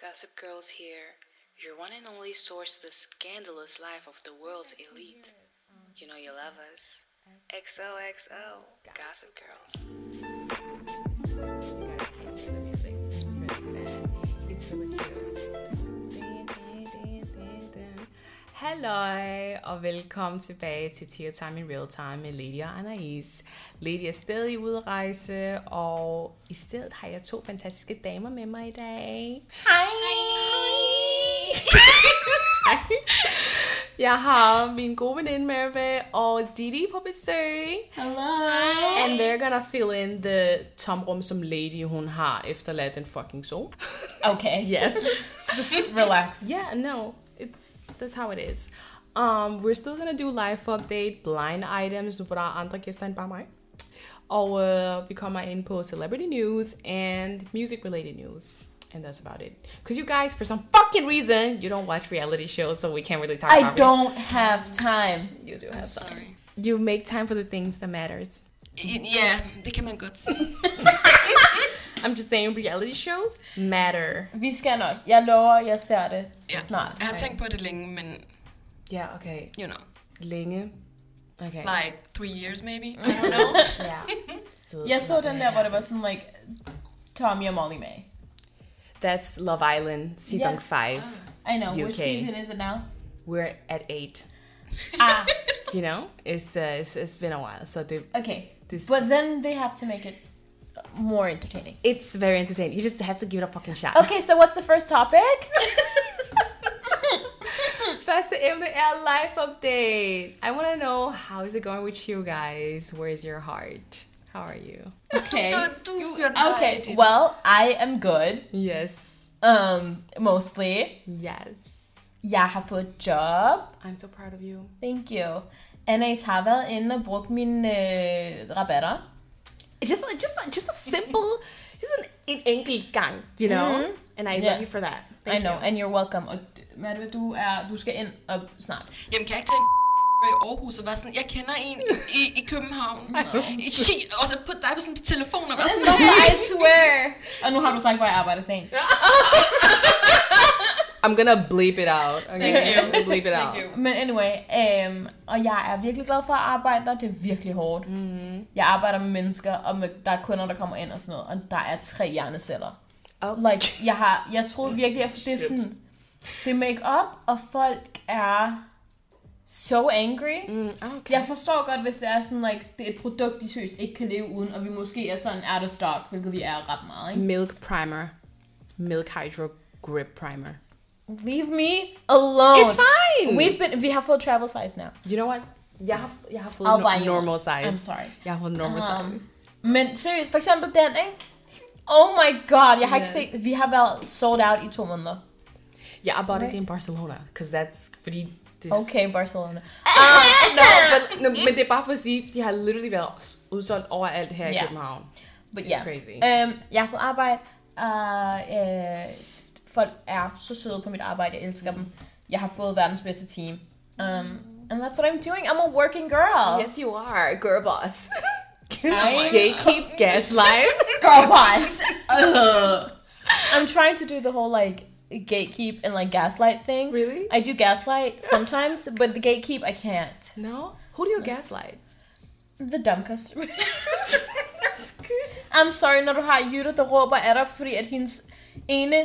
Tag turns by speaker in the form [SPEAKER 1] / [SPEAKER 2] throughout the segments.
[SPEAKER 1] Gossip Girls here, your one and only source to the scandalous life of the world's elite. You know you love us. XOXO, Gossip Girls.
[SPEAKER 2] It's really sad. It's really cute. Halløj, og velkommen tilbage til Tier Time in Real Time med Lydia og Anais. Lydia er stadig i udrejse, og i stedet har jeg to fantastiske damer med mig i dag. Hej! Hej! Jeg har min gode veninde Merve og Didi på besøg. And they're gonna fill in the tomrum som lady hun har efterladt den fucking sol.
[SPEAKER 3] Okay.
[SPEAKER 2] Yes.
[SPEAKER 3] Just relax.
[SPEAKER 2] yeah, no. It's that's how it is. Um, we're still gonna do life update, blind items, nu hvor der er andre gæster end bare mig. Og uh, vi kommer ind på celebrity news and music related news. And that's about it. Because you guys, for some fucking reason, you don't watch reality shows, so we can't really talk
[SPEAKER 3] I
[SPEAKER 2] about it.
[SPEAKER 3] don't have time.
[SPEAKER 2] You do have time.
[SPEAKER 1] Sorry.
[SPEAKER 2] You make time for the things that matters.
[SPEAKER 1] Yeah, det kan man godt se.
[SPEAKER 2] I'm just saying, reality shows matter.
[SPEAKER 3] Vi skal nok. Jeg lover, jeg ser det
[SPEAKER 4] Ja.
[SPEAKER 3] snart.
[SPEAKER 4] Jeg har tænkt på det længe, men
[SPEAKER 2] Yeah, okay.
[SPEAKER 4] you know,
[SPEAKER 2] Længe. Okay.
[SPEAKER 4] like three years maybe. I don't know.
[SPEAKER 2] Yeah. So,
[SPEAKER 3] Jeg så den der, hvor det var sådan, like, Tommy og Molly May.
[SPEAKER 2] That's Love Island season
[SPEAKER 3] Yeah.
[SPEAKER 2] five.
[SPEAKER 3] I know. Which
[SPEAKER 2] UK.
[SPEAKER 3] season is it now?
[SPEAKER 2] We're at eight.
[SPEAKER 3] Ah,
[SPEAKER 2] You know, it's uh, it's, it's been a while. So the,
[SPEAKER 3] okay.
[SPEAKER 2] this
[SPEAKER 3] But then they have to make it more entertaining.
[SPEAKER 2] it's very entertaining. You just have to give it a fucking shot.
[SPEAKER 3] Okay, so what's the first topic?
[SPEAKER 2] First, the ML life update. I want to know how is it going with you guys? Where is your heart? How are you?
[SPEAKER 3] okay.
[SPEAKER 4] Du hørte
[SPEAKER 3] Okay, well, I am good.
[SPEAKER 2] Yes.
[SPEAKER 3] Um, mostly.
[SPEAKER 2] Yes.
[SPEAKER 3] Jeg har fået job.
[SPEAKER 2] I'm so proud of you.
[SPEAKER 3] Thank you. Anais har været inde og brugt mine øh, rabatter.
[SPEAKER 2] It's just just just a simple, just an, an ankle gang, you know. And Mm-hmm. I
[SPEAKER 3] Yeah.
[SPEAKER 2] love you for that.
[SPEAKER 3] I know, and you're welcome. Og Madve, du, er, du skal ind og snart.
[SPEAKER 4] Jamen, kan jeg ikke tage en i Aarhus og være sådan, jeg kender en i, i København. I- Shit, og så putte dig på sådan en telefon og være sådan,
[SPEAKER 3] No, I swear. og nu har du sagt, hvor jeg arbejder. Thanks.
[SPEAKER 2] I'm gonna bleep it out. Okay,
[SPEAKER 4] Thank you.
[SPEAKER 2] bleep it out.
[SPEAKER 4] you.
[SPEAKER 3] Men anyway, øhm, og jeg er virkelig glad for at arbejde der. Det er virkelig hårdt. Mm. Jeg arbejder med mennesker, og med, der er kunder, der kommer ind og sådan noget. Og der er tre hjerneceller.
[SPEAKER 2] Oh.
[SPEAKER 3] Like, jeg, har, jeg troede virkelig, at det er sådan... Det er make-up, og folk er so angry. Mm.
[SPEAKER 2] Mm, okay.
[SPEAKER 3] Jeg forstår godt, hvis det er sådan, like, det er et produkt, de seriøst ikke kan leve uden, og vi måske er sådan out of stock, hvilket vi er ret meget, ikke?
[SPEAKER 2] Milk primer, milk hydro grip primer.
[SPEAKER 3] Leave me alone.
[SPEAKER 2] It's fine.
[SPEAKER 3] We've been, vi har fået travel size now.
[SPEAKER 2] You know what? Jeg har, jeg har fået
[SPEAKER 3] I'll
[SPEAKER 2] no-
[SPEAKER 3] buy you
[SPEAKER 2] normal size.
[SPEAKER 3] I'm sorry.
[SPEAKER 2] Jeg har fået normal
[SPEAKER 3] Um,
[SPEAKER 2] size.
[SPEAKER 3] men seriøst, for eksempel den, ikke? Oh my god, jeg har ikke
[SPEAKER 2] Ja.
[SPEAKER 3] set, vi har været sold out i to måneder.
[SPEAKER 2] Yeah, I bought it in Barcelona, because that's fordi det
[SPEAKER 3] Okay, Barcelona.
[SPEAKER 2] Uh, no, but, no, men det er bare for at sige, de har literally været udsolgt overalt her i
[SPEAKER 3] Ja.
[SPEAKER 2] København.
[SPEAKER 3] But
[SPEAKER 2] It's
[SPEAKER 3] yeah.
[SPEAKER 2] crazy.
[SPEAKER 3] Øhm, jeg har fået arbejde. Uh, øh, folk er så søde på mit arbejde. Jeg elsker mm. dem. Jeg har fået verdens bedste team. Um, and that's what I'm doing. I'm a working girl.
[SPEAKER 2] Yes, you are, girl boss.
[SPEAKER 3] I'm-
[SPEAKER 2] Gatekeep gaslight.
[SPEAKER 3] Girl boss. Ugh. I'm trying to do the whole like gatekeep and like gaslight thing.
[SPEAKER 2] Really?
[SPEAKER 3] I do gaslight sometimes, but the gatekeep I can't.
[SPEAKER 2] No? Who do you gaslight?
[SPEAKER 3] The dumb customer. I'm sorry, når du har Jutta, der råber af dig, fordi at hendes ene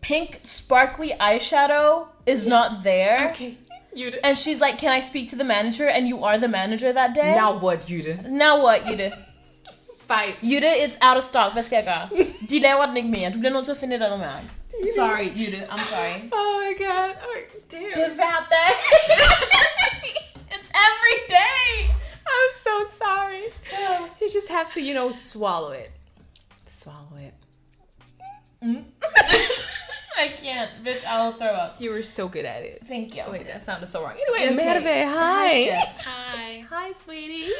[SPEAKER 3] pink sparkly eyeshadow is not there.
[SPEAKER 2] Okay. Jytte.
[SPEAKER 3] And she's like, can I speak to the manager? And you are the manager that day?
[SPEAKER 2] Now what, Jytte?
[SPEAKER 3] Now what, Jutta?
[SPEAKER 2] Fight.
[SPEAKER 3] Jutta, it's out of stock. Hvad skal jeg gøre? De laver den ikke mere. Du bliver nødt til at finde et andet mærke. Sorry, Jutta. I'm sorry.
[SPEAKER 2] Oh my god. Oh, damn.
[SPEAKER 3] Give out that. it's every day.
[SPEAKER 2] I'm so sorry. You just have to, you know, swallow it. Swallow it.
[SPEAKER 3] mm. I can't, bitch. I'll throw up.
[SPEAKER 2] You were so good at it.
[SPEAKER 3] Thank you.
[SPEAKER 2] Wait, that sounded so wrong. Anyway,
[SPEAKER 3] Okay.
[SPEAKER 2] Merve, hi.
[SPEAKER 3] Yes.
[SPEAKER 4] Hej.
[SPEAKER 2] Hi, sweetie.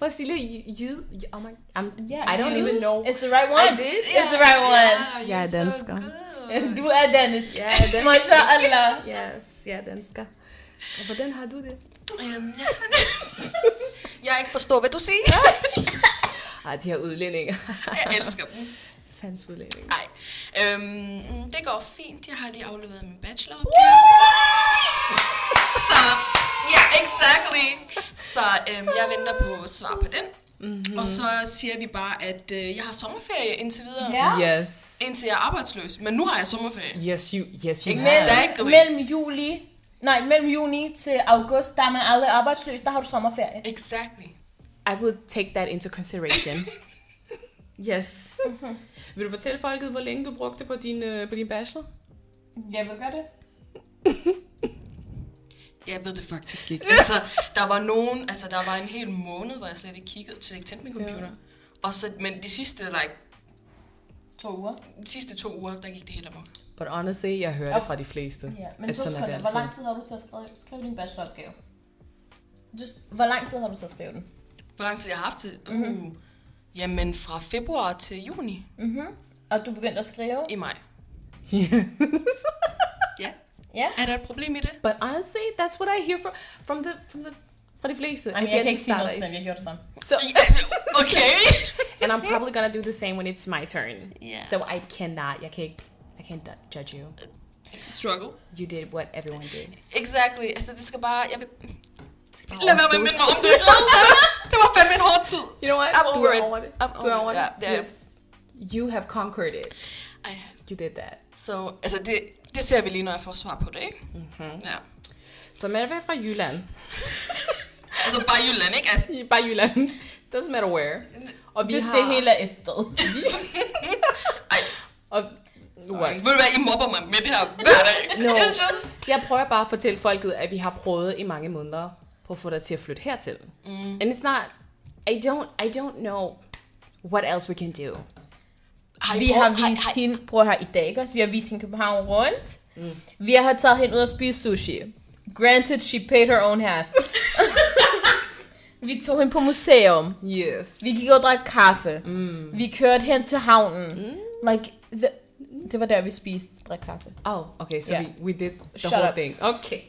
[SPEAKER 2] Well, see, look, you, you, you- oh my, I'm,
[SPEAKER 3] Yeah,
[SPEAKER 2] I don't
[SPEAKER 3] you-
[SPEAKER 2] even know.
[SPEAKER 3] It's the right one.
[SPEAKER 2] I did?
[SPEAKER 3] It's the right one.
[SPEAKER 4] you're
[SPEAKER 2] Yeah, den
[SPEAKER 4] so
[SPEAKER 2] skal.
[SPEAKER 4] good.
[SPEAKER 3] Du er Dennis.
[SPEAKER 2] Ja, Dennis.
[SPEAKER 3] Masha Allah.
[SPEAKER 2] Yes, ja, dansker. Og hvordan har du det?
[SPEAKER 4] Øhm, ja. Jeg ikke forstår, hvad du siger.
[SPEAKER 2] Ej, de her udlændinge.
[SPEAKER 4] Jeg elsker dem.
[SPEAKER 2] hans udlægning.
[SPEAKER 4] Nej. Øhm, det går fint. Jeg har lige afleveret min bachelor. Så, ja, yeah, exactly. Så øhm, jeg venter på svar på den. Mm-hmm. Og så siger vi bare, at øh, jeg har sommerferie indtil videre.
[SPEAKER 3] Ja.
[SPEAKER 2] Yes.
[SPEAKER 4] Indtil jeg er arbejdsløs. Men nu har jeg sommerferie.
[SPEAKER 2] Yes, you, yes, you
[SPEAKER 4] Amen.
[SPEAKER 2] have.
[SPEAKER 4] Exactly.
[SPEAKER 3] Mellem juli, nej, mellem juni til august, der er man aldrig arbejdsløs, der har du sommerferie.
[SPEAKER 4] Exactly.
[SPEAKER 2] I will take that into consideration. yes. Vil du fortælle folket, hvor længe du brugte på din, øh, på din bachelor?
[SPEAKER 3] Jeg vil gøre det.
[SPEAKER 4] Jeg ved det faktisk ikke. Altså, der var nogen, altså der var en hel måned, hvor jeg slet ikke kiggede til ikke tændte min computer.
[SPEAKER 2] Ja.
[SPEAKER 4] Og så, men de sidste, like,
[SPEAKER 3] To uger.
[SPEAKER 4] de sidste to uger, der gik det helt amok.
[SPEAKER 2] But honestly, jeg hører det fra de fleste.
[SPEAKER 3] Ja, men
[SPEAKER 2] at
[SPEAKER 3] to
[SPEAKER 2] sådan er det
[SPEAKER 3] sekunder. Hvor
[SPEAKER 2] altid.
[SPEAKER 3] lang tid har du til at skrive, skrive din bacheloropgave? Just, hvor lang tid har du til at skrive den?
[SPEAKER 4] Hvor lang tid jeg har haft det? Uh, mm-hmm. Jamen, fra februar til juni
[SPEAKER 3] Mhm. Og du begyndte at skrive?
[SPEAKER 4] i maj.
[SPEAKER 2] Yes.
[SPEAKER 4] Ja.
[SPEAKER 3] Ja.
[SPEAKER 4] Er der et problem i det?
[SPEAKER 2] But honestly, that's what I hear from, from, the, from the, fra de fleste.
[SPEAKER 3] Ej,
[SPEAKER 2] at
[SPEAKER 3] men
[SPEAKER 2] de
[SPEAKER 3] jeg kan
[SPEAKER 2] altid
[SPEAKER 3] ikke sige
[SPEAKER 2] starter
[SPEAKER 3] noget
[SPEAKER 2] i-
[SPEAKER 3] sådan, jeg gjorde det sådan.
[SPEAKER 2] So,
[SPEAKER 4] Okay.
[SPEAKER 2] and I'm probably gonna do the same when it's my turn.
[SPEAKER 4] Yeah.
[SPEAKER 2] So I cannot, jeg kan ikke, I can't du- judge you.
[SPEAKER 4] It's a struggle.
[SPEAKER 2] You did what everyone did.
[SPEAKER 4] Exactly. Altså, det skal bare... Jeg vil...
[SPEAKER 2] bare
[SPEAKER 4] Lad være med at minde mig om det. det var fandme en hård tid.
[SPEAKER 2] You know what?
[SPEAKER 4] I'm
[SPEAKER 2] Du
[SPEAKER 4] over
[SPEAKER 2] er
[SPEAKER 4] it.
[SPEAKER 2] over det.
[SPEAKER 4] I'm
[SPEAKER 2] Du er
[SPEAKER 4] over
[SPEAKER 2] over
[SPEAKER 4] it.
[SPEAKER 2] det.
[SPEAKER 4] Ja, det er jeg.
[SPEAKER 2] Yes. You have conquered it.
[SPEAKER 4] Ej.
[SPEAKER 2] You did that.
[SPEAKER 4] Så, altså, det, det ser vi lige, når jeg får svar på det, ikke?
[SPEAKER 2] Mm-hmm.
[SPEAKER 4] Ja.
[SPEAKER 2] Så man er fra Jylland.
[SPEAKER 4] Altså, bare Jylland, ikke? Altså,
[SPEAKER 2] I- Bare Jylland. Doesn't matter where. Og vi
[SPEAKER 3] Just
[SPEAKER 2] har...
[SPEAKER 3] det hele er et sted.
[SPEAKER 4] ej,
[SPEAKER 2] Og,
[SPEAKER 3] Sorry.
[SPEAKER 2] what?
[SPEAKER 4] ved du hvad, I mobber mig med det her hver dag.
[SPEAKER 2] No.
[SPEAKER 4] It's just...
[SPEAKER 2] Jeg prøver bare at fortælle folket, at vi har prøvet i mange måneder på at få dig til at flytte hertil. Mm. And it's not... I don't, I don't know what else we can do.
[SPEAKER 4] Har I
[SPEAKER 3] Vi
[SPEAKER 4] prøvet-
[SPEAKER 3] har vist hende, prøv her i dag, ikke også? Vi har vist hende København rundt.
[SPEAKER 2] Mm.
[SPEAKER 3] Vi har taget hende ud og spise sushi. Granted, she paid her own half. vi tog hende på museum.
[SPEAKER 2] Yes.
[SPEAKER 3] Vi gik og drak kaffe. Mm. Vi kørte hen til havnen. Mm. Like, the, det var der, vi spiste drak kaffe.
[SPEAKER 2] Oh, okay, so
[SPEAKER 3] Yeah.
[SPEAKER 2] we, we did the
[SPEAKER 3] Shut
[SPEAKER 2] whole
[SPEAKER 3] up.
[SPEAKER 2] thing. Okay.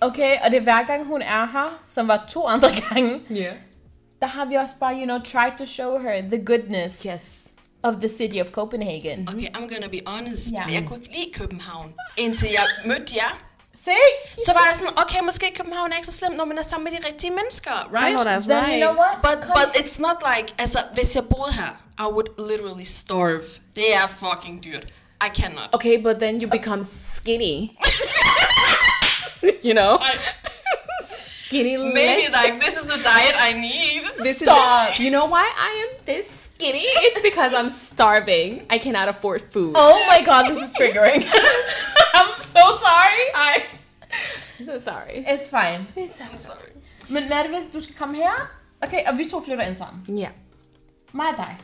[SPEAKER 3] Okay, og det er hver gang, hun er her, som var to andre gange,
[SPEAKER 2] Yeah.
[SPEAKER 3] der har vi også bare, you know, tried to show her the goodness
[SPEAKER 2] Yes.
[SPEAKER 3] of the city of Copenhagen.
[SPEAKER 4] Okay, I'm gonna be honest.
[SPEAKER 3] Ja.
[SPEAKER 4] Jeg kunne ikke lide København, indtil jeg mødte jer.
[SPEAKER 3] Se?
[SPEAKER 4] Så var jeg sådan, okay, måske København er ikke så slemt, når man er sammen med de rigtige mennesker, right?
[SPEAKER 2] Oh, that's
[SPEAKER 3] Then
[SPEAKER 2] right.
[SPEAKER 3] you know what?
[SPEAKER 4] But,
[SPEAKER 3] Kom-
[SPEAKER 4] but it's not like, altså, hvis jeg boede her, I would literally starve. Det er fucking dyrt. I cannot.
[SPEAKER 2] Okay, but then you become skinny. you know?
[SPEAKER 4] I,
[SPEAKER 2] Skinny
[SPEAKER 4] maybe
[SPEAKER 2] leg.
[SPEAKER 4] like, this is the diet I need.
[SPEAKER 2] This
[SPEAKER 3] Stop.
[SPEAKER 2] Is you know why I am this skinny? It's because I'm starving. I cannot afford food.
[SPEAKER 3] Oh my god, this is triggering. I'm so sorry.
[SPEAKER 2] I, I'm so sorry.
[SPEAKER 3] It's fine.
[SPEAKER 4] I'm sorry.
[SPEAKER 2] Oh
[SPEAKER 3] Men Matte, hvis du skal komme her. Okay, og vi to flytter ind sammen.
[SPEAKER 2] Yeah.
[SPEAKER 3] Mig og dig.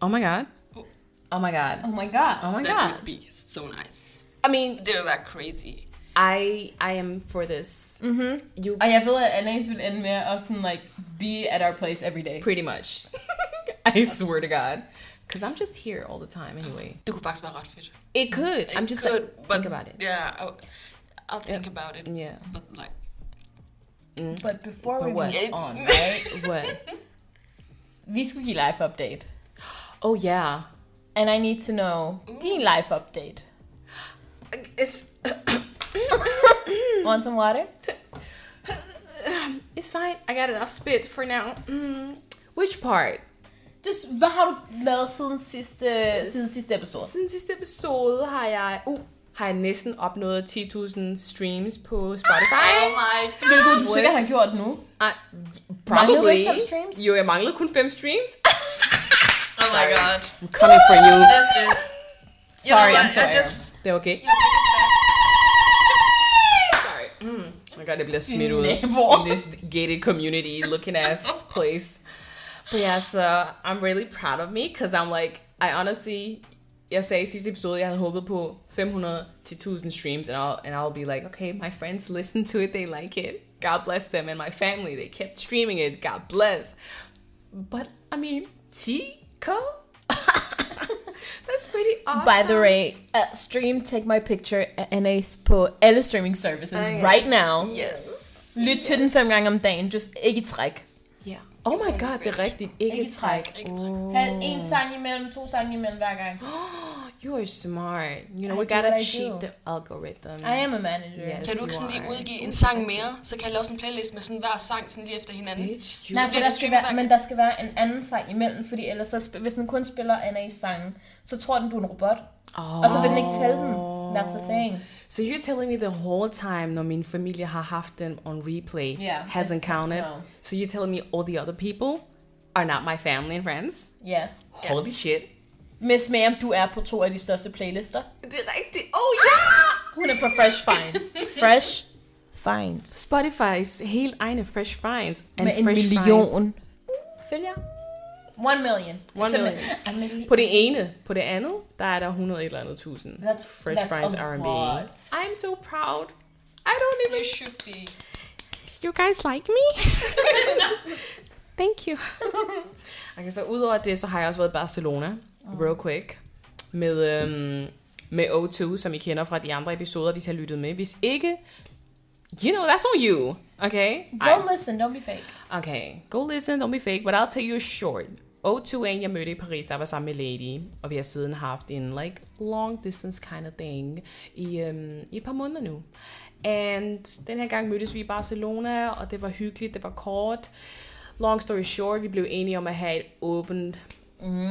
[SPEAKER 2] Oh my god.
[SPEAKER 4] Oh.
[SPEAKER 2] Oh my god.
[SPEAKER 3] Oh my god.
[SPEAKER 2] Oh my
[SPEAKER 4] That
[SPEAKER 2] god.
[SPEAKER 4] would be so nice.
[SPEAKER 2] I mean,
[SPEAKER 4] Det ville være crazy.
[SPEAKER 2] I I am for this.
[SPEAKER 3] Mhm.
[SPEAKER 2] You
[SPEAKER 3] Og jeg ved, at Anais vil ende med at sådan, like, be at our place every day.
[SPEAKER 2] pretty much. I swear to God. Cause I'm just here all the time anyway.
[SPEAKER 4] Det kunne faktisk være ret fedt.
[SPEAKER 2] It could. I'm
[SPEAKER 4] It
[SPEAKER 2] just
[SPEAKER 4] could,
[SPEAKER 2] like, think about it.
[SPEAKER 4] Yeah, I'll, I'll think about it.
[SPEAKER 2] Yeah.
[SPEAKER 4] But like,
[SPEAKER 3] But before
[SPEAKER 2] But
[SPEAKER 3] we
[SPEAKER 2] what?
[SPEAKER 3] move on, right?
[SPEAKER 2] What?
[SPEAKER 3] vi skulle give life update.
[SPEAKER 2] Oh yeah.
[SPEAKER 3] And I need to know din life update.
[SPEAKER 2] It's
[SPEAKER 3] Want some water?
[SPEAKER 2] it's fine. I got enough spit for now. Mm. Which part?
[SPEAKER 3] Just, hvad har du lavet siden sidste, siden sidste episode?
[SPEAKER 2] Siden sidste episode har jeg, uh, har jeg næsten opnået 10.000 streams på Spotify.
[SPEAKER 4] oh my god.
[SPEAKER 3] Hvilket du sikkert
[SPEAKER 2] Yes.
[SPEAKER 3] har gjort nu.
[SPEAKER 2] Ah,
[SPEAKER 3] Manglede du
[SPEAKER 2] probably.
[SPEAKER 3] ikke fem streams?
[SPEAKER 2] Jo, jeg manglede kun 5 streams.
[SPEAKER 4] Oh my god.
[SPEAKER 2] I'm coming for you.
[SPEAKER 4] This is... You know
[SPEAKER 3] Sorry,
[SPEAKER 4] what,
[SPEAKER 3] I'm sorry.
[SPEAKER 4] I just...
[SPEAKER 2] Det er okay.
[SPEAKER 4] Jeg
[SPEAKER 2] Sorry. Mm. Oh my god, det bliver smidt ud.
[SPEAKER 3] Naboer.
[SPEAKER 2] In this gated community looking ass place. But yeah, so I'm really proud of me, because I'm like, I honestly, jeg sagde i sidste episode, jeg havde håbet på 500 til 1000 streams, and I'll, and I'll be like, okay, my friends listen to it, they like it. God bless them and my family, they kept streaming it, God bless. But, I mean, Tico? That's pretty awesome.
[SPEAKER 3] By the way, uh, stream Take My Picture af Anais på alle streaming services right now.
[SPEAKER 4] Yes.
[SPEAKER 3] Lyt til den fem gange om dagen, just ikke i træk.
[SPEAKER 2] Yeah. Oh my god, det er rigtigt. Ikke,
[SPEAKER 3] Ikke
[SPEAKER 2] træk.
[SPEAKER 3] træk.
[SPEAKER 4] Ikke
[SPEAKER 2] Oh.
[SPEAKER 3] Had en sang imellem, to sange imellem hver gang.
[SPEAKER 2] You are smart. You know,
[SPEAKER 3] I
[SPEAKER 2] we
[SPEAKER 3] do
[SPEAKER 2] gotta
[SPEAKER 3] what I
[SPEAKER 2] cheat
[SPEAKER 3] do.
[SPEAKER 2] the algorithm.
[SPEAKER 3] I am a manager.
[SPEAKER 2] Yes.
[SPEAKER 4] Kan du ikke sådan lige udgive en sang mere? Så kan jeg lave sådan en playlist med sådan hver sang sådan lige efter hinanden.
[SPEAKER 2] Bitch, you
[SPEAKER 3] Nej,
[SPEAKER 4] Så
[SPEAKER 3] for
[SPEAKER 4] bliver
[SPEAKER 3] der
[SPEAKER 4] det
[SPEAKER 3] skal
[SPEAKER 4] streamet
[SPEAKER 3] være,
[SPEAKER 4] hver
[SPEAKER 3] men der skal være en anden sang imellem, fordi ellers, så, sp- hvis den kun spiller Annas sang, så tror den, du er en robot.
[SPEAKER 2] Oh.
[SPEAKER 3] Og så vil den ikke tælle den. That's the thing.
[SPEAKER 2] So you're telling me the whole time når min familie har haft dem on replay
[SPEAKER 3] Yeah,
[SPEAKER 2] hasn't
[SPEAKER 3] it's-
[SPEAKER 2] counted.
[SPEAKER 3] no.
[SPEAKER 2] So you're telling me all the other people are not my family and friends?
[SPEAKER 3] Yeah.
[SPEAKER 2] Holy shit.
[SPEAKER 3] Miss Ma'am, du er på to af de største playlister.
[SPEAKER 2] Det er rigtigt. Oh yeah!
[SPEAKER 3] Hun er på Fresh Finds. Fresh Finds.
[SPEAKER 2] Spotify's helt egne Fresh Finds. And
[SPEAKER 3] Med er en
[SPEAKER 2] fresh
[SPEAKER 3] million.
[SPEAKER 2] Finds.
[SPEAKER 3] Følger. One million.
[SPEAKER 2] One
[SPEAKER 3] It's a
[SPEAKER 2] million.
[SPEAKER 3] mi- a million.
[SPEAKER 2] På det ene, på det andet, der er der 100 et eller andet tusind.
[SPEAKER 3] That's-
[SPEAKER 2] Fresh
[SPEAKER 3] that's
[SPEAKER 2] Finds
[SPEAKER 3] a
[SPEAKER 2] R&B.
[SPEAKER 3] lot.
[SPEAKER 2] I'm so proud. I don't even...
[SPEAKER 4] You should be.
[SPEAKER 2] You guys like me? Thank you. okay, så udover det, så har jeg også været i Barcelona,
[SPEAKER 3] Ah.
[SPEAKER 2] real quick, med, øhm, med O2, som I kender fra de andre episoder, hvis I har lyttet med. Hvis ikke, you know, that's on you, okay? Ej.
[SPEAKER 3] Don't listen, don't be fake.
[SPEAKER 2] Okay, go listen, don't be fake, but I'll tell you short. O2 er en, jeg mødte i Paris, der var sammen med Lady, og vi har siden haft en like long distance kind of thing i, øhm, i et par måneder nu. And den her gang mødtes vi i Barcelona, og det var hyggeligt, det var kort. Long story short, vi blev enige om at have et åbent
[SPEAKER 3] Mm,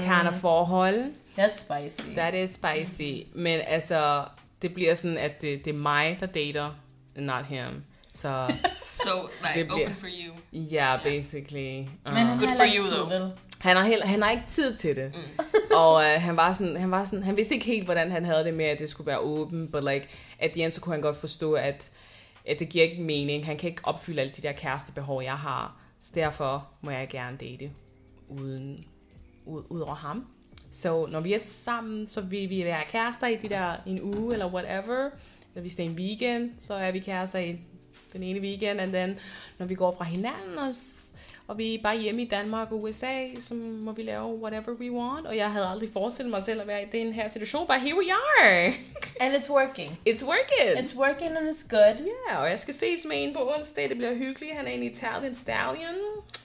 [SPEAKER 2] kind of forhold.
[SPEAKER 3] that's spicy.
[SPEAKER 2] That is spicy. Men altså, det bliver sådan, at det, det er mig, der dater, not him. Så
[SPEAKER 4] So, like,
[SPEAKER 2] Det bliver-
[SPEAKER 4] open for you.
[SPEAKER 2] yeah, basically. Um,
[SPEAKER 3] Men er han
[SPEAKER 4] Good
[SPEAKER 3] har
[SPEAKER 4] for
[SPEAKER 3] lagt
[SPEAKER 4] you,
[SPEAKER 3] tid
[SPEAKER 4] though.
[SPEAKER 3] til.
[SPEAKER 2] Han har, heller, han har ikke tid til det. Mm. og øh, han var sådan, han var sådan, han vidste ikke helt, hvordan han havde det med, at det skulle være åben, but like, at the end, så kunne han godt forstå, at, at det giver ikke mening. Han kan ikke opfylde alle de der kærestebehov, jeg har. Så derfor må jeg gerne date uden, ud, ud over ham. Så når vi er sammen, så vil vi være kærester i de der en uge eller whatever. Eller hvis det er en weekend, så er vi kærester i den ene weekend. And then, når vi går fra hinanden, og, s- og vi er bare hjemme i Danmark og USA, så må vi lave whatever we want. Og jeg havde aldrig forestillet mig selv at være i den her situation. But here we are!
[SPEAKER 3] And it's working.
[SPEAKER 2] It's working!
[SPEAKER 3] It's working and it's good.
[SPEAKER 2] Ja, og jeg skal ses med en på onsdag. Det bliver hyggeligt. Han er en Italian stallion.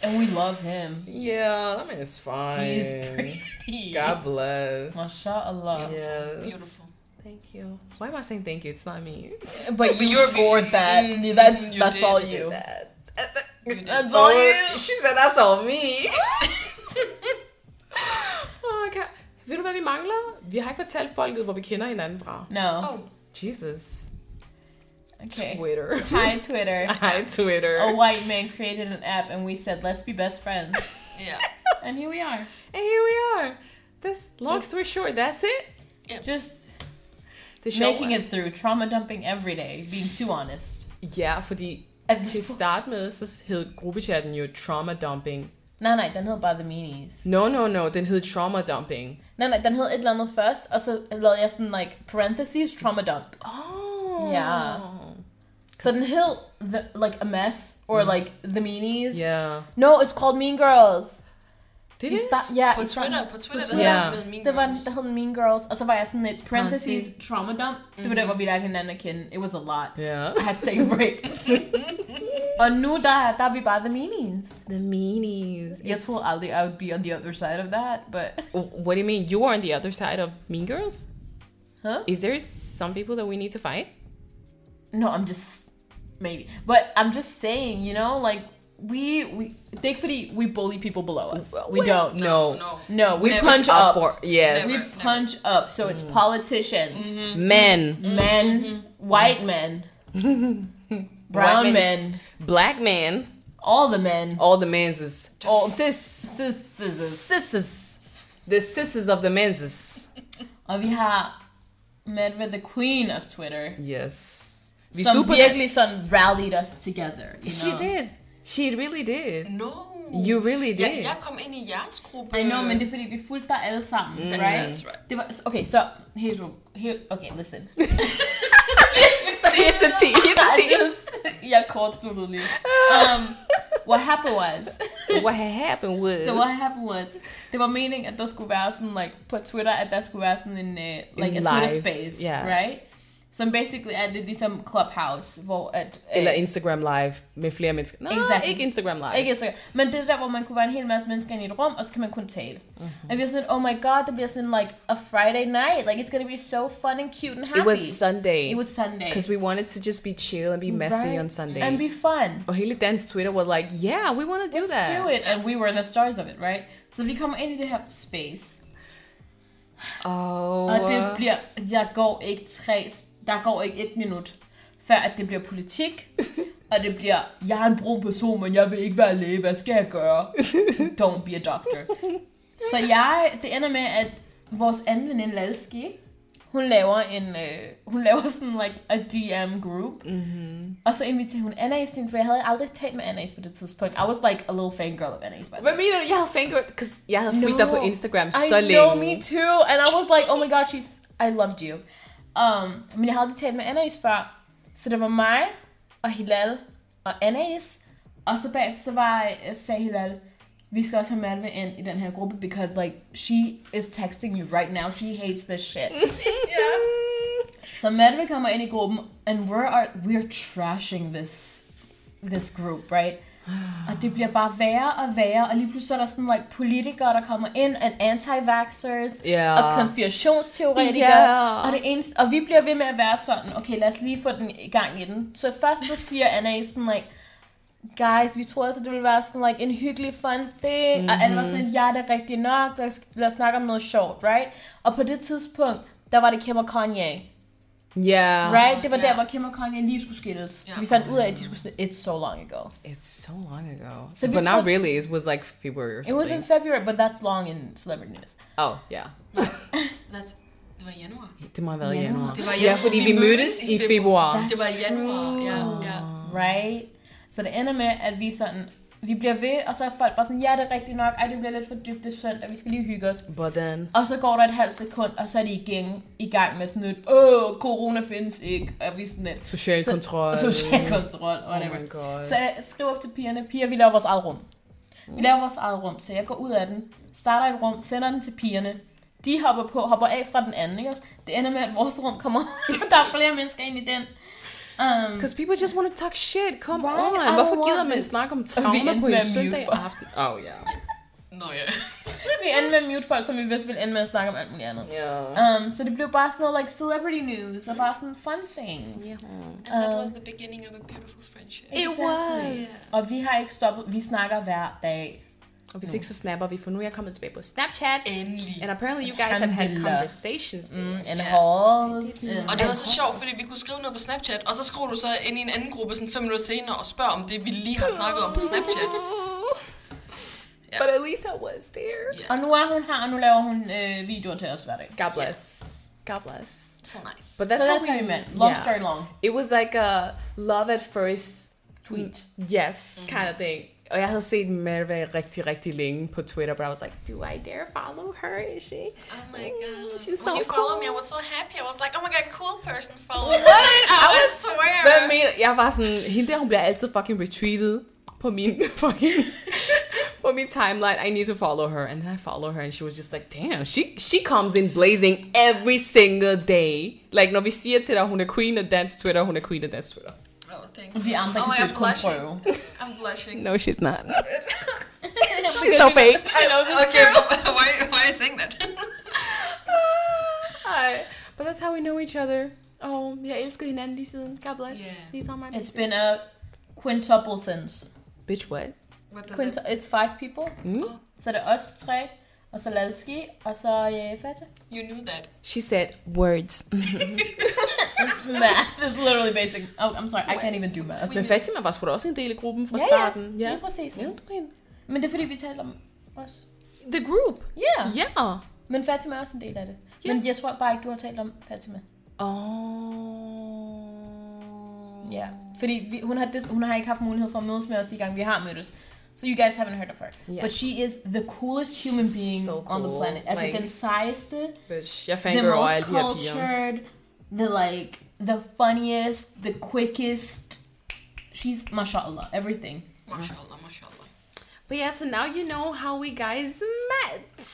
[SPEAKER 3] And we love him.
[SPEAKER 2] Yeah, that man is fine.
[SPEAKER 3] He is pretty.
[SPEAKER 2] God bless.
[SPEAKER 3] Mashallah.
[SPEAKER 2] Yes.
[SPEAKER 4] Beautiful.
[SPEAKER 2] Thank you. Why am I saying thank you? It's not me.
[SPEAKER 3] But you
[SPEAKER 4] you're-
[SPEAKER 3] scored that.
[SPEAKER 4] Mm,
[SPEAKER 3] that's
[SPEAKER 4] you
[SPEAKER 3] that's
[SPEAKER 4] did,
[SPEAKER 3] all
[SPEAKER 4] you
[SPEAKER 3] you.
[SPEAKER 2] That.
[SPEAKER 4] You did.
[SPEAKER 3] That's all you.
[SPEAKER 2] She said that's all me. oh my god. Ved du, hvad vi mangler? Vi har ikke fortalt folket, hvor vi kender hinanden fra.
[SPEAKER 3] No.
[SPEAKER 4] Oh,
[SPEAKER 2] Jesus.
[SPEAKER 3] Okay.
[SPEAKER 2] Twitter.
[SPEAKER 3] Oh. Hi Twitter.
[SPEAKER 2] Hi, Twitter.
[SPEAKER 3] A white man created an app, and we said, "Let's be best friends."
[SPEAKER 4] yeah.
[SPEAKER 3] And here we are.
[SPEAKER 2] And here we are. That's, long story short, that's it.
[SPEAKER 3] Just
[SPEAKER 2] The show
[SPEAKER 3] making it through trauma dumping every day, being too honest.
[SPEAKER 2] Ja, fordi
[SPEAKER 3] At
[SPEAKER 2] til
[SPEAKER 3] this point,
[SPEAKER 2] start med, så hed gruppechatten jo trauma dumping.
[SPEAKER 3] nej, nej, den hed bare The Meanies.
[SPEAKER 2] No, no, no, den hed trauma dumping.
[SPEAKER 3] Nej, nej, den hed et eller andet først, og så lavede jeg sådan, like, parentheses, trauma dump.
[SPEAKER 2] Oh.
[SPEAKER 3] Ja. Så den hed, the, like, a mess, or like, The Meanies.
[SPEAKER 2] Ja.
[SPEAKER 3] No, it's called Mean Girls.
[SPEAKER 2] Det er
[SPEAKER 3] I
[SPEAKER 2] det.
[SPEAKER 3] sta- ja,
[SPEAKER 4] På
[SPEAKER 3] i starten-
[SPEAKER 4] Twitter, på Twitter, der
[SPEAKER 2] Twitter.
[SPEAKER 4] hedder den Mean
[SPEAKER 3] Det var den,
[SPEAKER 4] Girls.
[SPEAKER 3] der hed den Mean Girls, og så var jeg sådan lidt parentheses
[SPEAKER 2] Parentheses.
[SPEAKER 3] trauma dump. Det var der, hvor vi lærte hinanden at kende. It was a lot.
[SPEAKER 2] Ja.
[SPEAKER 3] I had to take a break. og nu, der, er- der er vi bare the meanies.
[SPEAKER 2] The meanies.
[SPEAKER 3] Jeg troede aldrig, I would be on the other side of that, but...
[SPEAKER 2] What do you mean? You were on the other side of Mean Girls?
[SPEAKER 3] Huh?
[SPEAKER 2] Is there some people that we need to fight?
[SPEAKER 3] No, I'm just... Maybe. But I'm just saying, you know, like, we... we det er ikke fordi, we bully people below us. We don't.
[SPEAKER 2] No.
[SPEAKER 4] No.
[SPEAKER 3] No, we
[SPEAKER 4] Never.
[SPEAKER 3] punch up.
[SPEAKER 2] or yes,
[SPEAKER 3] We
[SPEAKER 4] Never.
[SPEAKER 3] punch up. So it's politicians,
[SPEAKER 2] Mm-hmm. men,
[SPEAKER 3] men, white men, brown
[SPEAKER 2] White men
[SPEAKER 3] men,
[SPEAKER 2] black men,
[SPEAKER 3] all the men.
[SPEAKER 2] all the men's is
[SPEAKER 3] All-
[SPEAKER 2] sis
[SPEAKER 3] Sisters.
[SPEAKER 2] sisters, the sisters of the men's is
[SPEAKER 3] Og vi har Medved, the queen of Twitter,
[SPEAKER 2] yes.
[SPEAKER 3] vi
[SPEAKER 2] Hvis
[SPEAKER 3] som
[SPEAKER 2] du på
[SPEAKER 3] virkelig sådan rallied us together. You
[SPEAKER 2] She
[SPEAKER 3] know?
[SPEAKER 2] did. She really did.
[SPEAKER 4] No.
[SPEAKER 2] You really
[SPEAKER 4] Jeg,
[SPEAKER 2] did.
[SPEAKER 4] jeg kom ind i jeres gruppe.
[SPEAKER 3] I know, men det er fordi, vi fulgte dig alle sammen, mm. right?
[SPEAKER 4] That's right.
[SPEAKER 3] Det var, okay, så, so, here's what, here, okay, listen.
[SPEAKER 2] Here's the tea. Here's the
[SPEAKER 3] I just, jeg kortsluttede lige. Um, what happened was,
[SPEAKER 2] tea. What had happened was
[SPEAKER 3] so what happened was, det var meningen, at der skulle være sådan, like, på Twitter, at der skulle være sådan en, uh, like, a
[SPEAKER 2] En
[SPEAKER 3] Twitter
[SPEAKER 2] live,
[SPEAKER 3] space,
[SPEAKER 2] yeah.
[SPEAKER 3] right? Som basically er det ligesom Clubhouse, hvor at... øh,
[SPEAKER 2] Eller Instagram Live med flere mennesker. Nej,
[SPEAKER 3] Exakt.
[SPEAKER 2] ikke Instagram Live.
[SPEAKER 3] Ikke Instagram. Men det er der, hvor man kunne være en hel masse mennesker inde i et rum, og så kan man kun tale.
[SPEAKER 2] Mhm.
[SPEAKER 3] Mm-hmm. Og vi er sådan, oh my god, det bliver sådan like a Friday night. Like, it's gonna be so fun and cute and happy.
[SPEAKER 2] It was Sunday.
[SPEAKER 3] It was Sunday.
[SPEAKER 2] Because we wanted to just be chill and be messy
[SPEAKER 3] Right?
[SPEAKER 2] on Sunday.
[SPEAKER 3] And be fun.
[SPEAKER 2] og hele dansk Twitter var like, yeah, we want to do
[SPEAKER 3] Let's
[SPEAKER 2] that.
[SPEAKER 3] do it. And we were the stars of it, right? Så vi kommer ind i det her space.
[SPEAKER 2] Og, Oh.
[SPEAKER 3] Og det bliver, jeg går ikke tre, der går ikke et minut, før at det bliver politik, og det bliver, jeg er en brun person, men jeg vil ikke være læge, hvad skal jeg gøre? Don't be a doctor. Så jeg, det ender med, at vores anden veninde, Lalski, hun laver en, øh, hun laver sådan like a DM group, mm-hmm. og så inviterer hun Anais ind, for jeg havde aldrig talt med Anais på det tidspunkt. I was like a little fangirl of Anais, by the way.
[SPEAKER 2] Hvad mener du? Jeg havde fangirl, because jeg havde fulgt dig på Instagram
[SPEAKER 3] I
[SPEAKER 2] så længe.
[SPEAKER 3] know, me too. And I was like, oh my god, she's, I loved you. Um, men jeg havde aldrig talt med Anais før. Så det var mig, og Hilal, og Anais. Og så bagefter, så var, sagde Hilal, vi skal også have Malva ind i den her gruppe, because like, she is texting you right now. She hates this shit. Så Malva kommer ind i gruppen, and we're, are, we're trashing this, this group, right? Og det bliver bare værre og værre, og lige pludselig så er der sådan like, politikere, der kommer ind, and anti-vaxxers,
[SPEAKER 2] Ja.
[SPEAKER 3] og konspirationsteoretikere,
[SPEAKER 2] Ja.
[SPEAKER 3] og, det eneste, og vi bliver ved med at være sådan, okay, lad os lige få den i gang i den. Så først så siger Anna sådan like, guys, vi troede altså, det ville være sådan like, en hyggelig fun thing, mm-hmm. og alle var
[SPEAKER 2] Mhm.
[SPEAKER 3] sådan, ja, det er rigtigt nok, lad os, lad os snakke om noget sjovt, right? Og på det tidspunkt, der var det Kim og Kanye.
[SPEAKER 2] Yeah.
[SPEAKER 3] Right? Det var der,
[SPEAKER 4] Ja.
[SPEAKER 3] hvor Kim og Kanye lige skulle skilles.
[SPEAKER 4] Ja.
[SPEAKER 3] Vi fandt ud af, at de skulle skilles. It's so long ago.
[SPEAKER 2] It's so long ago.
[SPEAKER 3] Så vi
[SPEAKER 2] but not
[SPEAKER 3] tog-
[SPEAKER 2] really. It was like February or
[SPEAKER 3] It was
[SPEAKER 2] something.
[SPEAKER 3] in February, but that's long in celebrity news.
[SPEAKER 2] Oh, yeah.
[SPEAKER 4] That's, det var i januar.
[SPEAKER 2] Det må have været i
[SPEAKER 3] Ja.
[SPEAKER 2] januar.
[SPEAKER 4] Det var i
[SPEAKER 2] Ja,
[SPEAKER 4] januar.
[SPEAKER 2] fordi vi mødtes i februar.
[SPEAKER 4] Det var i januar, ja. ja.
[SPEAKER 3] Right? Så det ender med, at vi sådan... Vi bliver ved, og så er folk bare sådan, ja, det er rigtigt nok. Ej, det bliver lidt for dybt, det er søndag, vi skal lige hygge os.
[SPEAKER 2] But then...
[SPEAKER 3] Og så går der et halvt sekund, og så er de igen i gang med sådan et, åh, corona findes ikke, og vi er sådan lidt.
[SPEAKER 2] Social
[SPEAKER 3] Så-
[SPEAKER 2] kontrol.
[SPEAKER 3] Social kontrol, whatever.
[SPEAKER 2] Oh my god.
[SPEAKER 3] Så jeg skriver op til pigerne, piger, vi laver vores eget rum. Vi laver vores eget rum, så jeg går ud af den, starter et rum, sender den til pigerne. De hopper på, hopper af fra den anden, ikke også? Det ender med, at vores rum kommer, der er flere mennesker ind i den. Um,
[SPEAKER 2] Because people just want to talk shit. Come
[SPEAKER 3] Right, I
[SPEAKER 2] on.
[SPEAKER 3] don't
[SPEAKER 2] Hvorfor gider
[SPEAKER 3] want
[SPEAKER 2] man
[SPEAKER 3] this.
[SPEAKER 2] snakke om
[SPEAKER 3] vi
[SPEAKER 2] trauma
[SPEAKER 3] endte
[SPEAKER 2] på
[SPEAKER 3] med
[SPEAKER 2] en
[SPEAKER 3] at mute
[SPEAKER 2] søndag
[SPEAKER 3] folk.
[SPEAKER 2] aften? Oh, yeah.
[SPEAKER 4] Nå ja.
[SPEAKER 3] vi ender med at mute folk, som vi vidste ville ende med at snakke om alt muligt andet.
[SPEAKER 2] Yeah.
[SPEAKER 3] Um, så det blev bare sådan noget like celebrity news, og bare sådan fun things.
[SPEAKER 4] And that
[SPEAKER 3] Um,
[SPEAKER 4] was the beginning of a beautiful friendship.
[SPEAKER 2] It was.
[SPEAKER 3] Og vi har ikke stoppet, vi snakker hver dag.
[SPEAKER 2] Og hvis ikke, så snapper vi, for nu er jeg kommet tilbage på Snapchat.
[SPEAKER 4] Endelig.
[SPEAKER 2] And apparently you guys have had
[SPEAKER 3] Alhamdulillah.
[SPEAKER 2] conversations.
[SPEAKER 3] Mm, and
[SPEAKER 4] Ja.
[SPEAKER 3] halls. and-
[SPEAKER 4] Og det var så sjovt, fordi vi kunne skrive noget på Snapchat, og så skrev du så ind i en anden gruppe sådan fem minutter senere og spørger om det, vi lige har snakket om på Snapchat. Ja.
[SPEAKER 2] But at least I was there.
[SPEAKER 4] Ja.
[SPEAKER 3] Og nu er hun her, og nu laver hun øh, videoer til os hver dag.
[SPEAKER 2] God bless. God bless.
[SPEAKER 4] Så nice.
[SPEAKER 2] But that's,
[SPEAKER 3] så
[SPEAKER 2] how
[SPEAKER 3] that's how we met. Long
[SPEAKER 2] yeah.
[SPEAKER 3] story long.
[SPEAKER 2] It was like a love at first
[SPEAKER 3] Tweet.
[SPEAKER 2] Mm. yes kind
[SPEAKER 4] Mm.
[SPEAKER 2] of thing. Og jeg havde set Merve rigtig, rigtig længe på Twitter, but I was like, do I dare follow her? Is she? Mm,
[SPEAKER 4] Oh my god.
[SPEAKER 2] She's so
[SPEAKER 4] When you
[SPEAKER 2] cool.
[SPEAKER 4] followed me, I was so happy. I was like, oh my god, cool person following.
[SPEAKER 2] I
[SPEAKER 4] I
[SPEAKER 2] was-
[SPEAKER 4] swear.
[SPEAKER 2] Hvad mener Jeg var sådan, hende der, hun bliver altid fucking retweetet på min fucking på min timeline. I need to follow her. And then I follow her, and she was just like, damn, she, she comes in blazing every single day. Like, når vi siger til dig, hun er queen af dansk Twitter, hun er queen af dansk Twitter.
[SPEAKER 4] Oh, thanks.
[SPEAKER 3] Vi andre
[SPEAKER 4] oh
[SPEAKER 3] kan oh,
[SPEAKER 4] my, I'm
[SPEAKER 3] kun prøve.
[SPEAKER 4] blushing. I'm blushing.
[SPEAKER 2] No, she's not. she's so fake.
[SPEAKER 3] I know this
[SPEAKER 4] Okay, but why, why are you saying that?
[SPEAKER 2] Ej. But that's how we know each other. Oh, jeg elsker hinanden lige siden. God bless.
[SPEAKER 4] Yeah.
[SPEAKER 2] These are my
[SPEAKER 3] It's been a quintuple since.
[SPEAKER 2] Bitch, what?
[SPEAKER 4] What does
[SPEAKER 3] Quint- it's five people.
[SPEAKER 2] Mm?
[SPEAKER 3] Så det er os tre, og så Lalski, og så øh, Fatah.
[SPEAKER 4] it, you knew that.
[SPEAKER 2] She said words.
[SPEAKER 3] It's math. It's literally basic. Oh, I'm sorry. I can't even do math.
[SPEAKER 2] Men Fatima var sgu da også en del af gruppen fra
[SPEAKER 3] Ja, ja.
[SPEAKER 2] starten.
[SPEAKER 3] Lige præcis.
[SPEAKER 2] Ja, du er en-
[SPEAKER 3] Men det er fordi, vi taler om os.
[SPEAKER 2] The group.
[SPEAKER 3] Ja. Yeah.
[SPEAKER 2] Yeah.
[SPEAKER 3] Men Fatima er også en del af det.
[SPEAKER 2] Ja.
[SPEAKER 3] Men jeg tror bare ikke, du har talt om Fatima.
[SPEAKER 2] Oh.
[SPEAKER 3] Ja. Fordi vi, hun, har dis- hun har ikke haft mulighed for at mødes med os de gange, vi har mødtes. So you guys haven't heard of her.
[SPEAKER 2] Ja.
[SPEAKER 3] But she is the coolest human being
[SPEAKER 2] So
[SPEAKER 3] on the
[SPEAKER 2] cool.
[SPEAKER 3] planet. Altså
[SPEAKER 2] Like-
[SPEAKER 3] den sejeste,
[SPEAKER 2] Bitch, jeg
[SPEAKER 3] the
[SPEAKER 2] fangirl over
[SPEAKER 3] most
[SPEAKER 2] alle de her piger.
[SPEAKER 3] cultured, the like, the funniest, the quickest. She's, mashallah, everything.
[SPEAKER 4] Mashallah, mashallah.
[SPEAKER 2] But yeah, so now you know how we guys met.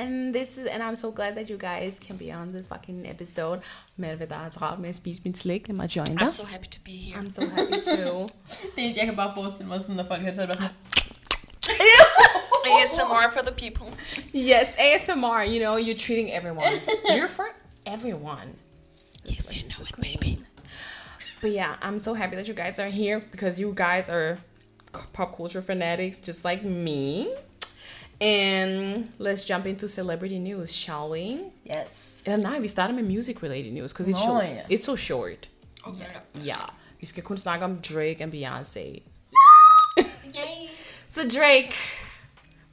[SPEAKER 2] And this is, and I'm so glad that you guys can be on this fucking episode. Malve, der har travlt med at spise min slik. Lad mig join dig.
[SPEAKER 4] I'm so happy to be here.
[SPEAKER 2] I'm so happy too.
[SPEAKER 3] Det er, jeg kan bare forestille mig sådan, når folk hører så er det bare sådan,
[SPEAKER 4] ASMR for the people.
[SPEAKER 2] yes, ASMR, you know, you're treating everyone. You're for everyone.
[SPEAKER 4] Yes, you know it, baby.
[SPEAKER 2] But yeah, I'm so happy that you guys are here because you guys are c- pop culture fanatics just like me. And let's jump into celebrity news, shall we?
[SPEAKER 3] yes.
[SPEAKER 2] Eller nej, vi starter med music related news, because it's,
[SPEAKER 3] Nå,
[SPEAKER 2] short.
[SPEAKER 3] ja.
[SPEAKER 2] it's so short.
[SPEAKER 4] Okay.
[SPEAKER 2] Ja, vi skal kun snakke om Drake and Beyoncé.
[SPEAKER 4] Yay.
[SPEAKER 2] Så Drake,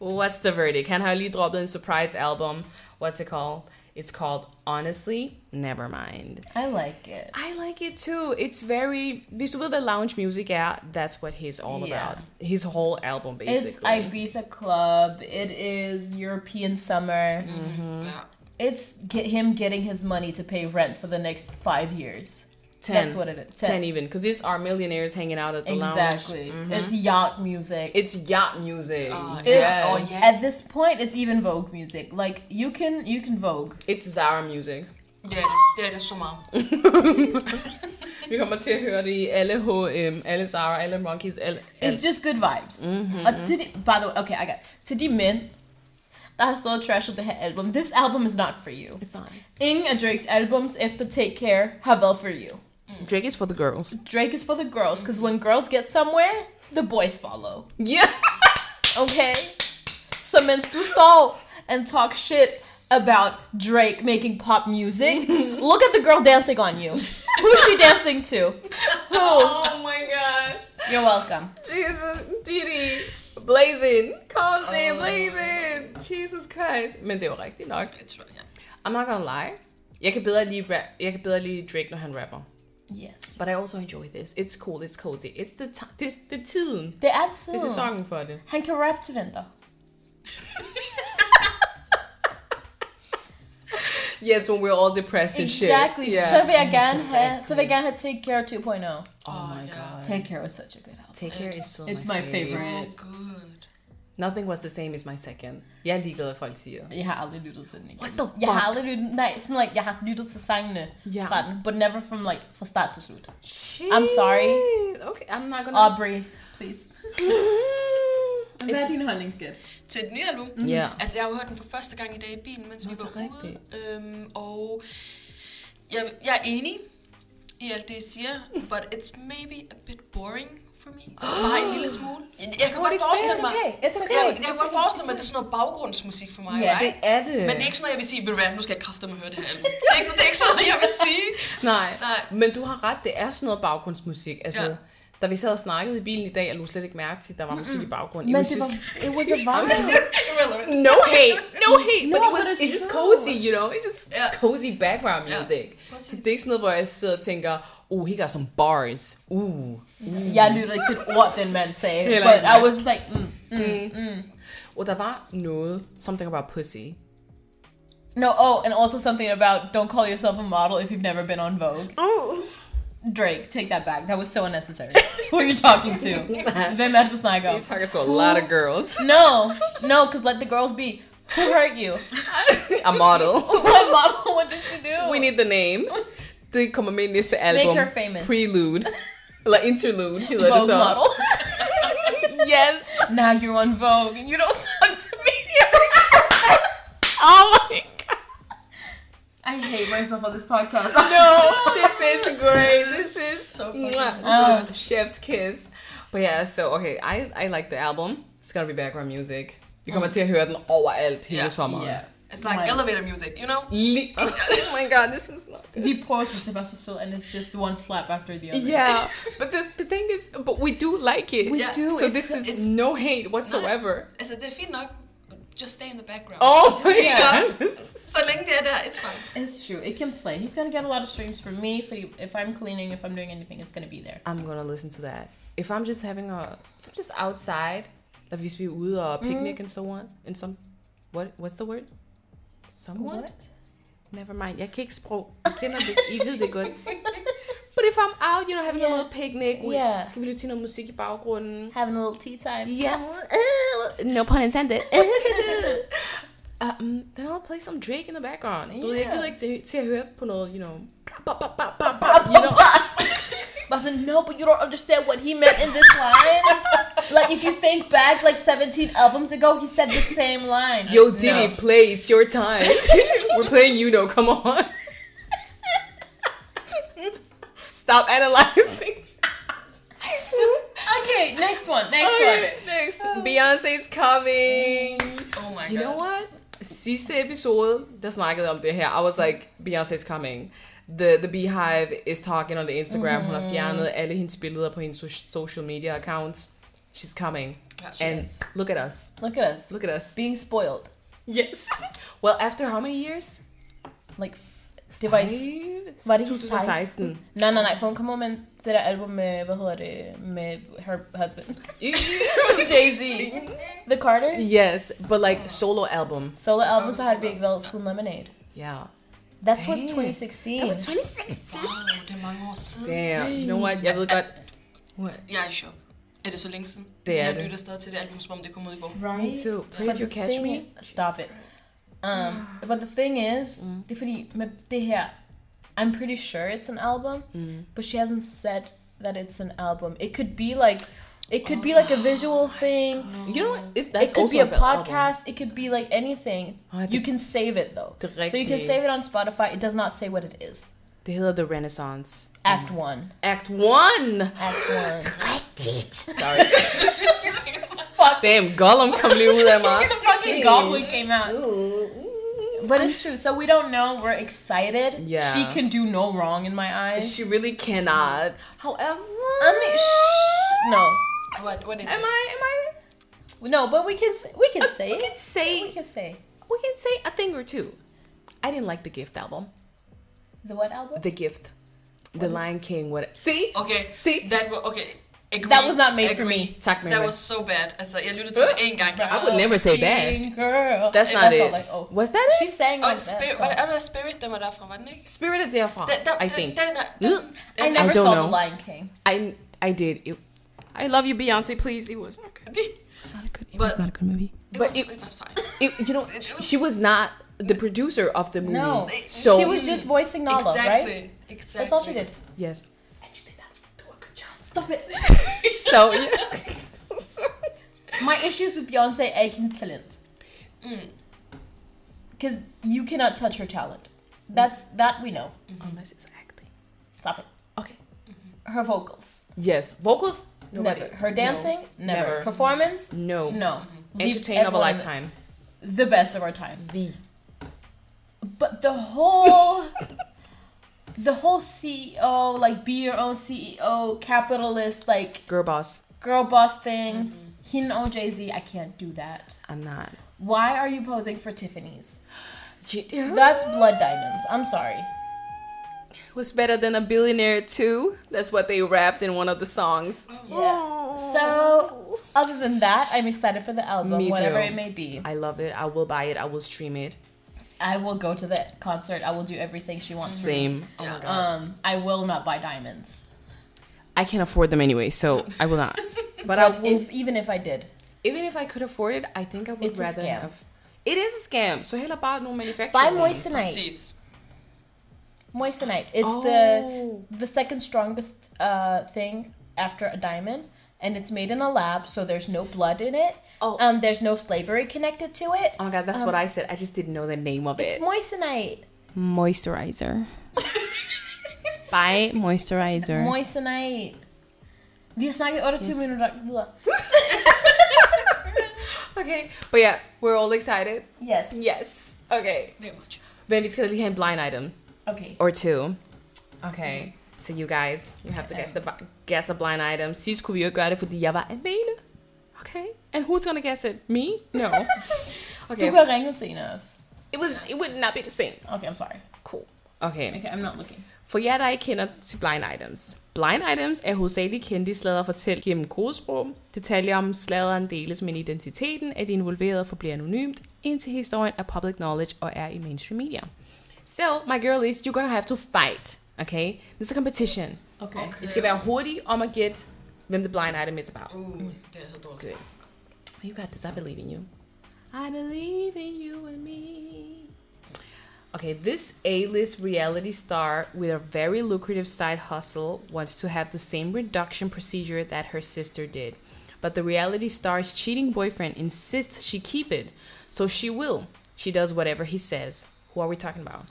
[SPEAKER 2] what's the verdict? Han har lige droppet en surprise album. What's it called? It's called Honestly Nevermind.
[SPEAKER 3] I like it.
[SPEAKER 2] I like it too. It's very hvis du ved hvad lounge music er, that's what he's all
[SPEAKER 3] Yeah.
[SPEAKER 2] about. His whole album basically.
[SPEAKER 3] It's Ibiza Club. It is European summer.
[SPEAKER 2] Mm.
[SPEAKER 4] Ja.
[SPEAKER 3] It's get him getting his money to pay rent for the next five years. That's what it is.
[SPEAKER 2] 10,
[SPEAKER 3] Ten.
[SPEAKER 2] even because these are millionaires hanging out at the lounge. Mm-hmm.
[SPEAKER 3] Exactly. It's yacht music.
[SPEAKER 2] It's yacht music.
[SPEAKER 4] Oh,
[SPEAKER 2] yes.
[SPEAKER 3] It's-
[SPEAKER 4] yeah. Oh, yeah.
[SPEAKER 3] At this point, it's even Vogue music. Like you can you can Vogue.
[SPEAKER 2] It's Zara music.
[SPEAKER 4] Det er det. Det er det så meget.
[SPEAKER 2] Vi kommer til at høre det i alle H&M, alle Zara, alle Monkeys, alle...
[SPEAKER 3] It's just good vibes. Uh, did it, by the way, okay, I got to the men. That has still trash of the head album. This album is not for you.
[SPEAKER 2] It's not.
[SPEAKER 3] Ing and Drake's albums, if the take care, have well for you.
[SPEAKER 2] Mm. Drake is for the girls.
[SPEAKER 3] Drake is for the girls, because when girls get somewhere, the boys follow.
[SPEAKER 2] Yeah.
[SPEAKER 3] Okay? So men do stall and talk shit about Drake making pop music. Look at the girl dancing on you. Who's she dancing to? Who?
[SPEAKER 2] oh my god.
[SPEAKER 3] You're welcome.
[SPEAKER 2] Jesus, Didi, Blazing, kom til Blazing, Jesus Christ. Men det er jo rigtigt nok.
[SPEAKER 4] Jeg tror, ja.
[SPEAKER 2] I'm not gonna lie. Jeg kan bedre lide, rap, jeg kan bedre lide Drake, når han rapper.
[SPEAKER 3] Yes.
[SPEAKER 2] But I also enjoy this. It's cool, it's cozy. It's the, ti- det, det er tiden.
[SPEAKER 3] Det er tid.
[SPEAKER 2] Det er sæsonen for det.
[SPEAKER 3] Han kan rap til vinter.
[SPEAKER 2] Yes, when we're all depressed and shit.
[SPEAKER 3] Exactly. Så vil jeg gerne have, så vil jeg gerne have Take Care 2.0.
[SPEAKER 2] Oh my
[SPEAKER 4] yeah.
[SPEAKER 2] god.
[SPEAKER 3] Take Care was such a good album.
[SPEAKER 2] Take care is so
[SPEAKER 3] It's my favorite.
[SPEAKER 4] Oh, Good.
[SPEAKER 2] Nothing was the same is my second. Jeg er ligeglad, hvad folk siger.
[SPEAKER 3] Jeg har aldrig lyttet til den igen. What
[SPEAKER 2] the
[SPEAKER 3] Jeg har
[SPEAKER 2] fuck?
[SPEAKER 3] aldrig lyttet, nej, sådan like, jeg har lyttet til sangene
[SPEAKER 2] Ja.
[SPEAKER 3] fra den, but never from like, fra start til slut. I'm sorry.
[SPEAKER 2] Shit. Okay, I'm not gonna...
[SPEAKER 3] Aubrey, please.
[SPEAKER 2] It's-
[SPEAKER 3] din holdningsskat?
[SPEAKER 4] Til et nyt album.
[SPEAKER 2] Ja.
[SPEAKER 4] Altså, jeg har jo hørt den for første gang i dag i bilen, mens Nå, vi
[SPEAKER 2] det
[SPEAKER 4] var
[SPEAKER 2] er
[SPEAKER 4] ude.
[SPEAKER 2] rigtigt.
[SPEAKER 4] Øhm, og jeg, jeg er enig i alt det, I siger, but it's maybe a bit boring for me. Bare en lille smule. Jeg, jeg kan godt
[SPEAKER 2] it's
[SPEAKER 4] forestille
[SPEAKER 3] It's
[SPEAKER 4] mig,
[SPEAKER 3] okay, it's okay.
[SPEAKER 4] jeg, jeg kan godt forestille mig, at det er sådan noget baggrundsmusik for mig,
[SPEAKER 3] Ja,
[SPEAKER 4] right?
[SPEAKER 2] Det er det.
[SPEAKER 4] Men det er ikke sådan noget, jeg vil sige, ved du hvad, nu skal jeg kræfte mig høre det her album. Det er, ikke, det er ikke sådan noget, jeg vil sige.
[SPEAKER 2] Nej.
[SPEAKER 4] Nej.
[SPEAKER 2] men du har ret, det er sådan noget baggrundsmusik. Altså,
[SPEAKER 4] Ja.
[SPEAKER 2] ja. da vi sad og snakkede i bilen i dag, jeg lå slet ikke mærke til, at der var musik i baggrunden.
[SPEAKER 3] Men
[SPEAKER 2] It was
[SPEAKER 3] det var,
[SPEAKER 2] just-
[SPEAKER 3] it was a vibe.
[SPEAKER 2] No hate, no
[SPEAKER 4] Mm.
[SPEAKER 2] hate, but
[SPEAKER 3] No,
[SPEAKER 2] it was,
[SPEAKER 3] but it's
[SPEAKER 2] it's just
[SPEAKER 3] true.
[SPEAKER 2] cozy, you know? It's just
[SPEAKER 4] Ja.
[SPEAKER 2] cozy background
[SPEAKER 4] Ja,
[SPEAKER 2] music.
[SPEAKER 4] præcis.
[SPEAKER 2] Så det er ikke sådan noget, hvor jeg sidder og tænker, uh, he got some bars. Uh,
[SPEAKER 3] jeg lyttede ikke til et ord, den mand sagde,
[SPEAKER 2] Heller
[SPEAKER 3] but
[SPEAKER 2] ikke
[SPEAKER 3] I
[SPEAKER 2] mig.
[SPEAKER 3] was like, mm.
[SPEAKER 2] og der var noget, something about pussy.
[SPEAKER 3] No, oh, and also something about don't call yourself a model if you've never been on Vogue.
[SPEAKER 2] Uh.
[SPEAKER 3] Drake, take that back. That was so unnecessary. Who are you talking to? Hvem er det, du snakker om?
[SPEAKER 2] He's talking to a lot of girls.
[SPEAKER 3] No, no, because let the girls be. Who hurt you?
[SPEAKER 2] a model.
[SPEAKER 3] What model? What did she do?
[SPEAKER 2] We need the name. Det kommer med i næste album.
[SPEAKER 3] her famous.
[SPEAKER 2] Prelude. Eller interlude. hedder det
[SPEAKER 3] Vogue
[SPEAKER 2] så.
[SPEAKER 3] model.
[SPEAKER 2] Yes.
[SPEAKER 3] now you're on Vogue and you don't talk to me.
[SPEAKER 2] Oh my god.
[SPEAKER 3] I hate myself on this podcast.
[SPEAKER 2] No, this is great. This is so mwah,
[SPEAKER 3] Oh.
[SPEAKER 2] this is chef's kiss. But yeah, so okay, I I like the album. It's gonna be background music. Vi kommer til at høre den overalt hele
[SPEAKER 4] Ja,
[SPEAKER 2] sommeren.
[SPEAKER 3] Mm. yeah.
[SPEAKER 4] It's like
[SPEAKER 3] My-
[SPEAKER 4] elevator music, you know?
[SPEAKER 2] Li- oh my god, this is not good.
[SPEAKER 3] The pause is about to and it's just one slap after the other.
[SPEAKER 2] Yeah, but the, the thing is, but we do like it.
[SPEAKER 3] We
[SPEAKER 4] Yeah.
[SPEAKER 3] do.
[SPEAKER 2] so
[SPEAKER 3] it's-
[SPEAKER 2] this is
[SPEAKER 4] it's-
[SPEAKER 2] no hate whatsoever.
[SPEAKER 4] Altså, det er fint nok. Just stay in the background.
[SPEAKER 2] Oh my
[SPEAKER 4] Yeah.
[SPEAKER 2] god. This is-
[SPEAKER 4] Så længe det er der, it's fine.
[SPEAKER 3] It's true. It can play. He's gonna get a lot of streams from me. For you- if I'm cleaning, if I'm doing anything, it's gonna be there.
[SPEAKER 2] I'm gonna listen to that. If I'm just having a, if I'm just outside, like if we ude og picnic and so on, and some, what, what's the word? Someone? Never mind. Jeg kan ikke sprog. Jeg kender det. I ved det godt. But if I'm out, you know, having a
[SPEAKER 3] Yeah.
[SPEAKER 2] little picnic, we,
[SPEAKER 3] Yeah.
[SPEAKER 2] skal vi lytte til noget musik i baggrunden?
[SPEAKER 3] Having a little tea time.
[SPEAKER 2] Yeah. No pun intended. um, then I'll play some Drake in the background. Du ved, jeg
[SPEAKER 3] Yeah.
[SPEAKER 2] gider ikke til, til at høre på noget, you know, bop, bop, bop, bop, bop, you know.
[SPEAKER 3] I said, no, but you don't understand what he meant in this line. like, if you think back, like 17 albums ago, he said the same line.
[SPEAKER 2] Yo, Diddy, play, it's your time. We're playing you know, come on. Stop analyzing.
[SPEAKER 3] No. Okay, next one. Next one.
[SPEAKER 2] Okay, next. Beyoncé's coming.
[SPEAKER 4] Oh my
[SPEAKER 2] You
[SPEAKER 4] god.
[SPEAKER 2] know what? Sidste episode, der snakkede om det her. I was like, Beyoncé's coming. The, the Beehive is talking on the Instagram. Hun har fjernet alle hendes billeder på hendes so- social media accounts. She's coming.
[SPEAKER 4] Ja, she
[SPEAKER 2] and
[SPEAKER 3] is.
[SPEAKER 2] look at us.
[SPEAKER 3] Look at us.
[SPEAKER 2] Look at us.
[SPEAKER 3] Being spoiled.
[SPEAKER 2] Yes. well, after how many years?
[SPEAKER 3] Like, f- device. Var det
[SPEAKER 2] 2016.
[SPEAKER 3] Nej, nej, nej, for hun kom ud med det der album med, hvad hedder det, med her husband. Jay-Z. The Carters.
[SPEAKER 2] yes, but like solo album.
[SPEAKER 3] Oh, Solo album, så har vi ikke været siden Lemonade.
[SPEAKER 2] Yeah.
[SPEAKER 3] That's
[SPEAKER 2] Damn.
[SPEAKER 3] what's 2016.
[SPEAKER 2] That was 2016.
[SPEAKER 4] Wow, det er mange år siden.
[SPEAKER 2] Damn. You know what? Jeg ved godt. What?
[SPEAKER 4] Jeg er i chok. Er det så længe siden?
[SPEAKER 2] Det er
[SPEAKER 4] jeg
[SPEAKER 2] det.
[SPEAKER 4] lytter stadig til det album, som om det kom ud i går.
[SPEAKER 3] right?
[SPEAKER 2] Me too. Pray if you
[SPEAKER 3] the
[SPEAKER 2] catch
[SPEAKER 3] thing
[SPEAKER 2] me.
[SPEAKER 3] is- Stop it. Um,
[SPEAKER 2] Ah.
[SPEAKER 3] but the thing is,
[SPEAKER 2] Mm.
[SPEAKER 3] det er fordi med det her, I'm pretty sure it's an album,
[SPEAKER 2] Mm.
[SPEAKER 3] but she hasn't said that it's an album. It could be like, it could be like a visual thing.
[SPEAKER 2] You know what? It's, Oh that's
[SPEAKER 3] it could
[SPEAKER 2] also
[SPEAKER 3] be a
[SPEAKER 2] bad album. Oh,
[SPEAKER 3] podcast. It could be like anything.
[SPEAKER 2] Ej, det-
[SPEAKER 3] you can save it though.
[SPEAKER 2] Det er
[SPEAKER 3] So you can
[SPEAKER 2] rigtigt.
[SPEAKER 3] save it on Spotify. It does not say what it is.
[SPEAKER 2] Det hedder The Renaissance.
[SPEAKER 3] Act
[SPEAKER 2] Mm.
[SPEAKER 3] one.
[SPEAKER 2] Act 1!
[SPEAKER 3] Act one.
[SPEAKER 2] Sorry. Damn, Gollum kom lige ud af mig.
[SPEAKER 3] fucking goblin came out. But it's true. So we don't know. We're excited.
[SPEAKER 2] Yeah.
[SPEAKER 3] She can do no wrong in my eyes.
[SPEAKER 2] She really cannot. However...
[SPEAKER 3] I mean, sh- no,
[SPEAKER 4] What, what is
[SPEAKER 2] Am
[SPEAKER 4] it?
[SPEAKER 2] I... Am I...
[SPEAKER 3] no. But we can s- we can say
[SPEAKER 2] We
[SPEAKER 3] it.
[SPEAKER 2] can say...
[SPEAKER 3] We can say
[SPEAKER 2] We can say a thing or two. I didn't like the Gift album.
[SPEAKER 3] the what album?
[SPEAKER 2] The Gift. The Lion King. What? See?
[SPEAKER 4] Okay,
[SPEAKER 2] See?
[SPEAKER 4] that was, okay. Agree.
[SPEAKER 3] that was not made for
[SPEAKER 4] Agree.
[SPEAKER 3] me. Øh?
[SPEAKER 2] Tak, Mary.
[SPEAKER 4] That was so bad. Altså, jeg lyttede til det en gang.
[SPEAKER 2] I would never say bad.
[SPEAKER 3] Teen Girl.
[SPEAKER 2] That's not
[SPEAKER 3] That's
[SPEAKER 2] it.
[SPEAKER 3] all like, oh.
[SPEAKER 2] Was that it?
[SPEAKER 3] She sang
[SPEAKER 4] Og
[SPEAKER 3] like
[SPEAKER 4] Spirit,
[SPEAKER 3] that.
[SPEAKER 4] var det,
[SPEAKER 3] song.
[SPEAKER 4] er det Spirit, den var derfra, var den ikke?
[SPEAKER 2] Spirited Therefrom,
[SPEAKER 4] Den, den,
[SPEAKER 2] I
[SPEAKER 4] den,
[SPEAKER 2] think.
[SPEAKER 4] Den, er-
[SPEAKER 2] Ugh.
[SPEAKER 4] den-
[SPEAKER 3] I never
[SPEAKER 2] don't
[SPEAKER 3] saw
[SPEAKER 2] know.
[SPEAKER 3] The Lion King.
[SPEAKER 2] I I did. It, I love you, Beyonce. Please, it was not good. It was not a good. It was
[SPEAKER 4] But-
[SPEAKER 2] not a good movie.
[SPEAKER 4] It
[SPEAKER 2] But
[SPEAKER 4] was,
[SPEAKER 2] it,
[SPEAKER 4] it was fine.
[SPEAKER 2] it, you know, she was not the producer of the movie.
[SPEAKER 3] No,
[SPEAKER 2] So
[SPEAKER 3] she was just voicing Nala,
[SPEAKER 4] exactly.
[SPEAKER 3] right?
[SPEAKER 4] Exactly.
[SPEAKER 3] That's all she did.
[SPEAKER 2] yes.
[SPEAKER 3] Stop it.
[SPEAKER 2] So yeah.
[SPEAKER 3] My issues with Beyonce are talent.
[SPEAKER 4] Mm.
[SPEAKER 3] Because you cannot touch her talent. That's that we know.
[SPEAKER 2] Unless it's acting.
[SPEAKER 3] Stop it.
[SPEAKER 2] Okay.
[SPEAKER 3] Her vocals.
[SPEAKER 2] Yes, vocals. Nobody.
[SPEAKER 3] Never. Her dancing? never.
[SPEAKER 2] Never.
[SPEAKER 3] Performance?
[SPEAKER 2] No.
[SPEAKER 3] No. Leaves
[SPEAKER 2] Entertain of a
[SPEAKER 3] everyone
[SPEAKER 2] lifetime.
[SPEAKER 3] The best of our time.
[SPEAKER 2] The.
[SPEAKER 3] But the whole the whole CEO, like be your own CEO, capitalist, like
[SPEAKER 2] Girl boss.
[SPEAKER 3] girl boss thing.
[SPEAKER 2] Mm-hmm.
[SPEAKER 3] He know Jay Z, I can't do that.
[SPEAKER 2] I'm not.
[SPEAKER 3] Why are you posing for Tiffany's?
[SPEAKER 2] That
[SPEAKER 3] That's blood diamonds. I'm sorry.
[SPEAKER 2] was better than a billionaire too. That's what they rapped in one of the songs.
[SPEAKER 3] So, other than that, I'm excited for the album,
[SPEAKER 2] Oh. Me
[SPEAKER 3] whatever
[SPEAKER 2] too.
[SPEAKER 3] it may be.
[SPEAKER 2] I love it. I will buy it. I will stream it.
[SPEAKER 3] I will go to the concert. I will do everything she wants for me.
[SPEAKER 2] Same. Oh my
[SPEAKER 4] Yeah.
[SPEAKER 2] god.
[SPEAKER 3] Um, I will not buy diamonds.
[SPEAKER 2] I can't afford them anyway, so I will not. But I
[SPEAKER 3] But
[SPEAKER 2] will,
[SPEAKER 3] if, even if I did,
[SPEAKER 2] even if I could afford it, I think I would
[SPEAKER 3] It's a
[SPEAKER 2] rather
[SPEAKER 3] scam.
[SPEAKER 2] have. It is a scam. So hell about no manufacturer.
[SPEAKER 3] buy
[SPEAKER 2] ones.
[SPEAKER 3] Moissanite.
[SPEAKER 4] Præcis.
[SPEAKER 3] Moissanite. It's
[SPEAKER 2] Oh.
[SPEAKER 3] the the second strongest uh, thing after a diamond, and it's made in a lab, so there's no blood in it.
[SPEAKER 2] Oh.
[SPEAKER 3] Um, there's no slavery connected to it.
[SPEAKER 2] Oh my god, that's what I said. I just didn't know the name of
[SPEAKER 3] Um, It's
[SPEAKER 2] it.
[SPEAKER 3] moissanite.
[SPEAKER 2] moisturizer. buy moisturizer.
[SPEAKER 3] Moissanite. Vi har snakket i 28 minutter.
[SPEAKER 2] okay, but yeah, we're all excited.
[SPEAKER 3] Yes.
[SPEAKER 2] Yes. Okay.
[SPEAKER 4] Very much.
[SPEAKER 2] Then we just gonna leave a blind item
[SPEAKER 3] Okay.
[SPEAKER 2] or two. Okay.
[SPEAKER 3] Mm-hmm.
[SPEAKER 2] Så so you guys, you have to guess the bu- guess a blind item. Sidst kunne vi jo ikke gøre det, fordi jeg var alene. Okay. And who's gonna guess it? Me? No.
[SPEAKER 3] Du
[SPEAKER 2] Okay.
[SPEAKER 3] kan ringe til en af os.
[SPEAKER 2] It was it would not be the same.
[SPEAKER 3] Okay, I'm sorry.
[SPEAKER 2] Cool. Okay.
[SPEAKER 3] Okay, I'm not looking.
[SPEAKER 2] For jer, der ikke kender til blind items. Blind items er hovedsageligt kendte slader fortælt gennem kodesprog. Detaljer om sladeren deles, men identiteten af de involverede forbliver anonymt, indtil historien er public knowledge og er i mainstream media. So, my girl is, you're gonna have to fight, okay? This is a competition.
[SPEAKER 3] Okay.
[SPEAKER 2] Det skal være hurtigt om at gætte, hvem the blind item is about.
[SPEAKER 3] Mm.
[SPEAKER 4] Uh, det er så dårligt.
[SPEAKER 2] Good. You got this, I believe in you. I believe in you and me. Okay, this A list reality star with a very lucrative side hustle wants to have the same reduction procedure that her sister did. But the reality star's cheating boyfriend insists she keep it, so she will. She does whatever he says. Who are we talking about?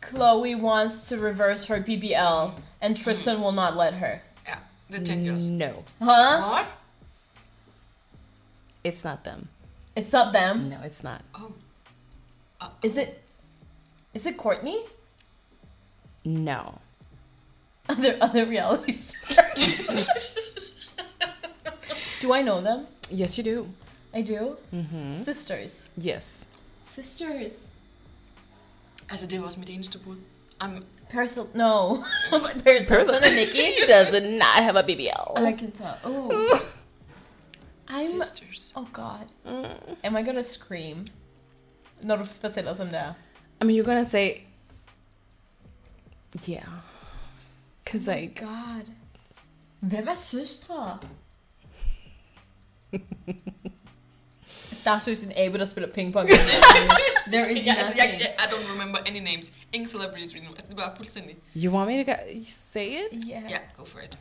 [SPEAKER 3] Chloe wants to reverse her BBL, and Tristan will not let her.
[SPEAKER 4] Yeah, the Jack girls.
[SPEAKER 2] No,
[SPEAKER 3] Huh?
[SPEAKER 4] What?
[SPEAKER 2] it's not them.
[SPEAKER 3] It's not them.
[SPEAKER 2] No, it's not.
[SPEAKER 4] Oh. Uh,
[SPEAKER 3] Is it? Is it Courtney?
[SPEAKER 2] No.
[SPEAKER 3] Other other reality stars. do I know them?
[SPEAKER 2] Yes, you do.
[SPEAKER 3] I do. Sisters.
[SPEAKER 2] Yes.
[SPEAKER 3] Mm-hmm. Sisters.
[SPEAKER 4] altså, det var også mit eneste bud. I'm,
[SPEAKER 3] Paris Hilton. No. I was like, Paris Hilton and Nikki.
[SPEAKER 2] She does not have a
[SPEAKER 3] I
[SPEAKER 2] BBL.
[SPEAKER 3] can tell. Oh. I'm.
[SPEAKER 4] sisters.
[SPEAKER 3] Oh God.
[SPEAKER 2] Mm.
[SPEAKER 3] Am I gonna scream? Når du fortæller os om det er.
[SPEAKER 2] I mean, you're gonna say, yeah, cause like
[SPEAKER 3] Oh, God. Hvem er søstre? der er søs en abe, der spiller pingpong. There is
[SPEAKER 4] Ja, altså, jeg,
[SPEAKER 3] nothing.
[SPEAKER 4] jeg, I don't remember any names. Ingen celebrities really. Altså, det var fuldstændig.
[SPEAKER 2] you want me to go- say it?
[SPEAKER 4] Ja,
[SPEAKER 3] Yeah.
[SPEAKER 4] yeah, go for it.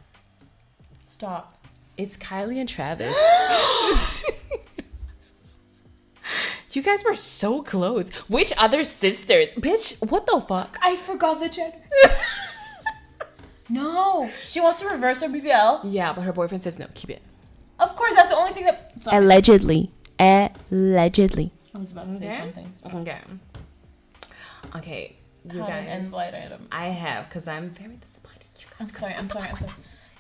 [SPEAKER 3] Stop.
[SPEAKER 2] It's Kylie and Travis. you guys were so close. Which other sisters? Bitch, what the fuck?
[SPEAKER 3] I forgot the gender. no. She wants to reverse her BBL.
[SPEAKER 2] Yeah, but her boyfriend says no. Keep it.
[SPEAKER 3] Of course, that's the only thing that. Sorry.
[SPEAKER 2] Allegedly. Allegedly.
[SPEAKER 3] I was about to say
[SPEAKER 2] Okay.
[SPEAKER 3] something.
[SPEAKER 2] Okay. Okay, you
[SPEAKER 3] You
[SPEAKER 2] guys.
[SPEAKER 3] guys. And light item.
[SPEAKER 2] I have, cause I'm very disappointed. You guys.
[SPEAKER 3] I'm sorry. I'm sorry. I'm sorry.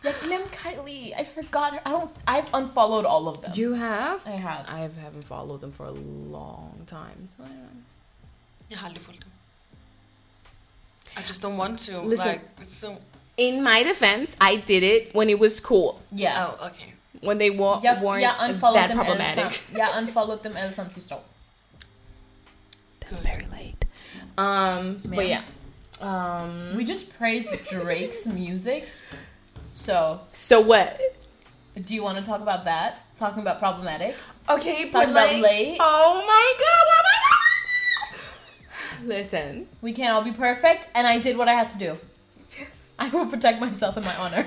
[SPEAKER 3] Yeah, Glim Kylie. I forgot her. I don't. I've unfollowed all of them.
[SPEAKER 2] You have.
[SPEAKER 3] I have.
[SPEAKER 2] I haven't followed them for a long time. So yeah.
[SPEAKER 4] Jeg har aldrig fulgt dem. I just don't want to.
[SPEAKER 2] Listen.
[SPEAKER 4] Like, it's so...
[SPEAKER 2] In my defense, I did it when it was cool.
[SPEAKER 3] Yeah.
[SPEAKER 4] Oh, okay.
[SPEAKER 2] When they wa-
[SPEAKER 3] Jeg,
[SPEAKER 2] weren't
[SPEAKER 3] jeg unfollowed
[SPEAKER 2] that
[SPEAKER 3] dem alle
[SPEAKER 2] problematic.
[SPEAKER 3] sammen. Jeg unfollowed dem alle sammen sidste år.
[SPEAKER 2] That's very late. Um, but yeah.
[SPEAKER 3] Ma'am.
[SPEAKER 2] Um,
[SPEAKER 3] We just praised Drake's music. So,
[SPEAKER 2] so what?
[SPEAKER 3] do you want to talk about that? Talking about problematic?
[SPEAKER 2] Okay, Talk
[SPEAKER 3] but like-
[SPEAKER 2] Oh my god! Oh my god! Listen.
[SPEAKER 3] We can't all be perfect, and I did what I had to do.
[SPEAKER 2] Yes.
[SPEAKER 3] I will protect myself and my honor.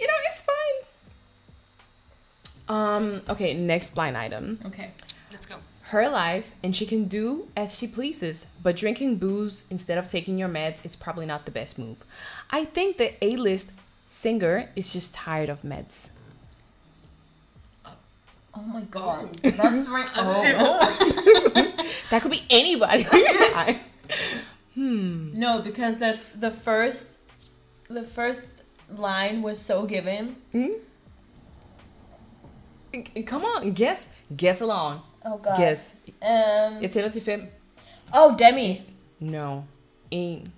[SPEAKER 2] You know it's fine. Um. Okay. Next blind item.
[SPEAKER 3] Okay.
[SPEAKER 4] Let's go.
[SPEAKER 2] her life and she can do as she pleases but drinking booze instead of taking your meds is probably not the best move i think the a-list singer is just tired of meds
[SPEAKER 3] Oh my god. That's right. Oh.
[SPEAKER 2] that could be anybody
[SPEAKER 3] No, because the the first the first line was so given.
[SPEAKER 2] come on guess guess alone
[SPEAKER 3] Oh god.
[SPEAKER 2] guess
[SPEAKER 3] Um.
[SPEAKER 2] jeg tæller til fem
[SPEAKER 3] oh, Demi.
[SPEAKER 2] no en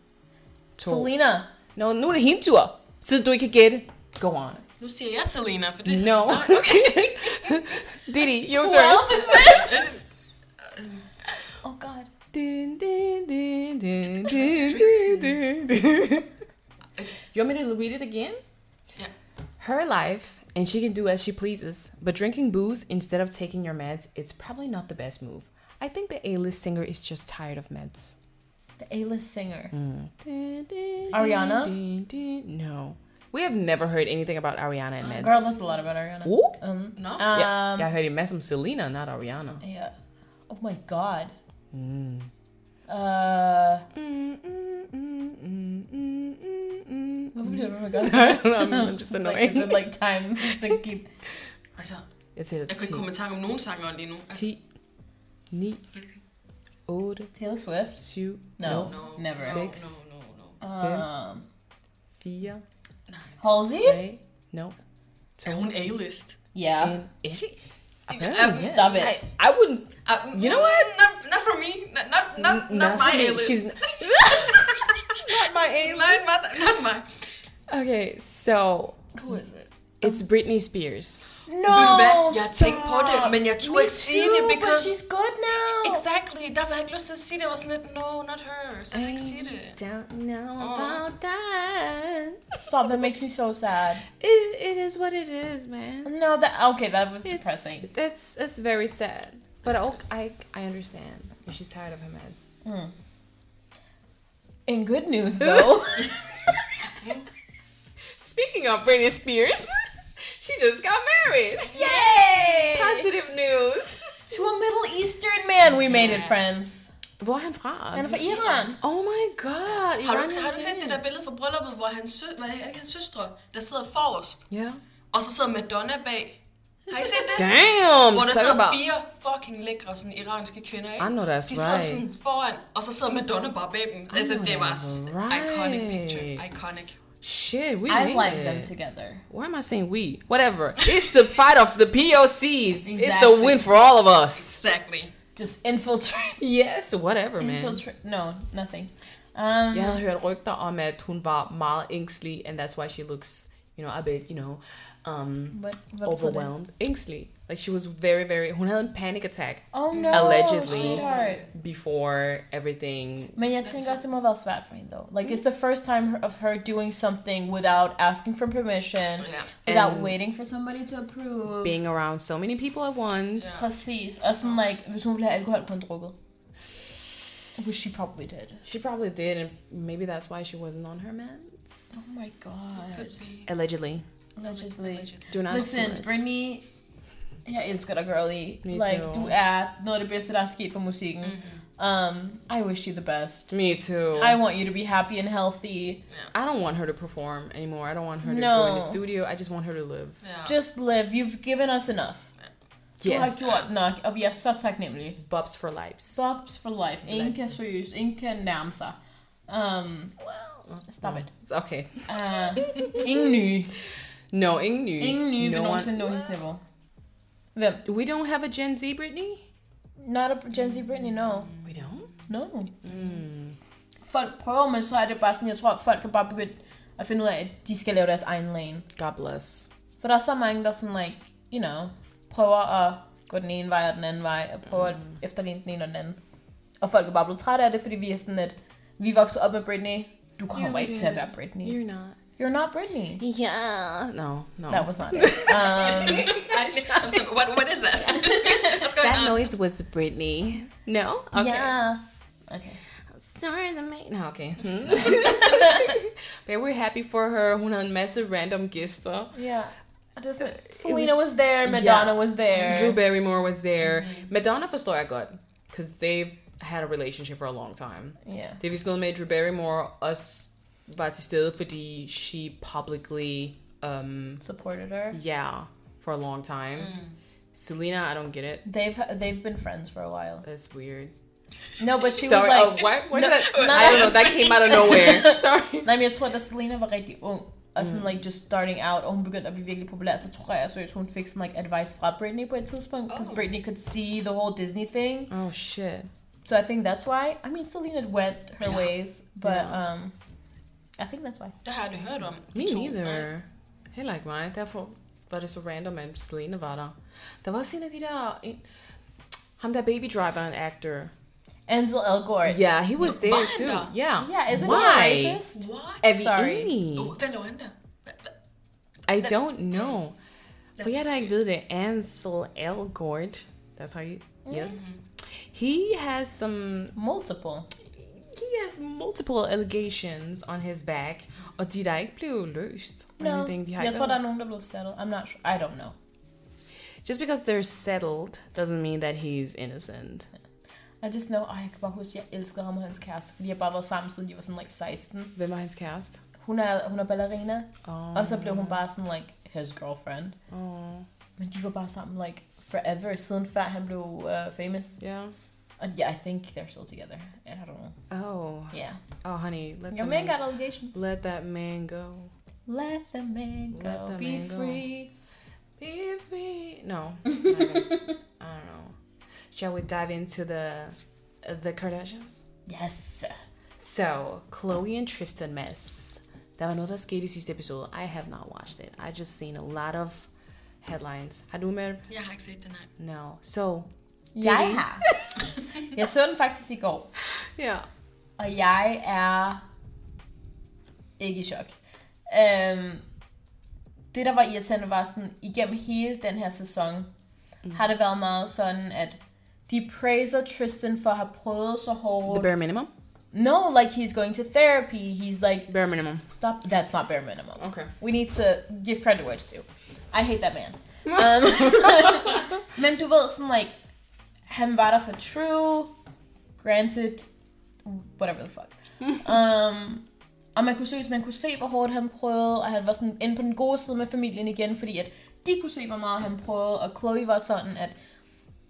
[SPEAKER 2] to
[SPEAKER 3] Selena.
[SPEAKER 2] no nu er det hendes tur siden du ikke kan gætte go on
[SPEAKER 4] Nu siger jeg Selena, for det...
[SPEAKER 2] no okay Didi your turn
[SPEAKER 3] Twelve is this? Oh god.
[SPEAKER 2] Dun, dun, dun, dun, dun, dun, dun, dun. You want me to read it again?
[SPEAKER 4] Yeah.
[SPEAKER 2] Her life, and she can do as she pleases, but drinking booze instead of taking your meds, it's probably not the best move. I think the A-list singer is just tired of meds.
[SPEAKER 3] The A-list singer.
[SPEAKER 2] Mm. Dun, dun, dun,
[SPEAKER 3] Ariana?
[SPEAKER 2] dun, dun. No. We have never heard anything about Ariana and meds.
[SPEAKER 3] Oh, Girl knows a lot about Ariana.
[SPEAKER 2] Ooh.
[SPEAKER 3] Um,
[SPEAKER 4] No?
[SPEAKER 3] um,
[SPEAKER 2] yeah, yeah, I
[SPEAKER 3] yeah.
[SPEAKER 2] heard it mess with Selena, not Ariana. Mm.
[SPEAKER 3] Oh my god. Uh, what would you do? Oh my god.
[SPEAKER 2] I don't know, I'm, I'm just
[SPEAKER 3] It's like, is
[SPEAKER 2] annoying.
[SPEAKER 3] it like time to keep?
[SPEAKER 4] Altså,
[SPEAKER 2] Jeg tæller
[SPEAKER 4] jeg
[SPEAKER 2] til
[SPEAKER 4] kan ikke komme i tanke om nogen sanger lige nu.
[SPEAKER 2] 10, 9, 8,
[SPEAKER 3] Taylor Swift?
[SPEAKER 2] 7,
[SPEAKER 3] No,
[SPEAKER 2] no,
[SPEAKER 4] No,
[SPEAKER 3] never.
[SPEAKER 4] No,
[SPEAKER 2] Six.
[SPEAKER 4] no, no, no.
[SPEAKER 3] Um,
[SPEAKER 2] 4,
[SPEAKER 4] Nej.
[SPEAKER 3] Halsey?
[SPEAKER 2] 3, no.
[SPEAKER 4] Er hun A-list?
[SPEAKER 3] Yeah.
[SPEAKER 2] And Uh, is she?
[SPEAKER 4] Apparently,
[SPEAKER 2] yeah.
[SPEAKER 3] Stop it.
[SPEAKER 2] I, I wouldn't.
[SPEAKER 4] Uh,
[SPEAKER 2] You know what?
[SPEAKER 4] Not, not for me. Not, not, not, not,
[SPEAKER 2] Not
[SPEAKER 4] my
[SPEAKER 2] for me.
[SPEAKER 4] A-list.
[SPEAKER 2] She's n-
[SPEAKER 4] not my A-list. not, not my.
[SPEAKER 2] Okay, so
[SPEAKER 3] Who is it?
[SPEAKER 2] it's Britney Spears.
[SPEAKER 3] No.
[SPEAKER 4] Ved du hvad? Jeg tænkte på det,
[SPEAKER 3] stop.
[SPEAKER 4] men jeg tog
[SPEAKER 3] Me
[SPEAKER 4] ikke sige
[SPEAKER 3] too,
[SPEAKER 4] det,
[SPEAKER 3] but
[SPEAKER 4] because-
[SPEAKER 3] she's good now.
[SPEAKER 4] Exactly. Derfor havde jeg ikke lyst til at
[SPEAKER 2] Øh.
[SPEAKER 3] Oh.
[SPEAKER 4] sige det. Jeg var sådan lidt, no, not her. Så jeg vil ikke sige det.
[SPEAKER 2] don't know
[SPEAKER 4] Åh.
[SPEAKER 2] that.
[SPEAKER 3] Stop, that makes me so sad.
[SPEAKER 5] It, it is what it is, man.
[SPEAKER 3] No, that okay, that was
[SPEAKER 5] It's
[SPEAKER 3] depressing.
[SPEAKER 5] It's it's very sad. But oh, I
[SPEAKER 2] I understand. She's tired of her meds.
[SPEAKER 3] In good news though.
[SPEAKER 2] Speaking of Britney Spears, she just got married.
[SPEAKER 3] Yay!
[SPEAKER 2] Positive news.
[SPEAKER 3] to a Middle Eastern man, we made it, friends.
[SPEAKER 2] Hvor er han fra?
[SPEAKER 3] And for Iran.
[SPEAKER 2] Oh my god.
[SPEAKER 4] Har du,
[SPEAKER 2] Iranian
[SPEAKER 4] ikke- har du ikke set
[SPEAKER 2] man.
[SPEAKER 4] det der billede fra brylluppet, hvor hans, sø, var det, er det ikke hans søstre, der sidder forrest,
[SPEAKER 2] Ja.
[SPEAKER 4] og så sidder Madonna bag? Har I set det?
[SPEAKER 2] Damn!
[SPEAKER 4] Hvor der
[SPEAKER 2] talk
[SPEAKER 4] sidder
[SPEAKER 2] about...
[SPEAKER 4] fire fucking lækre sådan, iranske kvinder, ikke?
[SPEAKER 2] I know Ah, that's
[SPEAKER 4] de sidder
[SPEAKER 2] right.
[SPEAKER 4] sådan foran, og så sidder Madonna bare bag dem. Altså,
[SPEAKER 2] know
[SPEAKER 4] det var
[SPEAKER 2] that's
[SPEAKER 4] s-
[SPEAKER 2] right.
[SPEAKER 4] iconic picture. Iconic.
[SPEAKER 2] Shit, we
[SPEAKER 3] I
[SPEAKER 2] made
[SPEAKER 3] like
[SPEAKER 2] it.
[SPEAKER 3] them together.
[SPEAKER 2] Why am I saying we? Whatever. It's the fight of the POCs. It's a
[SPEAKER 3] Exactly.
[SPEAKER 2] win for all of us.
[SPEAKER 4] Exactly.
[SPEAKER 3] Just infiltrate.
[SPEAKER 2] Yes, whatever, man.
[SPEAKER 3] infiltrate. No, nothing. Um,
[SPEAKER 2] Jeg havde hørt rygter om, at hun var meget ængstelig, and that's why she looks, you know, a bit, you know, um,
[SPEAKER 3] What, what was it?
[SPEAKER 2] overwhelmed. Ængstelig. Like she was very, very... Hun havde en panic attack
[SPEAKER 3] Oh no.
[SPEAKER 2] Allegedly.
[SPEAKER 3] sweetheart.
[SPEAKER 2] before everything.
[SPEAKER 3] Men jeg tænker også, det må være svært for hende, though. Like, it's the first time her- of her doing something without asking for permission,
[SPEAKER 4] Ja.
[SPEAKER 3] without
[SPEAKER 2] And-
[SPEAKER 3] waiting for somebody to approve.
[SPEAKER 2] Being around so many people at once.
[SPEAKER 4] Ja.
[SPEAKER 3] Præcis. Og sådan, like, hvis hun ville have alkohol, kunne hun drukket. Which she probably did.
[SPEAKER 2] She probably did, and maybe that's why she wasn't on her meds.
[SPEAKER 3] Oh my god.
[SPEAKER 4] Could be.
[SPEAKER 2] Allegedly.
[SPEAKER 3] Allegedly.
[SPEAKER 2] Do not
[SPEAKER 3] Listen,
[SPEAKER 2] sue us.
[SPEAKER 3] Britney, jeg elsker dig, girlie.
[SPEAKER 2] Me
[SPEAKER 3] like,
[SPEAKER 2] too.
[SPEAKER 3] du er noget af det bedste, der er sket for musikken. Um, I wish you the best.
[SPEAKER 2] Me too.
[SPEAKER 3] I want you to be happy and healthy.
[SPEAKER 2] I don't want her to perform anymore. I don't want her to go in the
[SPEAKER 3] No.
[SPEAKER 2] studio. I just want her to live.
[SPEAKER 4] Ja.
[SPEAKER 3] Just live. You've given us enough. Du har
[SPEAKER 2] Yes.
[SPEAKER 3] gjort nok, og vi er så taknemmelige.
[SPEAKER 2] Bubs for lives.
[SPEAKER 3] Bobs for life. Ingen
[SPEAKER 2] Life.
[SPEAKER 3] kan seriøst, ingen kan nærme sig. Um, stop it.
[SPEAKER 2] It's okay.
[SPEAKER 3] Uh, ingen nye.
[SPEAKER 2] No, ingen nye.
[SPEAKER 3] Ingen nye no vil
[SPEAKER 2] No
[SPEAKER 3] nogensinde
[SPEAKER 2] one.
[SPEAKER 3] nå hendes niveau. Hvem?
[SPEAKER 2] We don't have a Gen Z Britney?
[SPEAKER 3] Not a Gen Z Britney, no.
[SPEAKER 2] We don't?
[SPEAKER 3] No.
[SPEAKER 2] Mm.
[SPEAKER 3] Folk prøver, men så er det bare sådan, jeg tror, at folk kan bare begynde at finde ud af, at de skal lave deres egen lane.
[SPEAKER 2] God bless.
[SPEAKER 3] For der er så mange, der sådan, like, you know, prøver at gå den ene vej og den anden vej, og prøver at
[SPEAKER 2] Mm.
[SPEAKER 3] efterligne den ene og den anden. Og folk er bare blevet trætte af det, fordi vi er sådan, at vi er vokset op med Britney. Du kommer ikke til at være Britney.
[SPEAKER 2] You're not.
[SPEAKER 3] You're not Britney.
[SPEAKER 2] Yeah. No, no.
[SPEAKER 3] That was not it. Um,
[SPEAKER 4] I'm so- what, what is that? What's going
[SPEAKER 2] That
[SPEAKER 4] on?
[SPEAKER 2] noise was Britney. No? Okay.
[SPEAKER 3] Yeah. Okay.
[SPEAKER 2] Sorry, the mate. No, okay. Hmm? but we're happy for her. Hun havde en masse random gæster.
[SPEAKER 3] Yeah. Just,
[SPEAKER 2] Selena
[SPEAKER 3] Selena was, there. Madonna was there.
[SPEAKER 2] Drew Barrymore was there. Madonna forstår jeg godt, because they've had a relationship for a long time.
[SPEAKER 3] yeah.
[SPEAKER 2] Det vi skrev med Drew Barrymore også var til stede, fordi she publicly, um,
[SPEAKER 3] Supported her.
[SPEAKER 2] yeah, for a long time.
[SPEAKER 3] Mm.
[SPEAKER 2] Selena, I don't get it.
[SPEAKER 3] They've they've been friends for a while.
[SPEAKER 2] That's weird.
[SPEAKER 3] No, but she
[SPEAKER 2] Sorry,
[SPEAKER 3] was
[SPEAKER 2] oh,
[SPEAKER 3] like.
[SPEAKER 2] why- why
[SPEAKER 3] no,
[SPEAKER 2] did I-
[SPEAKER 3] no,
[SPEAKER 2] I don't know, that came out of nowhere. Sorry.
[SPEAKER 3] Nej, men jeg tror, da Selena var rigtig ung, og sådan, like, just starting out, oh og hun begyndte at blive virkelig populær, så tror jeg, seriøst, hun fik sådan, like, advice fra Britney på et tidspunkt, because
[SPEAKER 4] Oh.
[SPEAKER 3] Britney could see the whole Disney thing.
[SPEAKER 2] Oh shit.
[SPEAKER 3] So I think that's why. I mean, Selena went her
[SPEAKER 4] Yeah.
[SPEAKER 3] ways, but
[SPEAKER 2] Yeah.
[SPEAKER 3] um, I think that's why.
[SPEAKER 4] Det har jeg aldrig hørt om. De
[SPEAKER 2] Me
[SPEAKER 4] to.
[SPEAKER 2] neither. Heller ikke mig. Derfor var det så random, at Selena var der. Der var også en af de der... En, ham der baby driver, en actor.
[SPEAKER 3] Ansel Elgort.
[SPEAKER 2] Yeah, he was
[SPEAKER 4] Nå, var
[SPEAKER 2] there
[SPEAKER 4] han
[SPEAKER 2] too.
[SPEAKER 4] der?
[SPEAKER 2] Yeah.
[SPEAKER 3] Yeah, isn't
[SPEAKER 2] Why?
[SPEAKER 3] he a rapist?
[SPEAKER 4] What?
[SPEAKER 2] Er vi
[SPEAKER 3] Sorry.
[SPEAKER 2] enige?
[SPEAKER 4] Oh, hvad laver han der? Hva- hva-
[SPEAKER 2] I don't know.
[SPEAKER 4] lad
[SPEAKER 2] For
[SPEAKER 4] os
[SPEAKER 2] jeg der
[SPEAKER 4] se.
[SPEAKER 2] ikke ved det, Ansel Elgort, that's how you, yes.
[SPEAKER 3] Mm.
[SPEAKER 2] He has some,
[SPEAKER 3] Multiple.
[SPEAKER 2] he has multiple allegations on his back, og de der ikke blev løst. or
[SPEAKER 3] No.
[SPEAKER 2] anything, de har
[SPEAKER 3] Jeg
[SPEAKER 2] ikke
[SPEAKER 3] tror, der
[SPEAKER 2] været-
[SPEAKER 3] er nogen, der blev settled. I'm not sure. I don't know.
[SPEAKER 2] Just because they're settled, doesn't mean that he's innocent.
[SPEAKER 3] I just know, ej, jeg kan bare huske, jeg elskede ham og hans kæreste, fordi jeg bare været sammen, siden de var sådan, like, 16.
[SPEAKER 2] Hvem var hans kæreste?
[SPEAKER 3] Hun er, hun er ballerina,
[SPEAKER 2] Oh,
[SPEAKER 3] og så blev hun bare sådan, like, his girlfriend.
[SPEAKER 2] oh,
[SPEAKER 3] Men de var bare sammen, like, forever, siden før han blev uh, famous.
[SPEAKER 2] yeah.
[SPEAKER 3] Og yeah, I think they're still together. And I don't know.
[SPEAKER 2] Oh,
[SPEAKER 3] Yeah.
[SPEAKER 2] oh, honey, let
[SPEAKER 3] Your
[SPEAKER 2] the
[SPEAKER 3] man
[SPEAKER 2] man,
[SPEAKER 3] got allegations.
[SPEAKER 2] let that man go.
[SPEAKER 3] Let the man go.
[SPEAKER 2] Let the
[SPEAKER 3] be
[SPEAKER 2] man go.
[SPEAKER 3] free.
[SPEAKER 2] Baby. No. I don't know. Shall we dive into the the Kardashians?
[SPEAKER 3] Yes.
[SPEAKER 2] So, Chloe and Tristan mess. Der var noget, der skete i sidste episode. I have not watched it. I just seen a lot of headlines. Har du med?
[SPEAKER 4] Jeg har ikke set den, nej.
[SPEAKER 2] No. So,
[SPEAKER 3] Jeg har. jeg så den faktisk i går.
[SPEAKER 2] yeah.
[SPEAKER 3] Og jeg er ikke i chok. Øhm, det, der var irriterende, var sådan, igennem hele den her sæson, mm. har det været meget sådan, at de praiser Tristan for at have prøvet så hårdt.
[SPEAKER 2] The bare minimum.
[SPEAKER 3] no, like he's going to therapy. He's like
[SPEAKER 2] Bare minimum.
[SPEAKER 3] Stop. That's not bare minimum.
[SPEAKER 2] Okay.
[SPEAKER 3] We need to give credit where it's due. I hate that man. Um, men du ved sådan, like, han var der for true, granted, whatever the fuck. um, og man kunne se, man kunne se, hvor hårdt han prøvede, og han var sådan inde på den gode side med familien igen, fordi at de kunne se, hvor meget han prøvede, og Chloe var sådan, at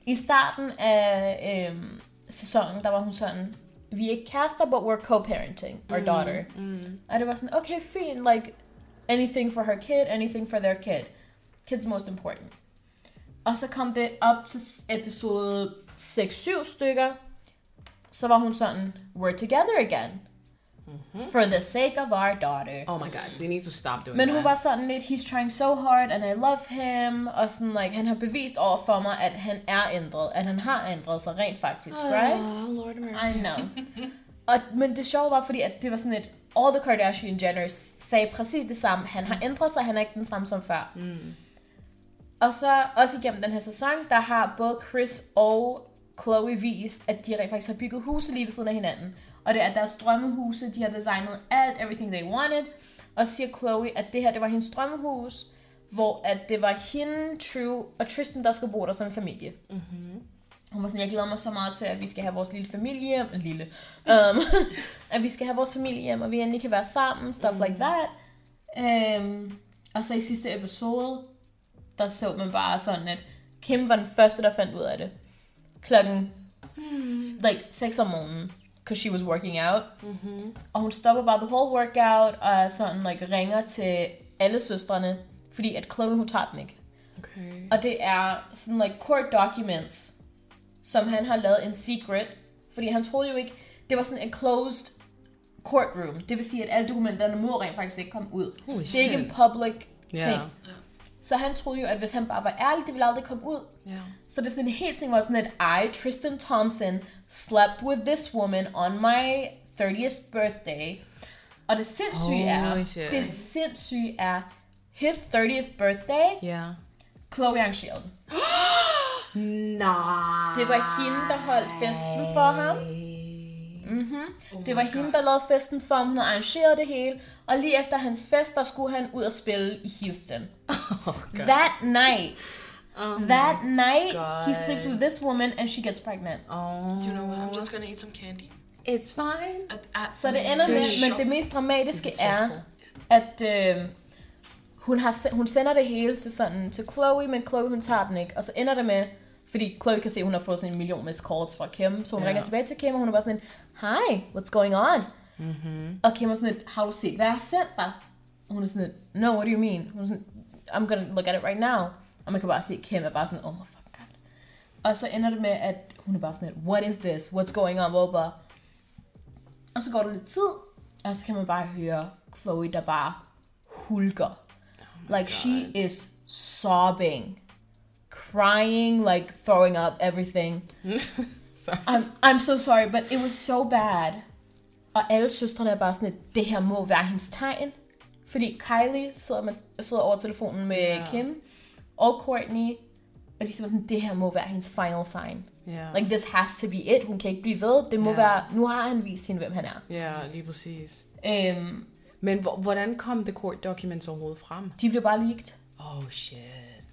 [SPEAKER 3] i starten af øhm, sæsonen, der var hun sådan, vi er ikke kærester, but we're co-parenting our daughter. Mm. Og det var sådan, okay, fint, like, anything for her kid, anything for their kid. Kids most important. Og så kom det op til s- episode 6-7 stykker, så var hun sådan, we're together again. Mm-hmm. For the sake of our daughter.
[SPEAKER 2] Oh my god, they need to stop doing
[SPEAKER 3] Men
[SPEAKER 2] that.
[SPEAKER 3] hun var sådan lidt, he's trying so hard, and I love him. Og sådan, like, han har bevist over for mig, at han er ændret. At han har ændret sig rent faktisk, right?
[SPEAKER 5] Oh, Lord mercy.
[SPEAKER 3] I know. og, men det sjove var, fordi at det var sådan et, all the Kardashian Jenners sagde præcis det samme. Han
[SPEAKER 5] Mm.
[SPEAKER 3] har ændret sig, han er ikke den samme som før. Mm. Og så også igennem den her sæson, der har både Chris og Chloe vist, at de rent faktisk har bygget huse lige ved siden af hinanden. Og det er deres drømmehuse, de har designet alt, everything they wanted. Og så siger Chloe, at det her, det var hendes drømmehus, hvor at det var hende, True og Tristan, der skulle bo der som en familie. Hun var sådan, jeg glæder mig så meget til, at vi skal have vores lille familie hjem. Lille. Um, at vi skal have vores familie hjem, og vi endelig kan være sammen. Stuff mm. like that. Um, og så i sidste episode, der så man bare sådan, at Kim var den første, der fandt ud af det. Klokken, like 6 om morgenen. Because she was working out. Mm-hmm. Og hun stopper bare the whole workout, og er sådan, like, ringer til alle søstrene. Fordi at Chloe, hun tager den ikke.
[SPEAKER 2] Okay.
[SPEAKER 3] Og det er sådan like court documents, som han har lavet en secret. Fordi han troede jo ikke, det var sådan en closed courtroom. Det vil sige, at alle dokumenterne må rent faktisk ikke komme ud.
[SPEAKER 2] Holy
[SPEAKER 3] det er ikke en
[SPEAKER 2] shit.
[SPEAKER 3] public ting.
[SPEAKER 2] Ja.
[SPEAKER 3] Så han troede jo, at hvis han bare var ærlig, det ville aldrig komme ud.
[SPEAKER 2] Yeah.
[SPEAKER 3] Så det er sådan en helt ting, hvor sådan, at I, Tristan Thompson, slept with this woman on my 30th birthday. Og det sindssyge
[SPEAKER 2] Holy
[SPEAKER 3] er,
[SPEAKER 2] shit.
[SPEAKER 3] det sindssyge er, his 30th birthday,
[SPEAKER 2] Yeah.
[SPEAKER 3] Chloe arrangerede.
[SPEAKER 2] Nah.
[SPEAKER 3] Det var hende, der holdt festen for ham. Oh det var hende, der lavede festen for ham. Hun havde arrangeret det hele. Og lige efter hans fest, der skulle han ud og spille i Houston.
[SPEAKER 2] Oh god.
[SPEAKER 3] That night,
[SPEAKER 2] Oh
[SPEAKER 3] that night, he
[SPEAKER 2] God.
[SPEAKER 3] sleeps with this woman, and she gets pregnant.
[SPEAKER 2] Oh.
[SPEAKER 4] You know what? I'm just gonna eat some candy.
[SPEAKER 5] It's fine.
[SPEAKER 4] At, at,
[SPEAKER 3] Så det ender
[SPEAKER 4] Det
[SPEAKER 3] med,
[SPEAKER 4] er
[SPEAKER 3] men
[SPEAKER 4] sjovt.
[SPEAKER 3] det mest dramatiske
[SPEAKER 2] This is
[SPEAKER 3] er,
[SPEAKER 2] stressful.
[SPEAKER 3] at øh, hun, har, se- hun sender det hele til sådan til Chloe, men Chloe hun tager den ikke. Og så ender det med, fordi Chloe kan se, at hun har fået sådan en million missed calls fra Kim, så hun
[SPEAKER 2] Ja.
[SPEAKER 3] yeah. ringer tilbage til Kim, og hun er bare sådan, en, hi, what's going on? Mm-hmm. Og Kim er sådan lidt, har du set, hvad jeg har sendt dig? Og hun er sådan lidt, no, what do you mean? Hun er sådan, I'm gonna look at it right now. Og man kan bare se, at Kim er bare sådan, oh my fucking god. Og så ender det med, at hun er bare sådan lidt, what is this? What's going on? Blah, blah. Og så går der lidt tid, og så kan man bare høre Chloe, der bare hulker. Oh like, God. she is sobbing. Crying, like throwing up, everything.
[SPEAKER 2] Sorry.
[SPEAKER 3] I'm, I'm so sorry, but it was so bad. Og alle søstrene er bare sådan, at det her må være hendes tegn. Fordi Kylie sidder, med, sidder over telefonen med
[SPEAKER 2] Ja.
[SPEAKER 3] yeah. Kim og Courtney, og de siger sådan, det her må være hendes final sign.
[SPEAKER 2] Yeah.
[SPEAKER 3] Like, this has to be it. Hun kan ikke blive ved. Det må
[SPEAKER 2] Ja.
[SPEAKER 3] yeah. være, nu har han vist hende, hvem han er.
[SPEAKER 2] yeah, lige præcis.
[SPEAKER 3] Øhm,
[SPEAKER 2] Men hvor- hvordan kom The Court Documents overhovedet frem?
[SPEAKER 3] de blev bare leaked.
[SPEAKER 2] Oh shit.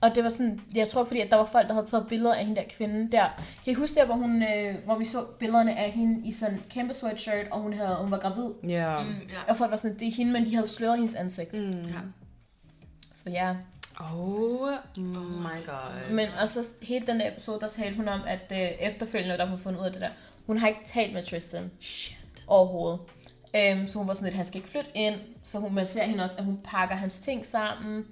[SPEAKER 3] Og det var sådan, jeg tror fordi, at der var folk, der havde taget billeder af hende der kvinde der. Kan I huske der, hvor, hun, øh, hvor vi så billederne af hende i sådan en kæmpe sweatshirt, og hun, havde, hun var gravid?
[SPEAKER 2] Yeah.
[SPEAKER 4] Mm, ja.
[SPEAKER 3] Og folk var sådan, det er hende, men de havde sløret hendes ansigt. Mm.
[SPEAKER 4] ja.
[SPEAKER 3] Så ja.
[SPEAKER 2] Oh my god.
[SPEAKER 3] Men og så hele den der episode, der talte hun om, at øh, efterfølgende, der hun fundet ud af det der, hun har ikke talt med Tristan
[SPEAKER 2] Shit.
[SPEAKER 3] overhovedet. Øhm, så hun var sådan lidt, han skal ikke flytte ind. Så hun, man ser hende også, at hun pakker hans ting sammen.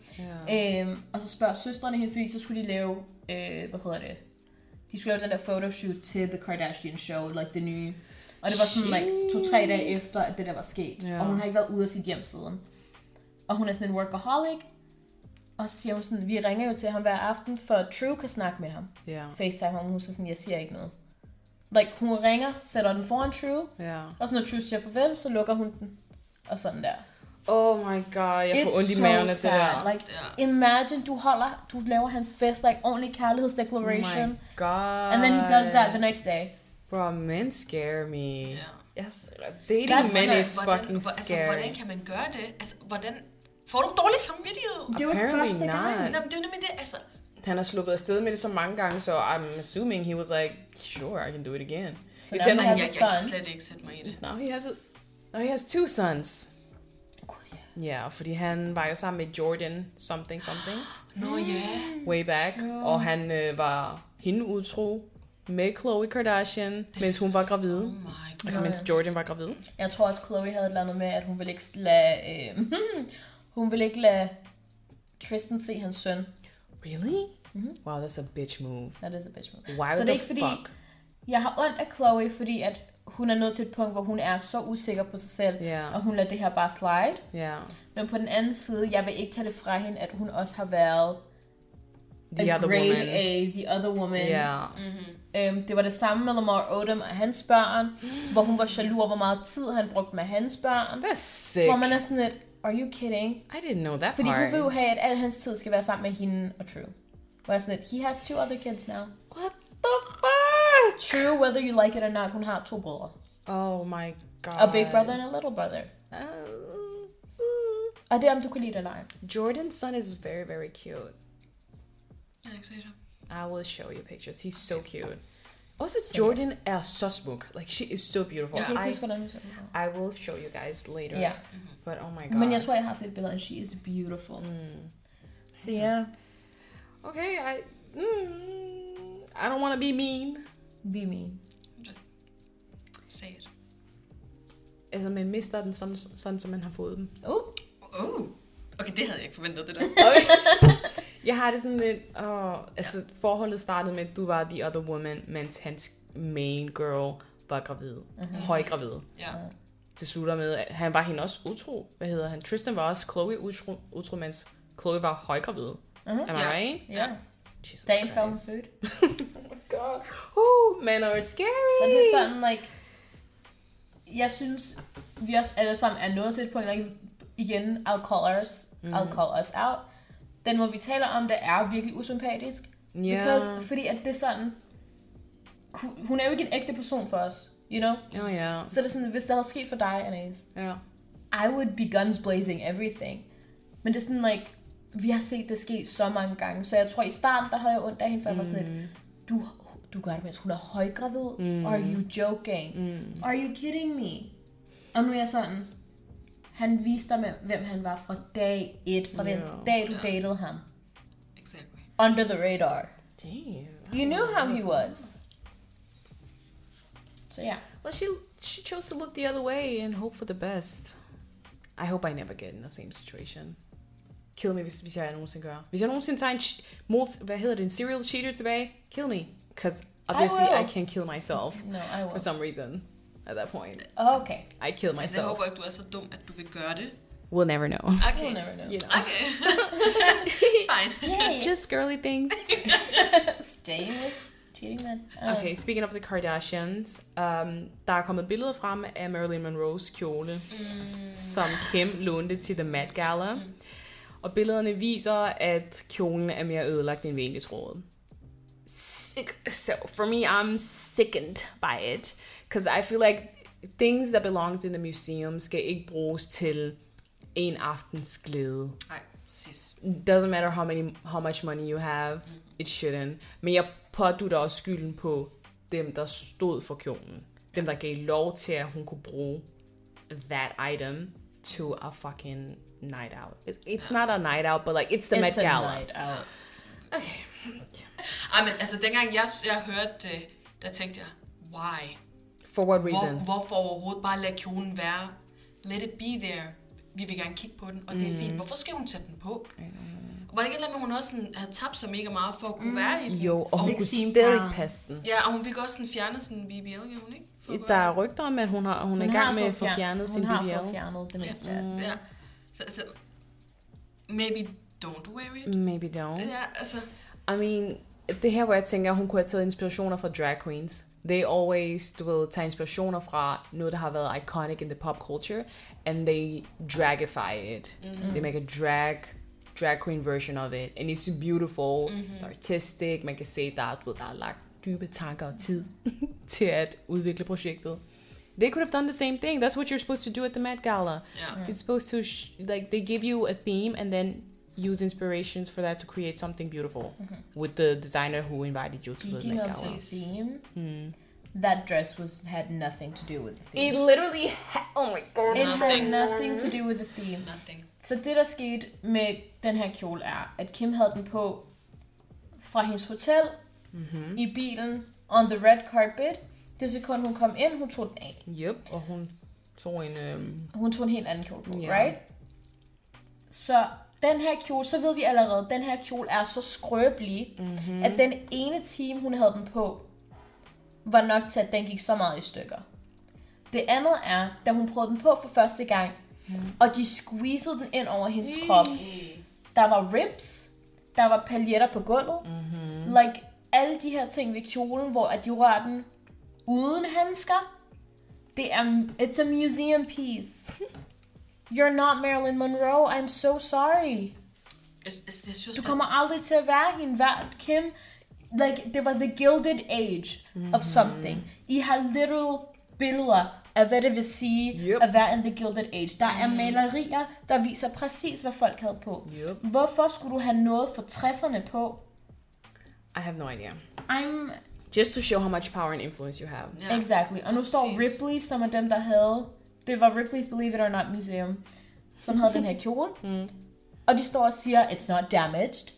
[SPEAKER 2] Yeah.
[SPEAKER 3] Øhm, og så spørger søstrene hende, fordi så skulle de lave, øh, hvad hedder det? De skulle lave den der photoshoot til The Kardashian Show, like det nye. Og det var sådan like to-tre dage efter, at det der var sket.
[SPEAKER 2] Ja.
[SPEAKER 3] Og hun har ikke været ude af sit hjem siden. Og hun er sådan en workaholic. Og så siger hun sådan, vi ringer jo til ham hver aften, for True kan snakke med ham.
[SPEAKER 2] Yeah.
[SPEAKER 3] FaceTime ham, og hun siger sådan, jeg siger ikke noget. Like, hun ringer, sætter den foran True,
[SPEAKER 2] Yeah.
[SPEAKER 3] og så når True siger farvel, så lukker hun den. Og sådan der.
[SPEAKER 2] Oh my god, jeg får ondt i
[SPEAKER 3] It's
[SPEAKER 2] maven
[SPEAKER 3] so
[SPEAKER 2] af det
[SPEAKER 3] sad.
[SPEAKER 2] der.
[SPEAKER 3] Like, imagine, du holder, du laver hans fest, like only kærlighedsdeclaration.
[SPEAKER 2] Oh my god.
[SPEAKER 3] and then he does that the next day.
[SPEAKER 2] Bro, men scare me.
[SPEAKER 4] Ja.
[SPEAKER 2] Yes, dating
[SPEAKER 3] That's
[SPEAKER 2] men
[SPEAKER 4] Hvordan-
[SPEAKER 2] is fucking
[SPEAKER 4] hvor- Altså,
[SPEAKER 2] scary.
[SPEAKER 4] hvordan kan man gøre det? Altså, hvordan... Får du dårlig samvittighed?
[SPEAKER 3] Det var
[SPEAKER 2] Apparently
[SPEAKER 3] første gang.
[SPEAKER 2] not.
[SPEAKER 4] Nå, men det er jo nemlig det, altså...
[SPEAKER 2] Han har sluppet afsted med det så mange gange, så I'm assuming he was like, sure, I can do it again.
[SPEAKER 3] So
[SPEAKER 2] He
[SPEAKER 3] now
[SPEAKER 2] said,
[SPEAKER 3] he
[SPEAKER 4] Ej,
[SPEAKER 3] has
[SPEAKER 4] jeg,
[SPEAKER 3] a
[SPEAKER 4] jeg kan
[SPEAKER 3] son.
[SPEAKER 4] slet ikke sætte mig i det.
[SPEAKER 2] Now he has a, now he has two sons. Ja, fordi han var jo sammen med Jordan something something
[SPEAKER 4] Nå
[SPEAKER 2] Mm.
[SPEAKER 4] ja.
[SPEAKER 2] way back, og han øh, var hende utro med Khloe Kardashian, mens hun var gravid.
[SPEAKER 4] Oh my god.
[SPEAKER 2] Altså mens Jordan var gravid.
[SPEAKER 3] Jeg tror også, Chloe havde et eller andet med, at hun ville ikke lade, øh, hun ville ikke lade Tristan se hans søn.
[SPEAKER 2] Really?
[SPEAKER 3] Mm-hmm.
[SPEAKER 2] Wow, that's a bitch move.
[SPEAKER 3] That is a bitch move.
[SPEAKER 2] Why
[SPEAKER 3] Så
[SPEAKER 2] the
[SPEAKER 3] det er ikke fordi,
[SPEAKER 2] fuck?
[SPEAKER 3] jeg har ondt af Chloe, fordi at hun er nået til et punkt, hvor hun er så usikker på sig selv,
[SPEAKER 2] Ja.
[SPEAKER 3] og hun lader det her bare slide.
[SPEAKER 2] Yeah.
[SPEAKER 3] Men på den anden side, jeg vil ikke tage det fra hende, at hun også har været
[SPEAKER 2] The other
[SPEAKER 3] grade
[SPEAKER 2] woman.
[SPEAKER 3] A, the other woman.
[SPEAKER 2] Yeah.
[SPEAKER 3] Mm. Øhm, det var det samme med Lamar Odom og hans børn, hvor hun var jaloux over, hvor meget tid han brugte med hans børn.
[SPEAKER 2] That's sick.
[SPEAKER 3] Hvor man er sådan lidt, are you kidding?
[SPEAKER 2] I didn't know that
[SPEAKER 3] Fordi hun
[SPEAKER 2] part.
[SPEAKER 3] vil jo have, at al hans tid skal være sammen med hende og True. Hvor jeg er sådan lidt, he has two other kids now.
[SPEAKER 2] What the fuck?
[SPEAKER 3] True, whether you like it or not, hun har to brødre.
[SPEAKER 2] Oh my god. Uh,
[SPEAKER 3] A big brother and a little brother.
[SPEAKER 2] Oh.
[SPEAKER 3] Og det er, om du kunne lide det eller ej.
[SPEAKER 2] Jordan's son is very, very cute.
[SPEAKER 4] Jeg kan ikke se det.
[SPEAKER 2] I will show you pictures. He's so cute. Also, Jordan er så smuk. Like, she is so beautiful.
[SPEAKER 4] Yeah.
[SPEAKER 3] Jeg kan ikke
[SPEAKER 2] I,
[SPEAKER 3] huske, hvordan hun så ud.
[SPEAKER 2] I will show you guys later.
[SPEAKER 3] Ja.
[SPEAKER 2] But oh my god.
[SPEAKER 3] Men jeg tror, jeg har set billeder, and she is beautiful.
[SPEAKER 2] Mm.
[SPEAKER 3] Så ja,
[SPEAKER 2] Okay, I... Mm, I don't want to be mean.
[SPEAKER 3] be mean.
[SPEAKER 4] Just say it.
[SPEAKER 2] Altså, man mister den sådan, sådan som man har fået den.
[SPEAKER 3] Uh,
[SPEAKER 4] Oh. Okay, det havde jeg ikke forventet, det der.
[SPEAKER 2] Jeg har det sådan lidt, åh, altså forholdet startede med, at du var the other woman, mens hans main girl var gravid.
[SPEAKER 3] Mhm.
[SPEAKER 2] Uh-huh. Høj gravid.
[SPEAKER 4] Ja.
[SPEAKER 2] Det slutter med, at han var hende også utro. Hvad hedder han? Tristan var også Chloe utro, utro mens Chloe var højgravid. Uh-huh. Am I
[SPEAKER 4] Ja.
[SPEAKER 2] right?
[SPEAKER 3] Mhm. ja.
[SPEAKER 2] Jesus
[SPEAKER 3] Dagen før hun
[SPEAKER 2] Christ.
[SPEAKER 3] fødte.
[SPEAKER 2] Oh my god. Uh, men are scary.
[SPEAKER 3] Så det er sådan, like, jeg synes, vi også alle sammen er nået til et punkt, like, igen, I'll call us, I'll call us out. Den, hvor vi taler om det, er virkelig usympatisk.
[SPEAKER 2] Ja.
[SPEAKER 3] Because, fordi at det er sådan, ku- hun er jo ikke en ægte person for os, you know?
[SPEAKER 2] Oh ja.
[SPEAKER 3] Så det er sådan, hvis det havde sket for dig, Anais,
[SPEAKER 2] Ja.
[SPEAKER 3] I would be guns blazing everything. Men det er sådan, like, vi har set det ske så mange gange, så jeg tror, i starten, der havde jeg ondt af hende, for jeg var sådan lidt, du, du gør det, mens hun er højgravid. Mm. Are you joking? Mm. Are you kidding me? Og nu er jeg sådan, han viste dig, hvem han var fra dag 1, fra den
[SPEAKER 2] Ja.
[SPEAKER 3] dag, du datede ham.
[SPEAKER 4] Exactly.
[SPEAKER 3] Under the radar.
[SPEAKER 2] Damn.
[SPEAKER 3] You knew how he was. Så ja.
[SPEAKER 2] Well, she she chose to look the other way and hope for the best. I hope I never get in the same situation. Kill me, hvis, hvis jeg nogensinde gør. Hvis jeg nogensinde tager en, sh- mod, hvad hedder det, en serial cheater tilbage, kill me. Because obviously I,
[SPEAKER 3] will.
[SPEAKER 2] can't kill myself
[SPEAKER 3] No, I
[SPEAKER 2] for
[SPEAKER 3] was.
[SPEAKER 2] some reason at that point.
[SPEAKER 3] Okay.
[SPEAKER 2] I kill
[SPEAKER 4] Altså, jeg
[SPEAKER 2] myself.
[SPEAKER 4] håber ikke, du er så dum, at du vil gøre det.
[SPEAKER 2] We'll never know.
[SPEAKER 4] Okay.
[SPEAKER 3] You'll never know.
[SPEAKER 2] You know.
[SPEAKER 4] Okay. Fine.
[SPEAKER 3] Yay.
[SPEAKER 2] Just girly things.
[SPEAKER 3] Stay with cheating man. Uh,
[SPEAKER 2] Okay, speaking of the Kardashians, um, der er kommet billeder frem af Marilyn Monroes kjole, mm. som Kim lånte til The Met Gala. Mm. Og billederne viser, at kjolen er mere ødelagt end vi egentlig troede. Sick. So for me, I'm sickened by it. Because I feel like things that belong in the museum skal ikke bruges til en aftens glæde
[SPEAKER 4] Nej, præcis.
[SPEAKER 2] doesn't matter how many how much money you have, it shouldn't. Men jeg pådutter også skylden på dem, der stod for kjolen. Dem, der gav lov til, at hun kunne bruge that item to a fucking night out. It, it's not a night out, but like, it's the Met
[SPEAKER 3] it's a
[SPEAKER 2] Gala.
[SPEAKER 3] night out.
[SPEAKER 4] Ej, men altså, dengang jeg, jeg hørte det, der tænkte jeg, why?
[SPEAKER 2] For what reason?
[SPEAKER 4] Hvor, hvorfor overhovedet bare lade kjolen være? Let it be there. Vi vil gerne kigge på den, og
[SPEAKER 2] Mm.
[SPEAKER 4] det er fint. Hvorfor skal hun tage den på? Var det ikke et eller andet, med, at hun også sådan, havde tabt sig mega meget for at
[SPEAKER 3] Mm.
[SPEAKER 4] kunne være i den?
[SPEAKER 2] Jo, og hun kunne
[SPEAKER 3] 16
[SPEAKER 2] stadig
[SPEAKER 3] pounds.
[SPEAKER 2] passe den.
[SPEAKER 4] Ja, og hun fik også sådan fjernet sådan en BBL, gjorde hun ikke? For at
[SPEAKER 2] Der
[SPEAKER 4] gøre-
[SPEAKER 2] er rygter om, at hun, har, hun, hun er i gang med at få fjernet sin
[SPEAKER 3] hun har fået
[SPEAKER 2] BBL.
[SPEAKER 3] fjernet det meste
[SPEAKER 2] Mm.
[SPEAKER 3] af det.
[SPEAKER 4] Ja. Så, så, maybe don't wear it.
[SPEAKER 2] Maybe don't.
[SPEAKER 4] Ja, altså,
[SPEAKER 2] I mean, det er her, hvor jeg tænker, hun kunne have taget inspirationer fra drag queens. they always du ved, tager inspirationer fra noget, der har været iconic in the pop culture, and they dragify it. Mm-hmm. They make a drag drag queen version of it, and it's beautiful, mm-hmm. it's artistic, man kan se, der, er, du ved, der er lagt dybe tanker og tid til at udvikle projektet. They could have done the same thing. That's what you're supposed to do at the Met Gala.
[SPEAKER 4] Yeah.
[SPEAKER 2] It's supposed to sh- like they give you a theme and then use inspirations for that to create something beautiful with the designer who invited you to the
[SPEAKER 3] Mm-hmm. Speaking
[SPEAKER 2] Met
[SPEAKER 3] of
[SPEAKER 2] Gala.
[SPEAKER 3] the theme, that dress was had nothing to do with the
[SPEAKER 2] Mm. It
[SPEAKER 3] theme.
[SPEAKER 2] literally. Ha- oh my god.
[SPEAKER 3] It had
[SPEAKER 4] Nothing.
[SPEAKER 3] nothing to do with the theme.
[SPEAKER 4] Nothing.
[SPEAKER 3] Så det, der skete med den her kjole, er, at Kim havde den på fra hendes hotel, mm-hmm. i bilen, on the red carpet. Det sekund, hun kom ind, hun tog den af.
[SPEAKER 2] Yep. Og Oh, hun um, tog en. Øhm,
[SPEAKER 3] Hun tog en helt anden kjole på,
[SPEAKER 2] Ja.
[SPEAKER 3] yeah. right? Så den her kjole, så ved vi allerede, at den her kjole er så skrøbelig, mm-hmm. at den ene time, hun havde den på, var nok til, at den gik så meget i stykker. Det andet er, da hun prøvede den på for første gang, mm. og de squeezede den ind over hendes krop. Der var rips, der var paljetter på gulvet. Mm-hmm. Like alle de her ting ved kjolen, hvor at de rørte den uden handsker. Det er, it's a museum piece. You're not Marilyn Monroe, I'm so sorry.
[SPEAKER 4] Jeg, jeg, jeg synes,
[SPEAKER 3] Du
[SPEAKER 4] at-
[SPEAKER 3] kommer aldrig til at være hende, hver Kim. Like, det var the gilded age mm-hmm. of something. I har literal billeder af, hvad det vil sige
[SPEAKER 2] Yep.
[SPEAKER 3] yep. at være in the gilded age. Der er malerier, der viser præcis, hvad folk havde på.
[SPEAKER 2] Yep.
[SPEAKER 3] Hvorfor skulle du have noget for 60'erne på?
[SPEAKER 2] I have no idea.
[SPEAKER 3] I'm...
[SPEAKER 2] Just to show how much power and influence you have.
[SPEAKER 4] Ja.
[SPEAKER 3] Exactly. Og nu står
[SPEAKER 4] præcis.
[SPEAKER 3] Ripley, som er dem, der havde... Det var Ripley's Believe It or Not Museum, som havde den her kjole. Mm. Og de står og siger, it's not damaged.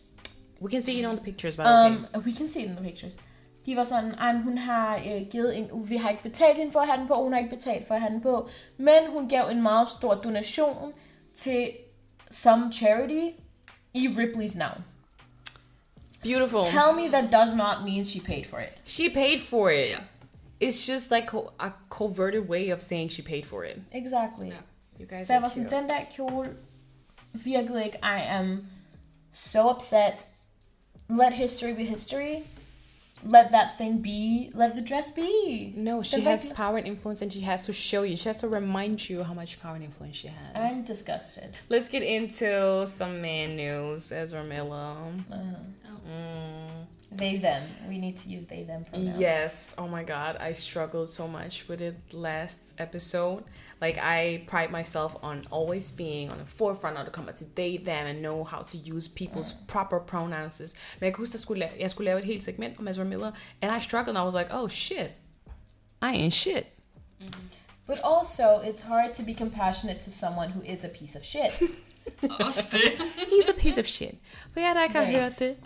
[SPEAKER 2] We can see it on the pictures, by the way.
[SPEAKER 3] Um, we can see it in the pictures. De var sådan, "Ej, men hun har øh, givet en, vi har ikke betalt hende for at have den på, hun har ikke betalt for at have den på, men hun gav en meget stor donation til some charity i Ripley's navn.
[SPEAKER 2] Beautiful.
[SPEAKER 3] Tell me that does not mean she paid for it.
[SPEAKER 2] she paid for it. It's just like co- a coverted way of saying she paid for it.
[SPEAKER 3] Exactly.
[SPEAKER 4] Ja.
[SPEAKER 2] You guys.
[SPEAKER 3] Så jeg
[SPEAKER 2] are
[SPEAKER 3] var sådan,
[SPEAKER 2] cute.
[SPEAKER 3] den der kjole, virkelig ikke, I am so upset. Let history be history. Let that thing be. Let the dress be.
[SPEAKER 2] No, she
[SPEAKER 3] Den var
[SPEAKER 2] has
[SPEAKER 3] ikke-
[SPEAKER 2] power and influence, and she has to show you. She has to remind you how much power and influence she has.
[SPEAKER 3] I'm disgusted.
[SPEAKER 2] Let's get into some man news, Ezra Miller.
[SPEAKER 3] Uh-huh.
[SPEAKER 2] Mm.
[SPEAKER 3] They them. We need to use they them pronouns.
[SPEAKER 2] Yes. Oh my God, I struggled so much with it last episode. Like I pride myself on always being on the forefront of the comment to they them and know how to use people's proper pronouns. Men jeg kan huske, der skulle lave, jeg skulle lave et helt segment om Ezra Miller, and I struggled. I was like, oh shit, I ain't shit.
[SPEAKER 3] But also, it's hard to be compassionate to someone who is a piece of shit.
[SPEAKER 4] Også det.
[SPEAKER 2] He's a piece of shit. But yeah, that guy
[SPEAKER 3] Yeah.
[SPEAKER 2] hurt it.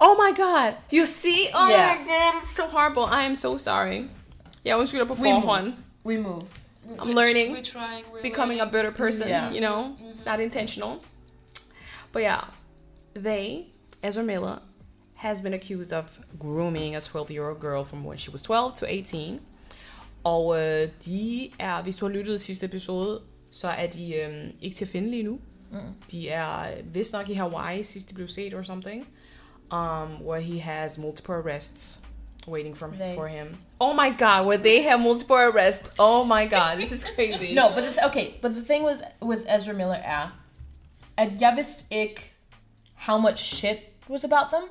[SPEAKER 2] Oh my god. You see? Oh
[SPEAKER 3] Yeah.
[SPEAKER 2] my god, it's so horrible. I am so sorry. Yeah, once you get up
[SPEAKER 3] We
[SPEAKER 2] before
[SPEAKER 3] move.
[SPEAKER 2] one,
[SPEAKER 3] we move.
[SPEAKER 2] I'm learning.
[SPEAKER 4] We're trying, we're
[SPEAKER 2] becoming a
[SPEAKER 4] learning.
[SPEAKER 2] better person,
[SPEAKER 3] Yeah.
[SPEAKER 2] you know? It's not intentional. But yeah, they, Ezra Miller, has been accused of grooming a 12 year old girl from when she was 12 to 18. Og øh, de er, hvis du har lyttet til sidste episode, så er de øh, ikke til at finde lige nu.
[SPEAKER 3] Mm.
[SPEAKER 2] De er vist nok i Hawaii, sidst de blev set or something. Um, where he has multiple arrests waiting from,
[SPEAKER 3] They-
[SPEAKER 2] for him. Oh my god, where they have multiple arrests. Oh my god, this is crazy.
[SPEAKER 3] No, but the th- okay. But the thing was with Ezra Miller er, at jeg vidste ikke, how much shit was about them.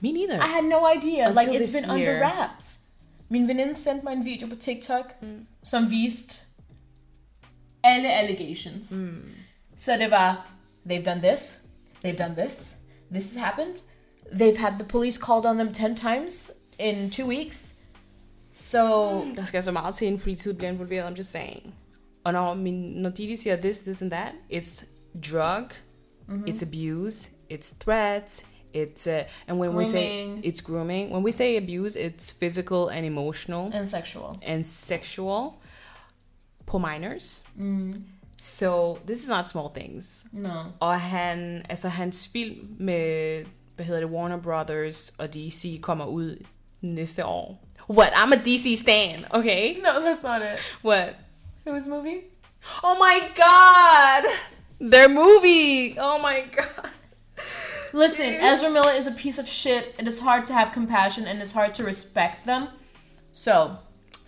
[SPEAKER 2] Me neither.
[SPEAKER 3] I had no idea. like
[SPEAKER 2] Until
[SPEAKER 3] it's
[SPEAKER 2] this
[SPEAKER 3] been under
[SPEAKER 2] year.
[SPEAKER 3] wraps. Min veninde sendte mig en video på TikTok, mm. som viste alle allegations. Mm. Så det var, they've done this, they've done this, this has happened, they've had the police called on them 10 times in two weeks. So,
[SPEAKER 2] Der skal så meget til, inden politiet bliver involveret, I'm just saying. Og når, min, når Didi siger this, this and that, it's drug, mm-hmm. it's abuse, it's threats, it's, uh, and when we say,
[SPEAKER 3] Grooming.
[SPEAKER 2] it's grooming. When we say abuse, it's physical and emotional
[SPEAKER 3] and sexual.
[SPEAKER 2] and sexual på minors. Mm. So, this is not small things.
[SPEAKER 3] No.
[SPEAKER 2] Og han, altså hans film med, hvad hedder det, Warner Brothers og DC kommer ud næste år. What? I'm a DC stan, okay?
[SPEAKER 3] No, that's not it.
[SPEAKER 2] What?
[SPEAKER 3] Whose movie?
[SPEAKER 2] Oh my god! Their movie! Oh my god.
[SPEAKER 3] Listen, Ezra Miller is a piece of shit. It is hard to have compassion and it's hard to respect them. So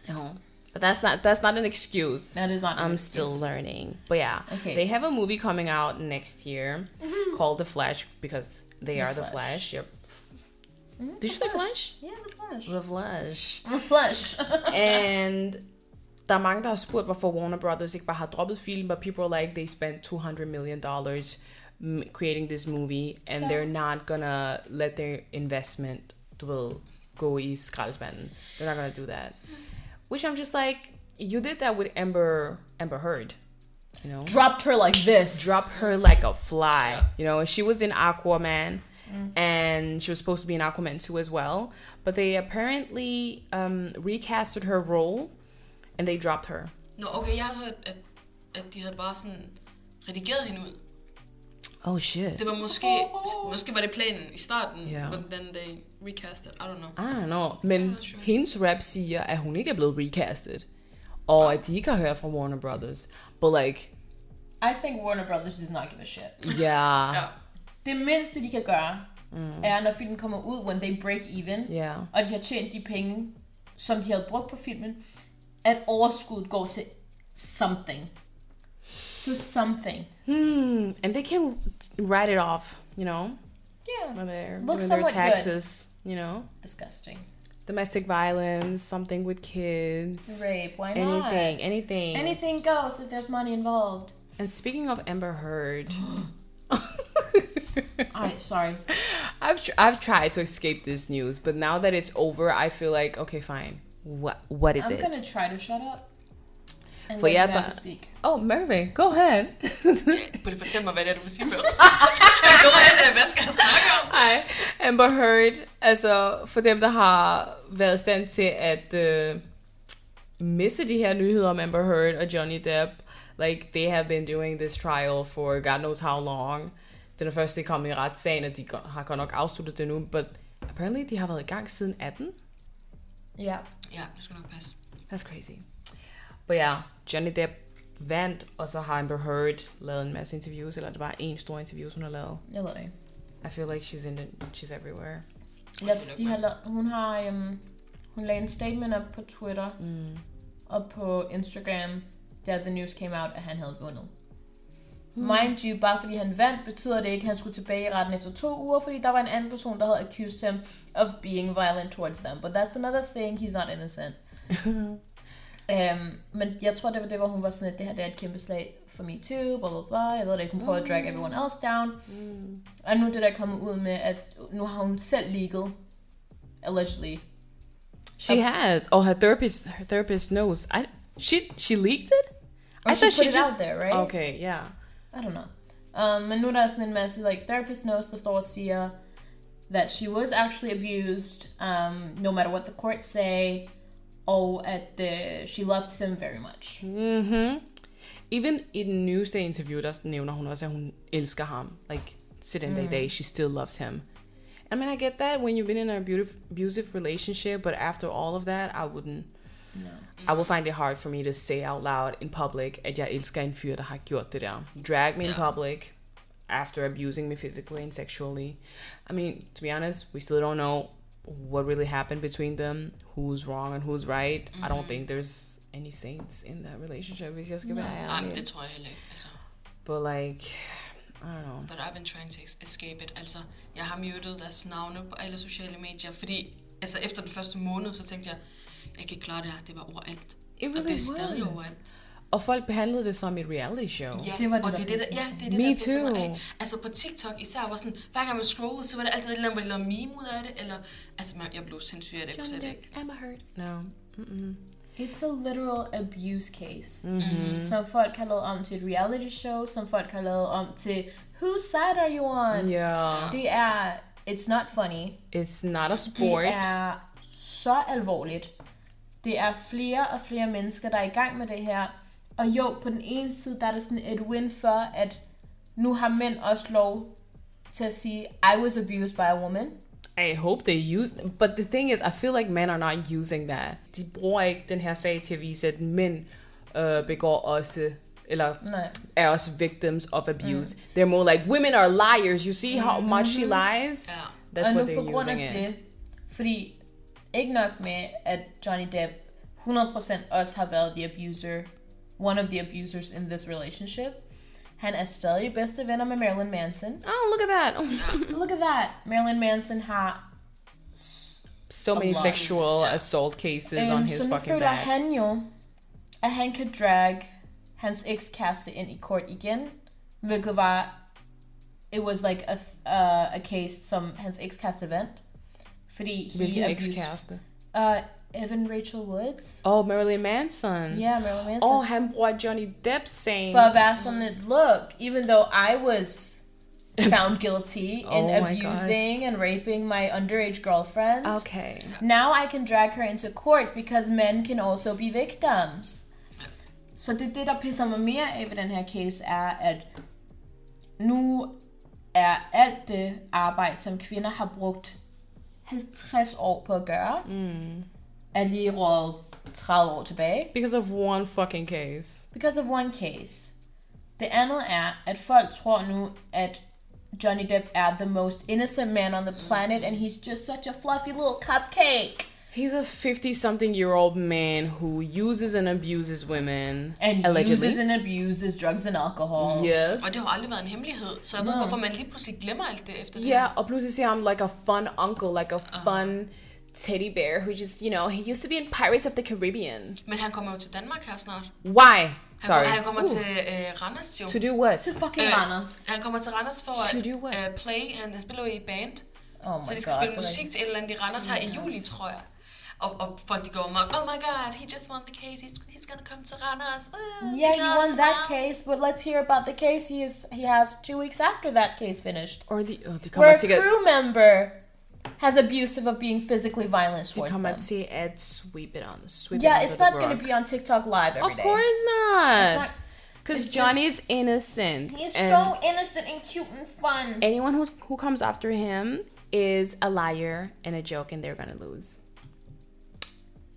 [SPEAKER 2] No, but that's not that's not an excuse.
[SPEAKER 3] that is not. an
[SPEAKER 2] I'm
[SPEAKER 3] excuse.
[SPEAKER 2] still learning. But yeah,
[SPEAKER 3] Okay. Mm-hmm.
[SPEAKER 2] they have a movie coming out next year called The Flash because they are The Flash. Yep. Did you say Flash?
[SPEAKER 3] Mm-hmm. Yeah, the flush.
[SPEAKER 2] The Flash.
[SPEAKER 3] The flush.
[SPEAKER 2] and der er mange, der har spurgt, hvorfor Warner Brothers ikke bare har droppet filmen, but people are like, they spent 200 million dollars mm, creating this movie, and
[SPEAKER 3] Så-
[SPEAKER 2] they're not gonna let their investment, du ved, gå i skraldespanden. They're not gonna do that. Which I'm just like, you did that with Amber, Amber Heard, you know?
[SPEAKER 3] Dropped her like this.
[SPEAKER 2] drop her like a fly. You know, and she was in Aquaman and she was supposed to be in Aquaman 2 as well. But they apparently um, recasted her role and they dropped her.
[SPEAKER 4] Nå, okay, jeg har hørt, at, at de havde bare sådan redigeret hende ud.
[SPEAKER 2] Oh shit.
[SPEAKER 4] Det var måske, måske var det planen i starten,
[SPEAKER 2] Ja.
[SPEAKER 4] yeah. but then they recast it. I don't know.
[SPEAKER 2] I don't know. Men
[SPEAKER 4] Ah, sure.
[SPEAKER 2] hendes rap siger, at hun ikke er blevet recastet. Og at de ikke har hørt fra Warner Brothers. But like,
[SPEAKER 3] I think Warner Brothers does not give a shit.
[SPEAKER 2] yeah.
[SPEAKER 4] Ja.
[SPEAKER 3] Det mindste de kan gøre,
[SPEAKER 2] Mm.
[SPEAKER 3] er når filmen kommer ud, when they break even,
[SPEAKER 2] Yeah.
[SPEAKER 3] og de har tjent de penge, som de havde brugt på filmen, at overskuddet går til something. To something.
[SPEAKER 2] Hmm. And they can write it off, you know,
[SPEAKER 3] Yeah.
[SPEAKER 2] when they're
[SPEAKER 3] Looks
[SPEAKER 2] doing their
[SPEAKER 3] somewhat good.
[SPEAKER 2] taxes, you know.
[SPEAKER 3] Disgusting.
[SPEAKER 2] domestic violence, something with kids,
[SPEAKER 3] Rape. Why not?
[SPEAKER 2] anything, anything,
[SPEAKER 3] Anything goes if there's money involved.
[SPEAKER 2] And speaking of Amber Heard,
[SPEAKER 3] I sorry.
[SPEAKER 2] I've tr- I've tried to escape this news, but now that it's over, I feel like okay, fine. What what is
[SPEAKER 3] I'm
[SPEAKER 2] it?
[SPEAKER 3] gonna try to shut up. And
[SPEAKER 2] For
[SPEAKER 3] let you
[SPEAKER 2] jeg
[SPEAKER 3] have
[SPEAKER 2] bare-
[SPEAKER 3] to speak.
[SPEAKER 2] Oh, Mervin, go ahead.
[SPEAKER 4] Prøv lige fortæl mig, hvad det er, du vil sige først. Gå hen, hvad skal jeg snakke om?
[SPEAKER 2] Hej, Amber Heard. Altså, for dem, der har været i stand til at øh, misse de her nyheder om Amber Heard og Johnny Depp, like, they have been doing this trial for God knows how long. Det er den første, de kom i retssagen, og de go- har godt nok afsluttet det nu, but apparently, de har været i gang siden 18.
[SPEAKER 3] Yeah.
[SPEAKER 4] Ja, det skal nok passe.
[SPEAKER 2] That's crazy. But yeah, Johnny Depp vandt, og så har Amber Heard lavet en masse interviews, eller det var en stor interview, hun har lavet.
[SPEAKER 3] Jeg ved det ikke.
[SPEAKER 2] I feel like she's in the, she's everywhere.
[SPEAKER 3] Ja, de har, la- hun har øhm, hun lagde en statement op på Twitter
[SPEAKER 2] Mm.
[SPEAKER 3] og på Instagram, da the news came out, at han havde vundet. Mind you, bare fordi han vandt, betyder det ikke, at han skulle tilbage i retten efter to uger, fordi der var en anden person, der havde accused him of being violent towards them. But that's another thing, he's not innocent. um, men jeg tror, det var det, hvor hun var sådan, at det her det er et kæmpe slag for me too, blah blah blah. Jeg ved det ikke, hun prøver at drag everyone else down.
[SPEAKER 2] Mm.
[SPEAKER 3] Og nu er det der kommet ud med, at nu har hun selv legal, allegedly.
[SPEAKER 2] She
[SPEAKER 3] Um,
[SPEAKER 2] has. Oh, her therapist. Her therapist knows. I she she leaked it.
[SPEAKER 3] Or Oh, she put it out there, right?
[SPEAKER 2] Okay, yeah.
[SPEAKER 3] I don't know. Um, men nu er der sådan en masse, like, therapist notes, der står og siger, uh, that she was actually abused, um, no matter what the court say, og at uh, she loved him very much.
[SPEAKER 2] Mhm. Even i den nyeste interview, der nævner hun også, at hun elsker ham. Like sit in mm. day, she still loves him. I mean, I get that when you've been in an abusive, abusive relationship, but after all of that, I wouldn't.
[SPEAKER 3] No.
[SPEAKER 2] I would find it hard for me to say out loud in public, at jeg elsker en fyr, der har gjort det der. Drag me in
[SPEAKER 4] Ja.
[SPEAKER 2] public after abusing me physically and sexually. I mean, to be honest, we still don't know what really happened between them, who's wrong and who's right. I don't think there's any saints in that relationship. It's just gonna
[SPEAKER 4] Ja, Ej, men det tror jeg heller ikke. Altså.
[SPEAKER 2] But like, I don't know.
[SPEAKER 4] But I've been trying to es- escape it. Altså, jeg har muted deres navne på alle sociale medier, fordi altså, efter den første måned, så tænkte jeg, jeg kan ikke klare det her, det var overalt.
[SPEAKER 2] It
[SPEAKER 4] Og det er
[SPEAKER 2] really
[SPEAKER 4] stadig
[SPEAKER 2] was.
[SPEAKER 4] overalt.
[SPEAKER 2] Og folk behandlede det som et reality show.
[SPEAKER 4] Ja,
[SPEAKER 3] Det var det,
[SPEAKER 4] og
[SPEAKER 3] der
[SPEAKER 4] det er det, der,
[SPEAKER 3] pissede
[SPEAKER 4] ja, det er det,
[SPEAKER 2] Me
[SPEAKER 4] der pisser mig
[SPEAKER 2] too.
[SPEAKER 4] af. Altså på TikTok især var sådan, hver gang man scrollede, så var det altid et eller andet, hvor de lavede meme ud af det, eller, altså man, jeg blev sindssyg af det, jeg kunne slet ikke.
[SPEAKER 2] Am I hurt? No. Mm-mm.
[SPEAKER 3] It's a literal abuse case.
[SPEAKER 2] Mm-hmm.
[SPEAKER 3] Som folk har lavet om til et reality show, som folk har lavet om til, whose side are you on?
[SPEAKER 2] Yeah.
[SPEAKER 3] Det er, it's not funny.
[SPEAKER 2] It's not a sport.
[SPEAKER 3] Det er så alvorligt. Det er flere og flere mennesker, der er i gang med det her. Og jo, på den ene side, der er det sådan et win for, at nu har mænd også lov til at sige, I was abused by a woman.
[SPEAKER 2] I hope they use but the thing is I feel like men are not using that. De bruger ikke den her sag til at vise, at mænd øh, begår også eller
[SPEAKER 3] Nej.
[SPEAKER 2] er også victims of abuse. Mm. They're more like women are
[SPEAKER 3] Mm-hmm.
[SPEAKER 2] liars. You see how much she lies?
[SPEAKER 4] Ja.
[SPEAKER 2] That's
[SPEAKER 3] og
[SPEAKER 2] what
[SPEAKER 3] nu
[SPEAKER 2] they're
[SPEAKER 3] på grund af
[SPEAKER 2] using it.
[SPEAKER 3] det, fordi Ikke nok med, at Johnny Depp 100% også har været the abuser, one of the abusers in this relationship. Han er stadig bedste venner med Marilyn Manson.
[SPEAKER 5] Oh, look at that.
[SPEAKER 3] Look at that. Marilyn Manson har
[SPEAKER 2] So many
[SPEAKER 3] lot.
[SPEAKER 2] sexual assault cases on
[SPEAKER 3] Øhm,
[SPEAKER 2] his
[SPEAKER 3] så nu
[SPEAKER 2] fucking
[SPEAKER 3] føler
[SPEAKER 2] back.
[SPEAKER 3] han jo, at han kan drag hans ekskæreste ind i court igen, hvilket var, it was like a, uh, a case, som hans ekskæreste vandt. Fordi he
[SPEAKER 2] Hvilken
[SPEAKER 3] abused-
[SPEAKER 2] ekskæreste?
[SPEAKER 3] Uh, Evan Rachel Woods.
[SPEAKER 2] Oh, Marilyn Manson.
[SPEAKER 3] Ja, yeah, Marilyn Manson.
[SPEAKER 2] Og han bruger Johnny Depp saying,
[SPEAKER 3] For at være sådan et, look, even though I was found guilty in
[SPEAKER 2] Oh my God.
[SPEAKER 3] abusing and raping my underage girlfriend.
[SPEAKER 2] okay.
[SPEAKER 3] Now I can drag her into court because men can also be victims. Så det, det, der pisser mig mere af ved den her case, er, at nu er alt det arbejde, som kvinder har brugt 50 år på at gøre, mm. er lige rådet 30 år tilbage.
[SPEAKER 2] Because of one fucking case.
[SPEAKER 3] Because of one case. Det andet er, at folk tror nu, at Johnny Depp er the most innocent man on the planet, and he's just such a fluffy little cupcake.
[SPEAKER 2] He's a 50 something year old man who uses and abuses women.
[SPEAKER 3] And
[SPEAKER 2] allegedly.
[SPEAKER 3] uses and abuses drugs and alcohol.
[SPEAKER 2] Yes.
[SPEAKER 4] Og det har aldrig været en hemmelighed, så jeg ved ikke, hvorfor man lige pludselig glemmer alt det efter det.
[SPEAKER 5] Yeah, or Bluesy say I'm like a fun uncle, like a
[SPEAKER 3] Uh-huh.
[SPEAKER 5] fun teddy bear who just, you know, he used to be in Pirates of the Caribbean.
[SPEAKER 4] Men han kommer jo til Danmark her snart.
[SPEAKER 2] Why?
[SPEAKER 4] Han,
[SPEAKER 2] Sorry.
[SPEAKER 4] han kommer til øh, Randers jo.
[SPEAKER 5] To do what?
[SPEAKER 3] To fucking
[SPEAKER 4] Øh,
[SPEAKER 3] Uh. Randers.
[SPEAKER 4] Han kommer til Randers for
[SPEAKER 5] To
[SPEAKER 4] at
[SPEAKER 5] do what?
[SPEAKER 4] øh, play. Han, han spiller jo i band.
[SPEAKER 3] Oh my
[SPEAKER 4] så de skal
[SPEAKER 3] god.
[SPEAKER 4] spille
[SPEAKER 3] det er
[SPEAKER 4] musik til et eller andet i Randers her i juli, tror jeg. Og, og folk de går amok. Oh my god, he just won the case. He's, he's gonna come to Randers. Uh,
[SPEAKER 3] rigtigt. Yeah, he won that case, but let's hear about the case he is he has two weeks after that case finished.
[SPEAKER 2] Or the, oh, de kommer
[SPEAKER 3] Where a
[SPEAKER 2] til at,
[SPEAKER 3] crew member has abused of being physically violent
[SPEAKER 2] de
[SPEAKER 3] towards
[SPEAKER 2] kommer
[SPEAKER 3] them.
[SPEAKER 2] til at sweep it on, sweep
[SPEAKER 3] Yeah,
[SPEAKER 2] it under
[SPEAKER 3] it's not
[SPEAKER 2] the
[SPEAKER 3] gonna
[SPEAKER 2] rug.
[SPEAKER 3] be on TikTok live every
[SPEAKER 2] Of
[SPEAKER 3] day.
[SPEAKER 2] course
[SPEAKER 3] It's
[SPEAKER 2] not.
[SPEAKER 3] not-
[SPEAKER 2] Because
[SPEAKER 3] it's
[SPEAKER 2] Johnny's innocent.
[SPEAKER 3] He's
[SPEAKER 2] and
[SPEAKER 3] so innocent and cute and fun.
[SPEAKER 2] anyone who, who comes after him is a liar and a joke, and they're gonna lose.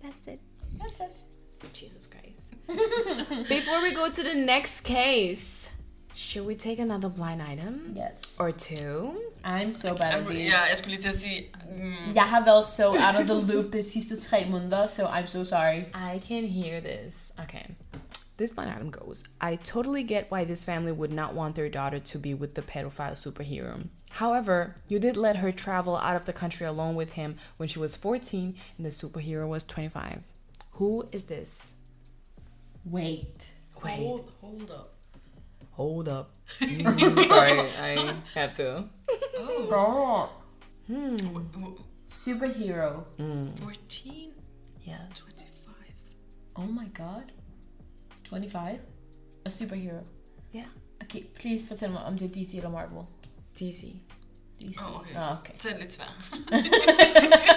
[SPEAKER 3] That's it.
[SPEAKER 2] Jesus Christ. Before we go to the next case, should we take another blind item
[SPEAKER 3] Yes.
[SPEAKER 2] or two?
[SPEAKER 3] I'm so bad at these.
[SPEAKER 4] Ja, jeg skulle lige til at sige... Mm,
[SPEAKER 3] Jeg har været so out of the loop de sidste tre måneder, so I'm so sorry.
[SPEAKER 2] I can hear this. Okay. This line item goes I totally get why this family would not want their daughter to be with the pedophile superhero. However, you did let her travel out of the country alone with him when she was 14 and the superhero was 25. Who is this?
[SPEAKER 3] Wait.
[SPEAKER 2] Wait,
[SPEAKER 4] hold, hold up.
[SPEAKER 2] hold up. Mm, sorry, I have to.
[SPEAKER 3] Stop. Superhero.
[SPEAKER 4] 14?
[SPEAKER 2] Yeah.
[SPEAKER 4] 25?
[SPEAKER 3] Oh my god. 25? A superhero.
[SPEAKER 2] Yeah.
[SPEAKER 3] Okay, please fortæl mig, om det er DC eller Marvel.
[SPEAKER 2] DC.
[SPEAKER 3] DC.
[SPEAKER 4] Åh, okay.
[SPEAKER 3] Ah, okay.
[SPEAKER 4] Så er det lidt svært.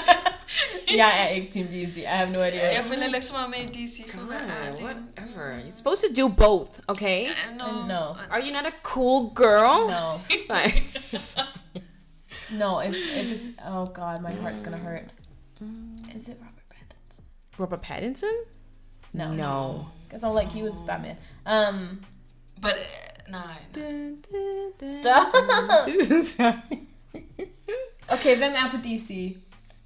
[SPEAKER 3] jeg er ikke Team DC. I have no idea.
[SPEAKER 4] Jeg føler heller ikke så meget med i DC. for at være
[SPEAKER 2] Ah,
[SPEAKER 4] ærlig.
[SPEAKER 2] whatever. You're supposed to do both, okay?
[SPEAKER 4] Ja, No.
[SPEAKER 3] No.
[SPEAKER 2] Are you not a cool girl?
[SPEAKER 3] No.
[SPEAKER 2] Like-
[SPEAKER 3] No, if, if it's... Oh god, my heart's gonna hurt. Is it Robert Pattinson?
[SPEAKER 2] Robert Pattinson?
[SPEAKER 3] No.
[SPEAKER 2] No.
[SPEAKER 3] Because I'm like, he was Batman. Um,
[SPEAKER 4] But, øh, nej.
[SPEAKER 3] stop.
[SPEAKER 2] Sorry.
[SPEAKER 3] okay, hvem er på DC?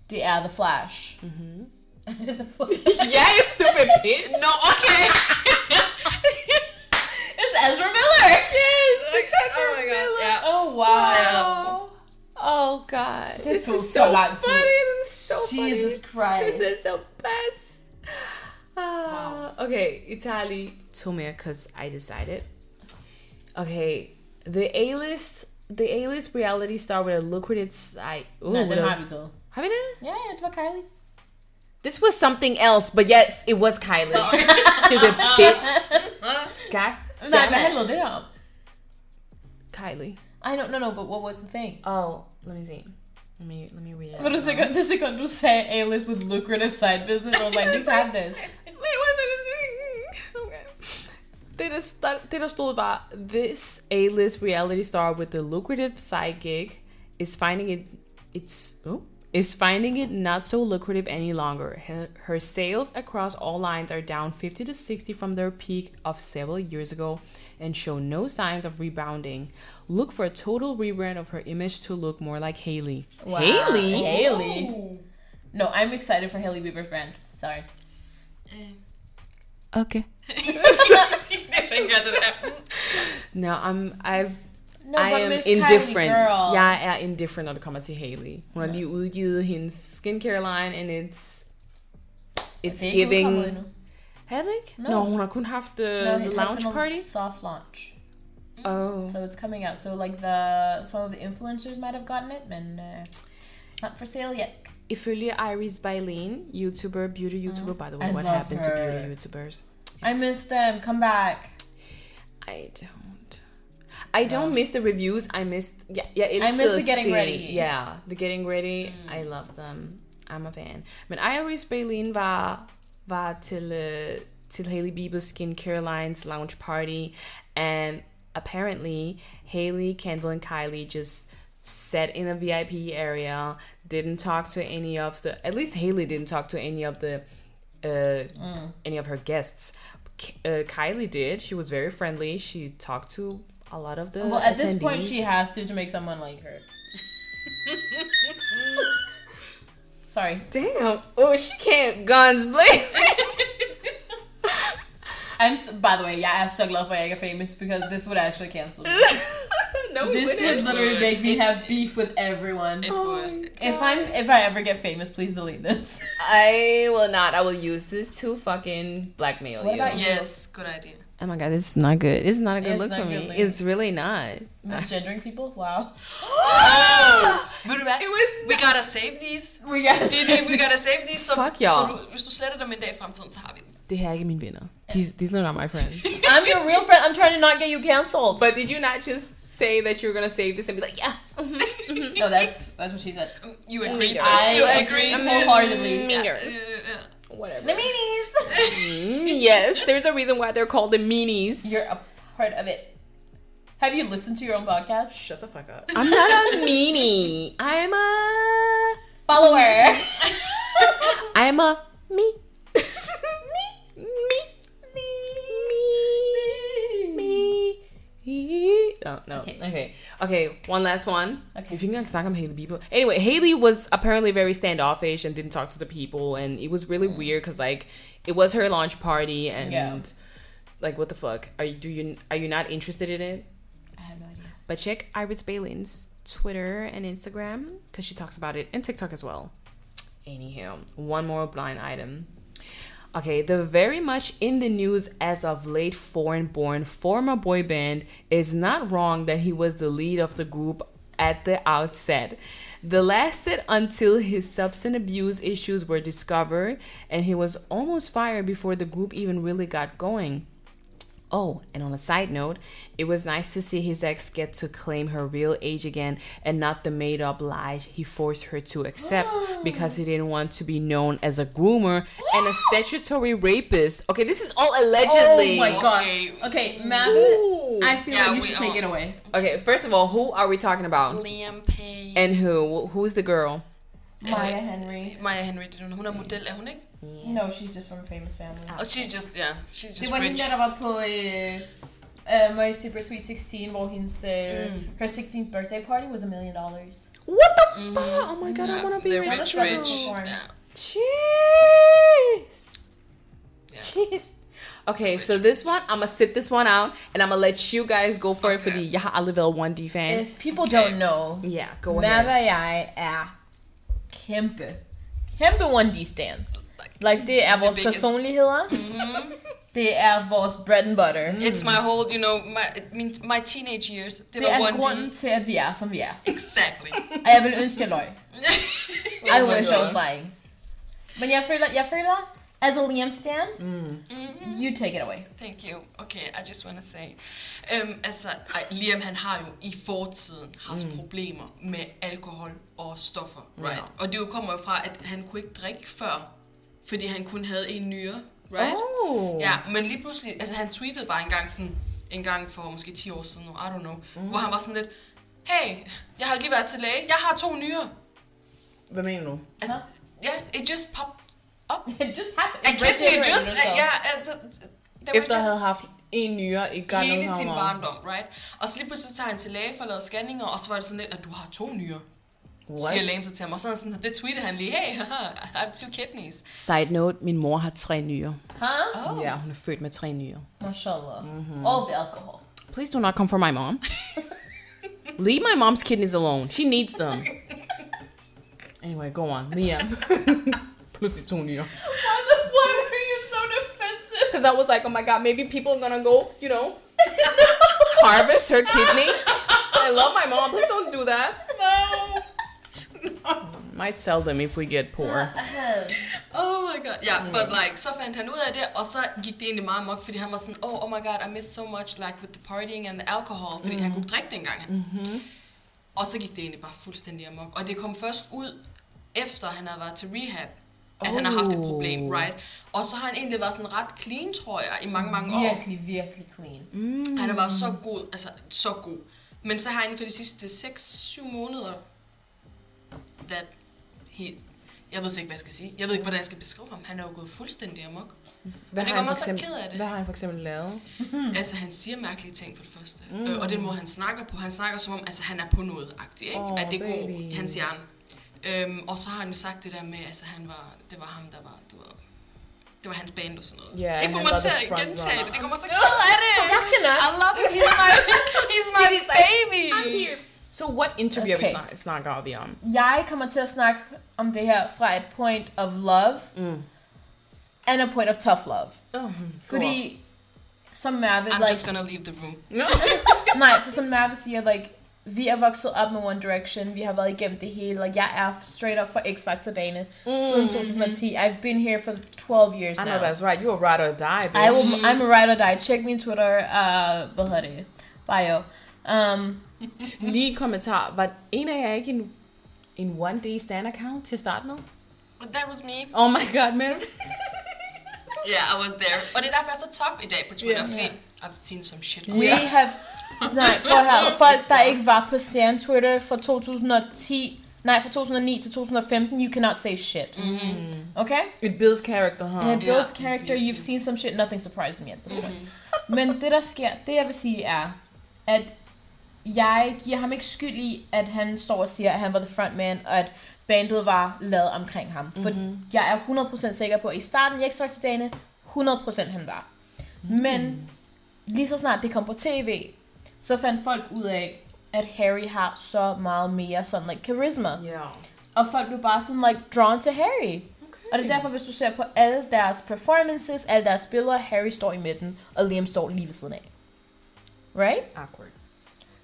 [SPEAKER 3] Det er The Flash. Mm-hmm. the Flash.
[SPEAKER 2] yeah, you stupid bitch.
[SPEAKER 4] Nå, okay!
[SPEAKER 3] It's Ezra Miller. Yes, Oh
[SPEAKER 4] oh my god, ja.
[SPEAKER 3] wow.
[SPEAKER 5] Oh God.
[SPEAKER 3] This
[SPEAKER 2] This
[SPEAKER 3] was
[SPEAKER 2] is
[SPEAKER 3] so
[SPEAKER 2] so
[SPEAKER 3] loud
[SPEAKER 2] funny.
[SPEAKER 3] too.
[SPEAKER 2] This is so
[SPEAKER 3] Jesus
[SPEAKER 2] funny.
[SPEAKER 3] Christ.
[SPEAKER 2] This is the best. Ah, Okay, Italy. Tomia, because I decided. Okay, the A-list, the A-list reality star with a lucrative side. Ooh,
[SPEAKER 3] No,
[SPEAKER 2] with
[SPEAKER 3] den
[SPEAKER 2] a-
[SPEAKER 3] har vi så.
[SPEAKER 2] Har vi det?
[SPEAKER 3] Ja, ja, det var Kylie.
[SPEAKER 2] This was something else, but yes, it was Kylie. Stupid bitch. God
[SPEAKER 3] Nej, hvad
[SPEAKER 2] damn it.
[SPEAKER 3] handlede det om?
[SPEAKER 2] Kylie.
[SPEAKER 3] I don't know, no, but what was the thing?
[SPEAKER 2] Oh, let me see. Let me let me read it. Um,
[SPEAKER 3] But the second, the second du sagde A-list with lucrative side business, I was like, he's had this.
[SPEAKER 2] Wait, what did it okay. Det der, sta- det der stod var, this A-list reality star with a lucrative side gig is finding it, it's, oh, is finding it not so lucrative any longer. Her, her sales across all lines are down 50 to 60 from their peak of several years ago and show no signs of rebounding. Look for a total rebrand of her image to look more like Haley. Haley?
[SPEAKER 3] Haley. No, I'm excited for Haley Bieber's brand. Sorry.
[SPEAKER 5] Okay.
[SPEAKER 4] Jeg tænker, at det er... mm,
[SPEAKER 2] No, I'm, I've,
[SPEAKER 3] No,
[SPEAKER 2] I
[SPEAKER 3] but
[SPEAKER 2] am
[SPEAKER 3] Miss Kylie,
[SPEAKER 2] indifferent.
[SPEAKER 3] girl.
[SPEAKER 2] Jeg er indifferent, når det kommer til Hailey. Hun har lige udgivet hendes skincare line, and it's,
[SPEAKER 3] Det
[SPEAKER 2] it's
[SPEAKER 3] er ikke
[SPEAKER 2] giving...
[SPEAKER 3] udkommet endnu.
[SPEAKER 2] Er det ikke?
[SPEAKER 3] No.
[SPEAKER 2] No. hun har kun haft uh,
[SPEAKER 3] No, it
[SPEAKER 2] the
[SPEAKER 3] has
[SPEAKER 2] lounge
[SPEAKER 3] been a
[SPEAKER 2] party.
[SPEAKER 3] Soft launch. Mm.
[SPEAKER 2] Oh.
[SPEAKER 3] So it's coming out. So like the some of the influencers might have gotten it, and uh, not for sale yet.
[SPEAKER 2] Ifølge Iris Bailin, YouTuber, beauty YouTuber, by the way,
[SPEAKER 3] Mm. I
[SPEAKER 2] what
[SPEAKER 3] love
[SPEAKER 2] happened to
[SPEAKER 3] her.
[SPEAKER 2] beauty YouTubers?
[SPEAKER 3] I miss them. Come back.
[SPEAKER 2] I don't. I don't miss the reviews. I missed. Yeah, yeah. It's
[SPEAKER 3] I miss
[SPEAKER 2] still
[SPEAKER 3] the getting
[SPEAKER 2] same.
[SPEAKER 3] ready.
[SPEAKER 2] Yeah, the getting ready. I
[SPEAKER 3] Mm.
[SPEAKER 2] love them. I'm a fan. Men Iris Berlin var var til uh, til Hailey Bieber's skincare lines lounge party, and apparently Hailey, Kendall, and Kylie just sat in a VIP area. Didn't talk to any of the. At least Hailey didn't talk to any of the uh,
[SPEAKER 3] Mm.
[SPEAKER 2] any of her guests. K- uh, Kylie did. She was very friendly. She talked to a lot of the.
[SPEAKER 3] Well, at this point,
[SPEAKER 2] attendees.
[SPEAKER 3] she has to to make someone like her. Sorry,
[SPEAKER 2] Damn. Oh, she can't. Guns blazing.
[SPEAKER 3] I'm. s by the way, yeah, I'm so glad for I got famous because this would actually cancel me.
[SPEAKER 2] no, we
[SPEAKER 3] this
[SPEAKER 2] wouldn't.
[SPEAKER 3] would literally
[SPEAKER 4] Would.
[SPEAKER 3] make me have beef with everyone.
[SPEAKER 4] It would.
[SPEAKER 3] If I'm, if I ever get famous, please delete this.
[SPEAKER 2] I will not. I will use this to fucking blackmail
[SPEAKER 3] What
[SPEAKER 2] you.
[SPEAKER 3] about you?
[SPEAKER 4] Yes, good idea.
[SPEAKER 2] Oh my god, this is not good. It's not a good
[SPEAKER 3] It's
[SPEAKER 2] look
[SPEAKER 3] not
[SPEAKER 2] for
[SPEAKER 3] good
[SPEAKER 2] me.
[SPEAKER 3] look.
[SPEAKER 2] It's really not.
[SPEAKER 3] Misgendering people, wow.
[SPEAKER 4] Ah! Ved du hvad? It was... We gotta save these.
[SPEAKER 3] We gotta.
[SPEAKER 4] Det er det, we gotta save these. Så,
[SPEAKER 2] Fuck y'all.
[SPEAKER 4] Så du, hvis du sletter dem en dag i fremtiden, så har vi dem.
[SPEAKER 2] Det her er ikke mine venner. These, these are not my friends.
[SPEAKER 3] I'm your real friend. I'm trying to not get you canceled.
[SPEAKER 2] But did you not just say that you were gonna save this and be like, yeah, mhm, mhm.
[SPEAKER 3] No, that's that's what she said.
[SPEAKER 4] You agree.
[SPEAKER 2] Neither.
[SPEAKER 4] Oh I you
[SPEAKER 3] I
[SPEAKER 4] agree.
[SPEAKER 3] agree wholeheartedly.
[SPEAKER 4] Ja,
[SPEAKER 2] Neither.
[SPEAKER 4] øh, ja.
[SPEAKER 2] whatever.
[SPEAKER 3] The meanies.
[SPEAKER 2] Mm, yes, there's a reason why they're called the meanies.
[SPEAKER 3] You're a part of it. Have you listened to your own podcast? Shut the fuck up.
[SPEAKER 2] I'm not a meanie. I'm a
[SPEAKER 3] Follower.
[SPEAKER 2] I'm a me. me. Me. Me. Me. Me. No, no.
[SPEAKER 3] Okay.
[SPEAKER 2] Okay. okay. one last one.
[SPEAKER 3] Okay.
[SPEAKER 2] If you can talk about Haley Bieber. Anyway, Haley was apparently very standoffish and didn't talk to the people, and it was really weird because like it was her launch party, and
[SPEAKER 3] Yeah.
[SPEAKER 2] like what the fuck are you? Do you are you not interested in it?
[SPEAKER 3] I have no idea.
[SPEAKER 2] But check Iris Balin's Twitter and Instagram because she talks about it and TikTok as well. Anyhow, one more blind item. Okay, the very much in the news as of late foreign born former boy band is not wrong that he was the lead of the group at the outset. The lasted until his substance abuse issues were discovered, and he was almost fired before the group even really got going. Oh, and on a side note, it was nice to see his ex get to claim her real age again and not the made up lie he forced her to accept because he didn't want to be known as a groomer and a statutory rapist. Okay, this is all allegedly.
[SPEAKER 3] Oh my god.
[SPEAKER 4] Okay.
[SPEAKER 3] Okay, Matt.
[SPEAKER 2] Ooh.
[SPEAKER 3] I feel
[SPEAKER 4] Yeah,
[SPEAKER 3] like you
[SPEAKER 4] we
[SPEAKER 3] should take
[SPEAKER 4] all-
[SPEAKER 3] it away.
[SPEAKER 2] Okay, first of all, who are we talking about?
[SPEAKER 4] Liam Payne.
[SPEAKER 2] And who? Who's the girl?
[SPEAKER 3] Maya Henry.
[SPEAKER 4] Maya Henry, det er hun. Hun er model, er hun ikke?
[SPEAKER 3] No, she's just from a famous family.
[SPEAKER 4] Og she's just, yeah, Ah, she's
[SPEAKER 3] Det
[SPEAKER 4] just
[SPEAKER 3] var
[SPEAKER 4] rich.
[SPEAKER 3] hende, der var på øh, øh, My Super Sweet 16, hvor hendes, øh,
[SPEAKER 4] Mm.
[SPEAKER 3] her 16th birthday party was a million dollars.
[SPEAKER 2] What the fuck? Oh my god, I
[SPEAKER 4] Yeah,
[SPEAKER 2] want to be
[SPEAKER 4] they're
[SPEAKER 2] rich.
[SPEAKER 4] rich,
[SPEAKER 3] That's
[SPEAKER 4] rich.
[SPEAKER 3] what
[SPEAKER 4] Yeah.
[SPEAKER 2] Jeez.
[SPEAKER 4] Yeah.
[SPEAKER 2] Jeez. Okay, so this one, I'm gonna sit this one out and I'm gonna let you guys go for it for the
[SPEAKER 4] Okay.
[SPEAKER 2] Yaha Alivelle 1D fan.
[SPEAKER 3] If people don't know,
[SPEAKER 2] yeah, go
[SPEAKER 3] Mabba
[SPEAKER 2] ahead.
[SPEAKER 3] jeg er kæmpe, kæmpe 1D stands. Like, det er vores
[SPEAKER 4] biggest.
[SPEAKER 3] personligheder. Det er vores bread and butter.
[SPEAKER 4] It's my whole, you know, my, min, my teenage years. Det
[SPEAKER 3] Det
[SPEAKER 4] var
[SPEAKER 3] er altså
[SPEAKER 4] 1D.
[SPEAKER 3] grunden til, at vi er, som vi er.
[SPEAKER 4] Exactly.
[SPEAKER 3] Og jeg vil ønske, jeg løg. I
[SPEAKER 2] my
[SPEAKER 3] wish I was
[SPEAKER 2] God.
[SPEAKER 3] lying. Men jeg føler, jeg føler, as a Liam stan, you take it away.
[SPEAKER 4] Thank you. Okay, I just wanna say. Um, altså, ej, Liam han har jo i fortiden haft mm. problemer med alkohol og stoffer, right?
[SPEAKER 2] Ja.
[SPEAKER 4] Og det jo kommer jo fra, at han kunne ikke drikke før, fordi han kun havde en nyre, right?
[SPEAKER 2] Oh.
[SPEAKER 4] Ja, men lige pludselig, altså han tweetede bare en gang sådan, en gang for måske 10 år siden, nu, I don't know, mm.
[SPEAKER 2] Mhm.
[SPEAKER 4] hvor han var sådan lidt, hey, jeg har lige været til læge, jeg har to nyrer.
[SPEAKER 2] Hvad mener du?
[SPEAKER 4] Altså, ja, yeah, it just popped up.
[SPEAKER 3] It just happened.
[SPEAKER 4] I can't it just, ja, altså, det var
[SPEAKER 2] Efter at have haft en nyere, ikke gør noget
[SPEAKER 4] hele sin
[SPEAKER 2] hammer.
[SPEAKER 4] barndom, right? Og så lige pludselig tager han til læge for at lave scanninger, og så var det sådan lidt, at du har to nyrer. What? siger lægen så til ham, og så er han sådan, og det tweeter han lige, hey, haha, I have two kidneys.
[SPEAKER 2] Side note, min mor har tre nyrer.
[SPEAKER 3] Huh?
[SPEAKER 4] Oh.
[SPEAKER 2] Ja, hun er født med tre nyrer.
[SPEAKER 3] Mashallah. All the alcohol.
[SPEAKER 2] Please do not come for my mom. Leave my mom's kidneys alone. She needs them. Anyway, go on. Liam. Plus two nyrer.
[SPEAKER 3] Why, the, why were you so defensive?
[SPEAKER 2] Because I was like, oh my god, maybe people are gonna go, you know, harvest her kidney. I love my mom. Please don't do that.
[SPEAKER 3] No.
[SPEAKER 2] Might sell them if we get poor.
[SPEAKER 4] Oh my god. Ja, yeah, but like, så fandt han ud af det, og så gik det egentlig meget mok, fordi han var sådan, oh, oh my god, I missed so much, like, with the partying and the alcohol, fordi mm. han kunne drikke dengang. Mm-hmm. Og så gik det egentlig bare fuldstændig amok. Og det kom først ud, efter han havde været til rehab, at oh. han har haft et problem, right? Og så har han egentlig været sådan ret clean, tror jeg, i mange, mange år.
[SPEAKER 3] Virkelig, virkelig clean.
[SPEAKER 4] Han har været
[SPEAKER 2] Mm.
[SPEAKER 4] så god, altså så god. Men så har han for de sidste 6-7 måneder, that he, jeg ved så ikke, hvad jeg skal sige. Jeg ved ikke, hvordan jeg skal beskrive ham. Han er jo gået fuldstændig amok.
[SPEAKER 2] Hvad har,
[SPEAKER 4] Det gør
[SPEAKER 2] han for
[SPEAKER 4] mig så
[SPEAKER 2] eksempel,
[SPEAKER 4] ked af det.
[SPEAKER 2] hvad har han for eksempel lavet?
[SPEAKER 4] Mm. Altså, han siger mærkelige ting for det første. Mm. Øh, og den måde, han snakker på, han snakker som om, altså, han er på noget agtig, ikke?
[SPEAKER 2] Åh,
[SPEAKER 4] at det er god,
[SPEAKER 2] baby.
[SPEAKER 4] hans hjerne. Øhm, og så har han jo sagt det der med, altså, han var, det var ham, der var, du ved, det var hans band og sådan noget.
[SPEAKER 2] Ja,
[SPEAKER 4] jeg får
[SPEAKER 2] han
[SPEAKER 4] mig
[SPEAKER 2] var
[SPEAKER 4] til
[SPEAKER 2] the
[SPEAKER 4] at
[SPEAKER 2] front
[SPEAKER 4] gentage det.
[SPEAKER 2] runner.
[SPEAKER 4] Det kommer så ked af det.
[SPEAKER 3] Jeg skal nok.
[SPEAKER 4] I love him. He's my, he's my baby.
[SPEAKER 2] So what interview
[SPEAKER 3] Okay.
[SPEAKER 2] okay. is not gonna be on?
[SPEAKER 3] Jeg kommer til at snakke om det her fra et point of love
[SPEAKER 2] Mm.
[SPEAKER 3] and a point of tough love.
[SPEAKER 2] Oh,
[SPEAKER 3] Fordi, som Merve,
[SPEAKER 4] I'm
[SPEAKER 3] like,
[SPEAKER 4] just gonna leave the room.
[SPEAKER 3] nej, for som Merve siger, like, vi er vokset op med One Direction, vi har været igennem det hele, og jeg er straight up for X-Factor-dagene mm. siden 2010. I've been here for 12 years
[SPEAKER 2] I
[SPEAKER 3] now.
[SPEAKER 2] know that's right. You a ride or die, bitch.
[SPEAKER 3] I will, I'm a ride or die. Check me Twitter, uh, hvad hedder det? Bio. Um,
[SPEAKER 2] Lige kommentar. Var en af jer ikke en, en one day stand account til at starte med?
[SPEAKER 4] But that was me.
[SPEAKER 2] Oh my god, man.
[SPEAKER 4] Yeah, I was there. Og det er derfor, jeg er så tough i dag på Twitter, yeah, fordi I've seen some shit.
[SPEAKER 3] we have... Nej, prøv her. Folk, der ikke var på Stan Twitter fra 2010... Nej, fra 2009 til 2015, you cannot say shit. Mm-hmm. Okay?
[SPEAKER 2] It builds character, huh?
[SPEAKER 3] And it builds
[SPEAKER 4] Ja.
[SPEAKER 3] character, you've seen some shit, nothing surprised me at this point. Men det, der sker, det jeg vil sige er, at jeg giver ham ikke skyld i, at han står og siger, at han var the frontman, og at bandet var lavet omkring ham. For mm-hmm. jeg er 100% sikker på, at i starten i x dagene 100% han var. Men lige så snart det kom på tv, så fandt folk ud af, at Harry har så meget mere sådan like charisma.
[SPEAKER 2] Yeah.
[SPEAKER 3] Og folk blev bare sådan like drawn to Harry.
[SPEAKER 2] Okay.
[SPEAKER 3] Og det er derfor, hvis du ser på alle deres performances, alle deres billeder, Harry står i midten, og Liam står lige ved siden af. Right?
[SPEAKER 2] awkward.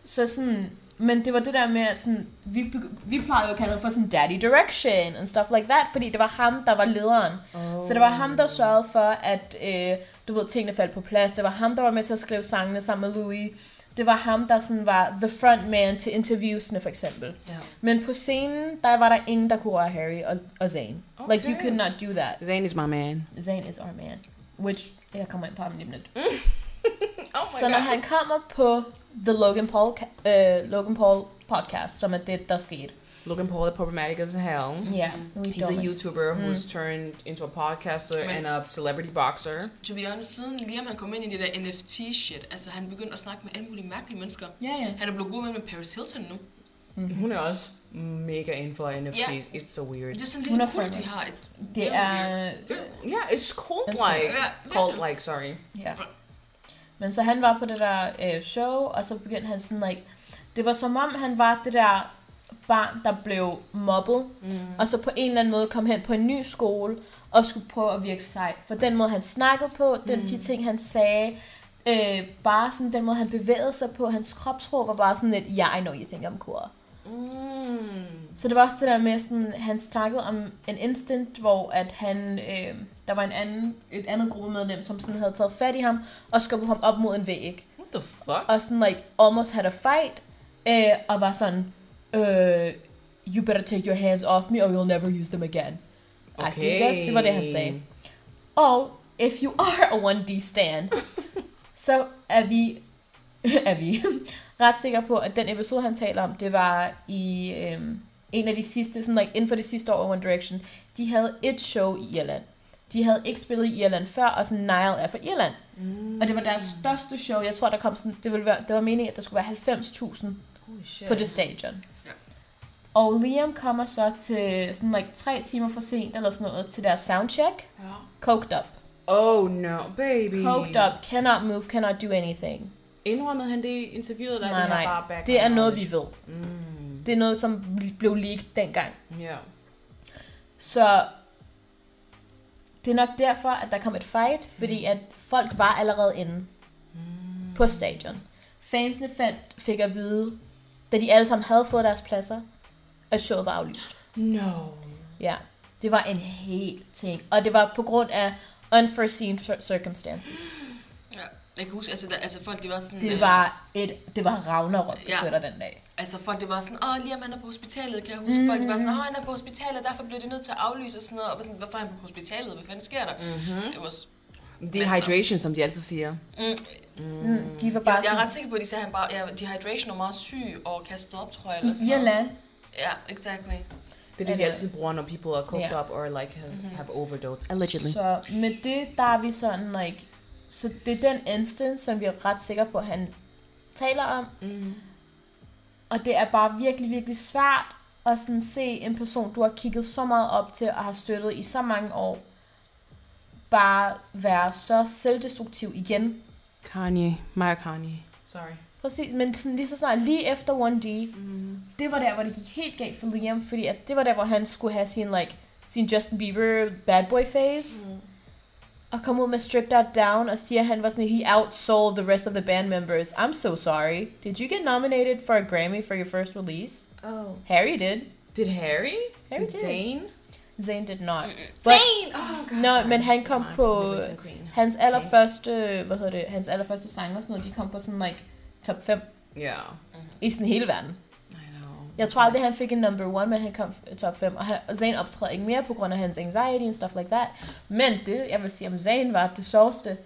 [SPEAKER 3] Så sådan, men det var det der med, at sådan, vi, beg- vi plejede jo at kalde ham for sådan daddy direction and stuff like that, fordi det var ham, der var lederen.
[SPEAKER 2] Oh.
[SPEAKER 3] Så det var ham, der sørgede for, at øh, du ved, tingene faldt på plads. Det var ham, der var med til at skrive sangene sammen med Louis. Det var ham, der sådan var the frontman til interviewsene, for eksempel.
[SPEAKER 4] Ja.
[SPEAKER 3] Men på scenen, der var der ingen, der kunne røre Harry og, og Zayn. Okay. Like, you
[SPEAKER 2] Okay.
[SPEAKER 3] could not do that.
[SPEAKER 2] Zayn is my man.
[SPEAKER 3] Zayn is our man. Which, jeg kommer ind på ham lige om lidt.
[SPEAKER 2] Mm, Oh
[SPEAKER 3] Så når han kommer på The Logan Paul, ka- øh, Logan Paul podcast, som er det, der skete.
[SPEAKER 2] Logan Paul, the problematic as hell.
[SPEAKER 3] Ja,
[SPEAKER 2] Mm-hmm. He's a YouTuber who's turned into a podcaster
[SPEAKER 4] Men-
[SPEAKER 2] and a celebrity boxer.
[SPEAKER 4] To be honest, siden Liam han kom ind i det der NFT-shit, altså han begyndte at snakke med alle mulige mærkelige mennesker.
[SPEAKER 3] Ja, ja.
[SPEAKER 4] Han er blevet god ven med Paris Hilton nu.
[SPEAKER 2] Hun er også mega in for NFTs. It's so weird.
[SPEAKER 4] Det er sådan
[SPEAKER 3] Hun
[SPEAKER 4] en
[SPEAKER 3] er
[SPEAKER 4] lille
[SPEAKER 3] fremad.
[SPEAKER 4] kult, de har. Et,
[SPEAKER 3] Det er...
[SPEAKER 2] It's, yeah, it's cult
[SPEAKER 3] It's-
[SPEAKER 2] like.
[SPEAKER 4] yeah,
[SPEAKER 2] Cult
[SPEAKER 4] yeah.
[SPEAKER 2] like, sorry.
[SPEAKER 3] Ja. Men så han var på det der øh, show, og så begyndte han sådan, like, det var som om, han var det der barn, der blev mobbet, mm. og så på en eller anden måde kom hen på en ny skole, og skulle prøve at virke sej. For den måde, han snakkede på, den, mm. de ting, han sagde, øh, bare sådan den måde, han bevægede sig på, hans kropsprog var bare sådan lidt, yeah, I know you think I'm cool.
[SPEAKER 2] Mm.
[SPEAKER 3] Så det var også det der med, sådan, han snakkede om en instant, hvor at han, øh, der var en anden, et andet gruppemedlem, som sådan havde taget fat i ham, og skubbede ham op mod en væg
[SPEAKER 2] What the fuck?
[SPEAKER 3] og sådan like almost had a fight, øh, og var sådan, øh, you better take your hands off me, or you'll never use them again. Okay. Det, er det var det, han sagde. Og Oh, if you are a 1D stand, så er vi, er vi ret sikre på, at den episode, han taler om, det var i øhm, en af de sidste, sådan like, inden for det sidste år, One Direction. De havde et show i Irland. De havde ikke spillet i Irland før, og sådan Nile er fra Irland. Mm. Og det var deres største show. Jeg tror, der kom sådan, det, ville være, det var meningen, at der skulle være 90.000
[SPEAKER 2] Holy shit.
[SPEAKER 3] på det stadion.
[SPEAKER 4] Ja.
[SPEAKER 3] Og Liam kommer så til sådan like tre timer for sent eller sådan noget til deres soundcheck.
[SPEAKER 5] Ja.
[SPEAKER 3] Coked up.
[SPEAKER 5] Oh no, baby.
[SPEAKER 3] Coked up. Cannot move. Cannot do anything.
[SPEAKER 5] Indrømmede han det i interviewet, eller er
[SPEAKER 3] Nej,
[SPEAKER 5] det her bare
[SPEAKER 3] nej.
[SPEAKER 5] background
[SPEAKER 3] Det er noget, vi
[SPEAKER 5] knowledge? Mm.
[SPEAKER 3] ved. Det er noget, som bl- blev leaked dengang.
[SPEAKER 5] Ja.
[SPEAKER 3] Så det er nok derfor, at der kom et
[SPEAKER 5] Mm.
[SPEAKER 3] fight, fordi at folk var allerede inde
[SPEAKER 5] Mm.
[SPEAKER 3] på stadion. Fansene fandt, fik at vide, da de alle sammen havde fået deres pladser, at showet var aflyst.
[SPEAKER 5] No.
[SPEAKER 3] Ja, det var en hel ting. Og det var på grund af unforeseen cir- circumstances.
[SPEAKER 4] Ja. Jeg kan huske, altså, der, altså folk de var sådan...
[SPEAKER 3] Det
[SPEAKER 4] øh,
[SPEAKER 3] var, et, det var Ragnarok på
[SPEAKER 4] Ja.
[SPEAKER 3] Twitter den dag.
[SPEAKER 4] Altså folk det var sådan, åh Liam han er på hospitalet, kan jeg huske? Mm. Folk de var sådan, åh han er på hospitalet, derfor blev det nødt til at aflyse og sådan noget. Og var sådan, hvorfor er han på hospitalet? Hvad fanden sker der? Mm-hmm. Det var, s-
[SPEAKER 5] Dehydration, er som de altid siger.
[SPEAKER 4] mm.
[SPEAKER 3] Mm. De var
[SPEAKER 4] jeg,
[SPEAKER 3] bare
[SPEAKER 4] jeg, er
[SPEAKER 3] sådan,
[SPEAKER 4] ret sikker på, at de sagde, at han bare, ja, dehydration og meget syg og kastet op, tror jeg. Eller
[SPEAKER 3] i
[SPEAKER 4] sådan noget.
[SPEAKER 3] Irland,
[SPEAKER 4] Ja, exactly.
[SPEAKER 5] Det er det, de
[SPEAKER 3] Eller-
[SPEAKER 5] altid bruger, når people are coked
[SPEAKER 3] Ja. Mhm.
[SPEAKER 5] up or like has, have overdosed. Allegedly.
[SPEAKER 3] Så med det, der er vi sådan, like, så det er den instance, som vi er ret sikre på, at han taler om.
[SPEAKER 5] Mm.
[SPEAKER 3] Og det er bare virkelig, virkelig svært at sådan se en person, du har kigget så meget op til og har støttet i så mange år, bare være så selvdestruktiv igen.
[SPEAKER 5] Kanye. Maja Kanye. Sorry.
[SPEAKER 3] Præcis, men sådan lige så snart, lige efter 1D,
[SPEAKER 5] Mm.
[SPEAKER 3] det var der, hvor det gik helt galt for Liam, fordi at det var der, hvor han skulle have sin, like, sin Justin Bieber bad boy face.
[SPEAKER 5] Mm.
[SPEAKER 3] og kom ud med Stripped Out Down og siger, at han var sådan, he outsold the rest of the band members. I'm so sorry. Did you get nominated for a Grammy for your first release?
[SPEAKER 5] Oh.
[SPEAKER 3] Harry did.
[SPEAKER 5] Did Harry?
[SPEAKER 3] Harry
[SPEAKER 5] Did Zayn?
[SPEAKER 3] Zayn did not. But-
[SPEAKER 5] Zayn! Oh, God.
[SPEAKER 3] Nå, men han kom
[SPEAKER 5] Nej,
[SPEAKER 3] på
[SPEAKER 5] Middle Eastern Queen.
[SPEAKER 3] hans allerførste, hvad hedder det, hans allerførste sang og sådan noget, de kom på sådan like top 5
[SPEAKER 5] Yeah.
[SPEAKER 3] i sådan hele verden.
[SPEAKER 5] I know.
[SPEAKER 3] Jeg tror aldrig, han fik en number one, men han kom f- top 5, og, han, og Zayn optræder ikke mere på grund af hans anxiety and stuff like that. Men det, jeg vil sige om Zayn, var det sjoveste.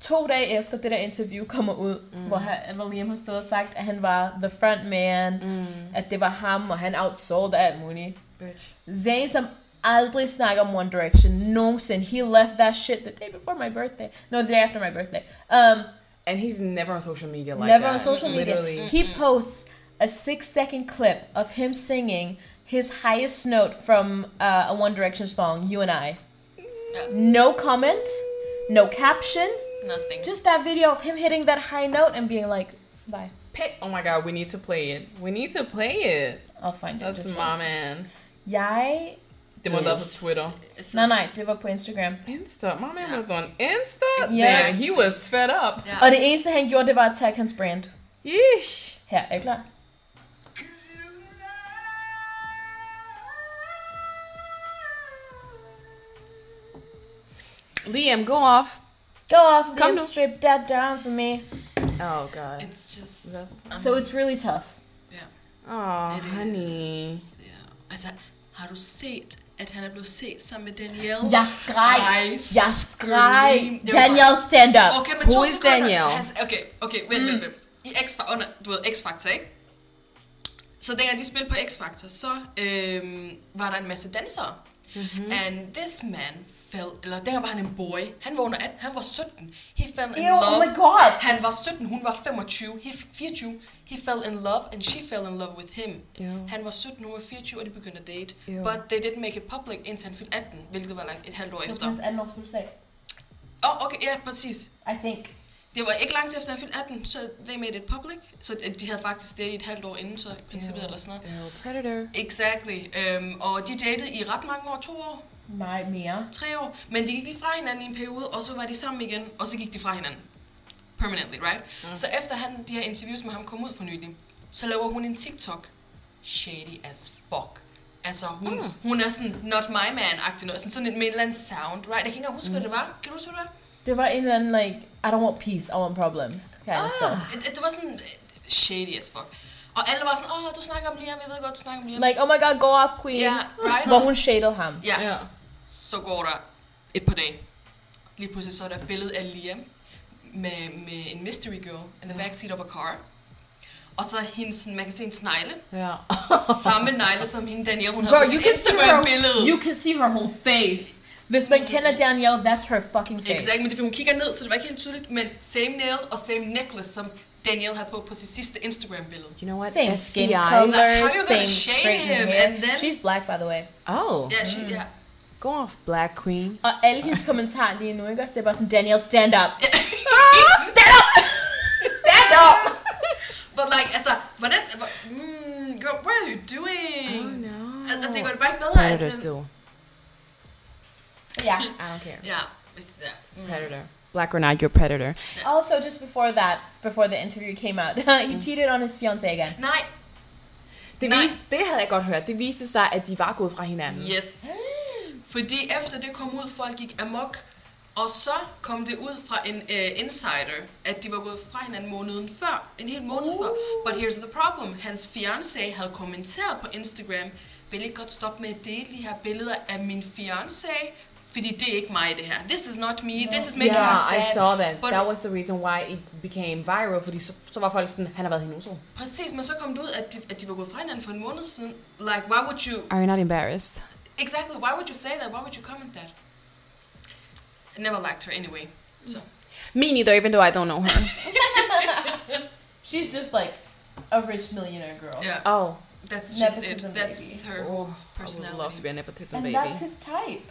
[SPEAKER 3] To dage efter det der interview kommer ud, mm. hvor, han, hvor Liam har stået og sagt, at han var the front man, mm.
[SPEAKER 5] Mm.
[SPEAKER 3] at det var ham, og han outsold alt muligt.
[SPEAKER 5] Bitch.
[SPEAKER 3] Zayn, som aldrig snakker om One Direction nogensinde. He left that shit the day before my birthday. No, the day after my birthday. Um,
[SPEAKER 5] And he's never on social media like
[SPEAKER 3] never
[SPEAKER 5] that.
[SPEAKER 3] on social media.
[SPEAKER 5] Literally.
[SPEAKER 3] He posts a six-second clip of him singing his highest note from uh, a One Direction song, "You and I."
[SPEAKER 4] Ja.
[SPEAKER 3] No comment, no caption,
[SPEAKER 4] Nothing.
[SPEAKER 3] just that video of him hitting that high note and being like, "Bye."
[SPEAKER 5] Pe- oh my god, we need to play it. We need to play it.
[SPEAKER 3] I'll find Mm. it.
[SPEAKER 5] That's
[SPEAKER 3] just
[SPEAKER 5] my
[SPEAKER 3] once.
[SPEAKER 5] man.
[SPEAKER 3] Jeg...
[SPEAKER 5] Det må være på Twitter.
[SPEAKER 3] Nej, nej, det var på Instagram.
[SPEAKER 5] Insta. My man was on Insta.
[SPEAKER 3] Yeah.
[SPEAKER 5] Yeah. He was fed up.
[SPEAKER 4] Ja.
[SPEAKER 3] Og det eneste, han gjorde, det var at tagge hans brand.
[SPEAKER 5] Yeesh.
[SPEAKER 3] Her, er I klar?
[SPEAKER 5] Liam, go off.
[SPEAKER 3] Go off,
[SPEAKER 5] Kom
[SPEAKER 3] come
[SPEAKER 5] nu.
[SPEAKER 3] strip that down for me.
[SPEAKER 5] Oh god.
[SPEAKER 4] It's just...
[SPEAKER 3] So it's really tough.
[SPEAKER 5] Oh,
[SPEAKER 4] It is.
[SPEAKER 5] honey.
[SPEAKER 4] Ja. Altså, har du set, at han er blevet set sammen med Danielle?
[SPEAKER 3] Jeg skreg.
[SPEAKER 4] Ej,
[SPEAKER 3] Jeg skreg.
[SPEAKER 4] scream. Det var-
[SPEAKER 3] Daniel, stand up.
[SPEAKER 4] Okay, men
[SPEAKER 5] Who
[SPEAKER 4] to
[SPEAKER 5] is
[SPEAKER 4] sekunder.
[SPEAKER 5] Danielle? Mm.
[SPEAKER 4] Hans, okay, okay, vent, vent, vent. I X Factor, under, du ved, X Factor, ikke? Så dengang de spillede på X Factor, så øhm, var der en masse dansere.
[SPEAKER 5] Mhm.
[SPEAKER 4] Mm-hmm. And this man fell, eller dengang var han en boy. Han var under 18, han var 17. He fell in
[SPEAKER 3] Ew,
[SPEAKER 4] love.
[SPEAKER 3] oh my god.
[SPEAKER 4] Han var 17, hun var 25, he, 24. He fell in love, and she fell in love with him.
[SPEAKER 5] Ew.
[SPEAKER 4] Han var 17, hun var 24, og de begyndte at date.
[SPEAKER 5] Ew.
[SPEAKER 4] But they didn't make it public, indtil han fyldte 18, hvilket var langt et halvt år
[SPEAKER 3] Det
[SPEAKER 4] efter.
[SPEAKER 3] var hans anden års fødselsdag,
[SPEAKER 4] Åh, oh, okay, ja, præcis.
[SPEAKER 3] I think.
[SPEAKER 4] Det var ikke langt efter, han fyldte 18, så they made it public. Så øh, de havde faktisk det i et halvt år inden, så i princippet eller sådan noget.
[SPEAKER 5] Ew, predator.
[SPEAKER 4] Exactly. Øhm, og de datede i ret mange år, to år,
[SPEAKER 3] Nej, mere.
[SPEAKER 4] tre år. Men de gik lige fra hinanden i en periode, og så var de sammen igen, og så gik de fra hinanden. Permanently, right? Mm. Så efter han, de her interviews med ham kom ud for nylig, så laver hun en TikTok. Shady as fuck. Altså, hun, mm. hun er sådan, not my man-agtig noget. Sådan, sådan et, med en eller anden sound, right? Jeg kan ikke engang huske, mm. hvad det var. Kan du huske, hvad det var?
[SPEAKER 3] Det var en eller anden, like, I don't want peace, I want problems. Kind
[SPEAKER 4] Ah.
[SPEAKER 3] of stuff.
[SPEAKER 4] Det, det var sådan øh, shady as fuck. Og alle var sådan, åh, du snakker om Liam, jeg ved godt, du snakker om Liam.
[SPEAKER 3] Like, oh my god, go off, queen.
[SPEAKER 4] Ja, right.
[SPEAKER 3] Hvor hun shadede ham.
[SPEAKER 4] Ja,
[SPEAKER 5] Yeah.
[SPEAKER 4] så går der et par dage. Lige pludselig så er der et billede af Liam med, med en mystery girl in the backseat of a car. Og så hendes, sådan, man kan se en snegle.
[SPEAKER 5] Yeah.
[SPEAKER 4] Samme negle, som hende Danielle, hun
[SPEAKER 3] Bro,
[SPEAKER 4] havde på
[SPEAKER 3] you
[SPEAKER 4] sit
[SPEAKER 3] can see her,
[SPEAKER 4] Instagram-billede.
[SPEAKER 3] you can see her whole face. Hvis man kender Danielle, that's her fucking face.
[SPEAKER 4] Exakt, men det, hun kigger ned, så det var ikke helt tydeligt. Men same nails og same necklace, som Daniel havde på på sit sidste Instagram-billede.
[SPEAKER 2] You know what?
[SPEAKER 3] Same skin
[SPEAKER 2] FBI.
[SPEAKER 3] color,
[SPEAKER 4] Like, how you gonna
[SPEAKER 3] same
[SPEAKER 4] shave
[SPEAKER 3] straightened
[SPEAKER 4] him
[SPEAKER 3] hair.
[SPEAKER 4] and then-
[SPEAKER 3] She's black, by the way.
[SPEAKER 2] Oh,
[SPEAKER 4] Ja, she, ja.
[SPEAKER 3] Mm.
[SPEAKER 2] go off, Black Queen.
[SPEAKER 3] Og alle hendes kommentarer lige nu, ikke også? Det er bare sådan, Daniel, stand up.
[SPEAKER 4] Stand up!
[SPEAKER 3] Stand up!
[SPEAKER 4] But like, altså, hvordan... hvor- Mm, girl, what are you doing?
[SPEAKER 2] Oh no.
[SPEAKER 4] Altså, det går det bare ikke bedre.
[SPEAKER 2] Predator
[SPEAKER 4] den-
[SPEAKER 2] still.
[SPEAKER 3] Så ja.
[SPEAKER 2] I don't care.
[SPEAKER 4] Ja, hvis- ja.
[SPEAKER 2] Predator. Black or not, you're predator.
[SPEAKER 3] Also, just before that, before the interview came out, he cheated on his fiancée again.
[SPEAKER 4] Nej,
[SPEAKER 2] Det,
[SPEAKER 4] Nej.
[SPEAKER 2] viste, det havde jeg godt hørt. Det viste sig, at de var gået fra hinanden.
[SPEAKER 4] Yes. Fordi efter det kom ud, folk gik amok, og så kom det ud fra en uh, insider, at de var gået fra hinanden måneden før. En hel måned før. But here's the problem. Hans fiancé havde kommenteret på Instagram, vil ikke godt stoppe med at dele de her billeder af min fiancé, fordi det er ikke mig det her. This is not me. This is making
[SPEAKER 2] Yeah,
[SPEAKER 4] me sad.
[SPEAKER 2] I saw that.
[SPEAKER 4] But
[SPEAKER 2] That was the reason why it became viral, fordi så, så var folk sådan, han har været hende utro.
[SPEAKER 4] Præcis, men så kom det ud, at de, at de var gået fra hinanden for en måned siden. Like, why would you
[SPEAKER 2] Are you not embarrassed?
[SPEAKER 4] Exactly. Why would you say that? Why would you comment that? I never liked her anyway. So
[SPEAKER 2] Me neither, even though I don't know her.
[SPEAKER 3] She's just like a rich millionaire girl.
[SPEAKER 4] yeah,
[SPEAKER 2] oh,
[SPEAKER 4] that's just
[SPEAKER 3] Nepotism
[SPEAKER 4] it. That's her
[SPEAKER 2] oh I would
[SPEAKER 4] personality.
[SPEAKER 2] love to be a nepotism
[SPEAKER 3] And
[SPEAKER 2] baby.
[SPEAKER 3] that's his type.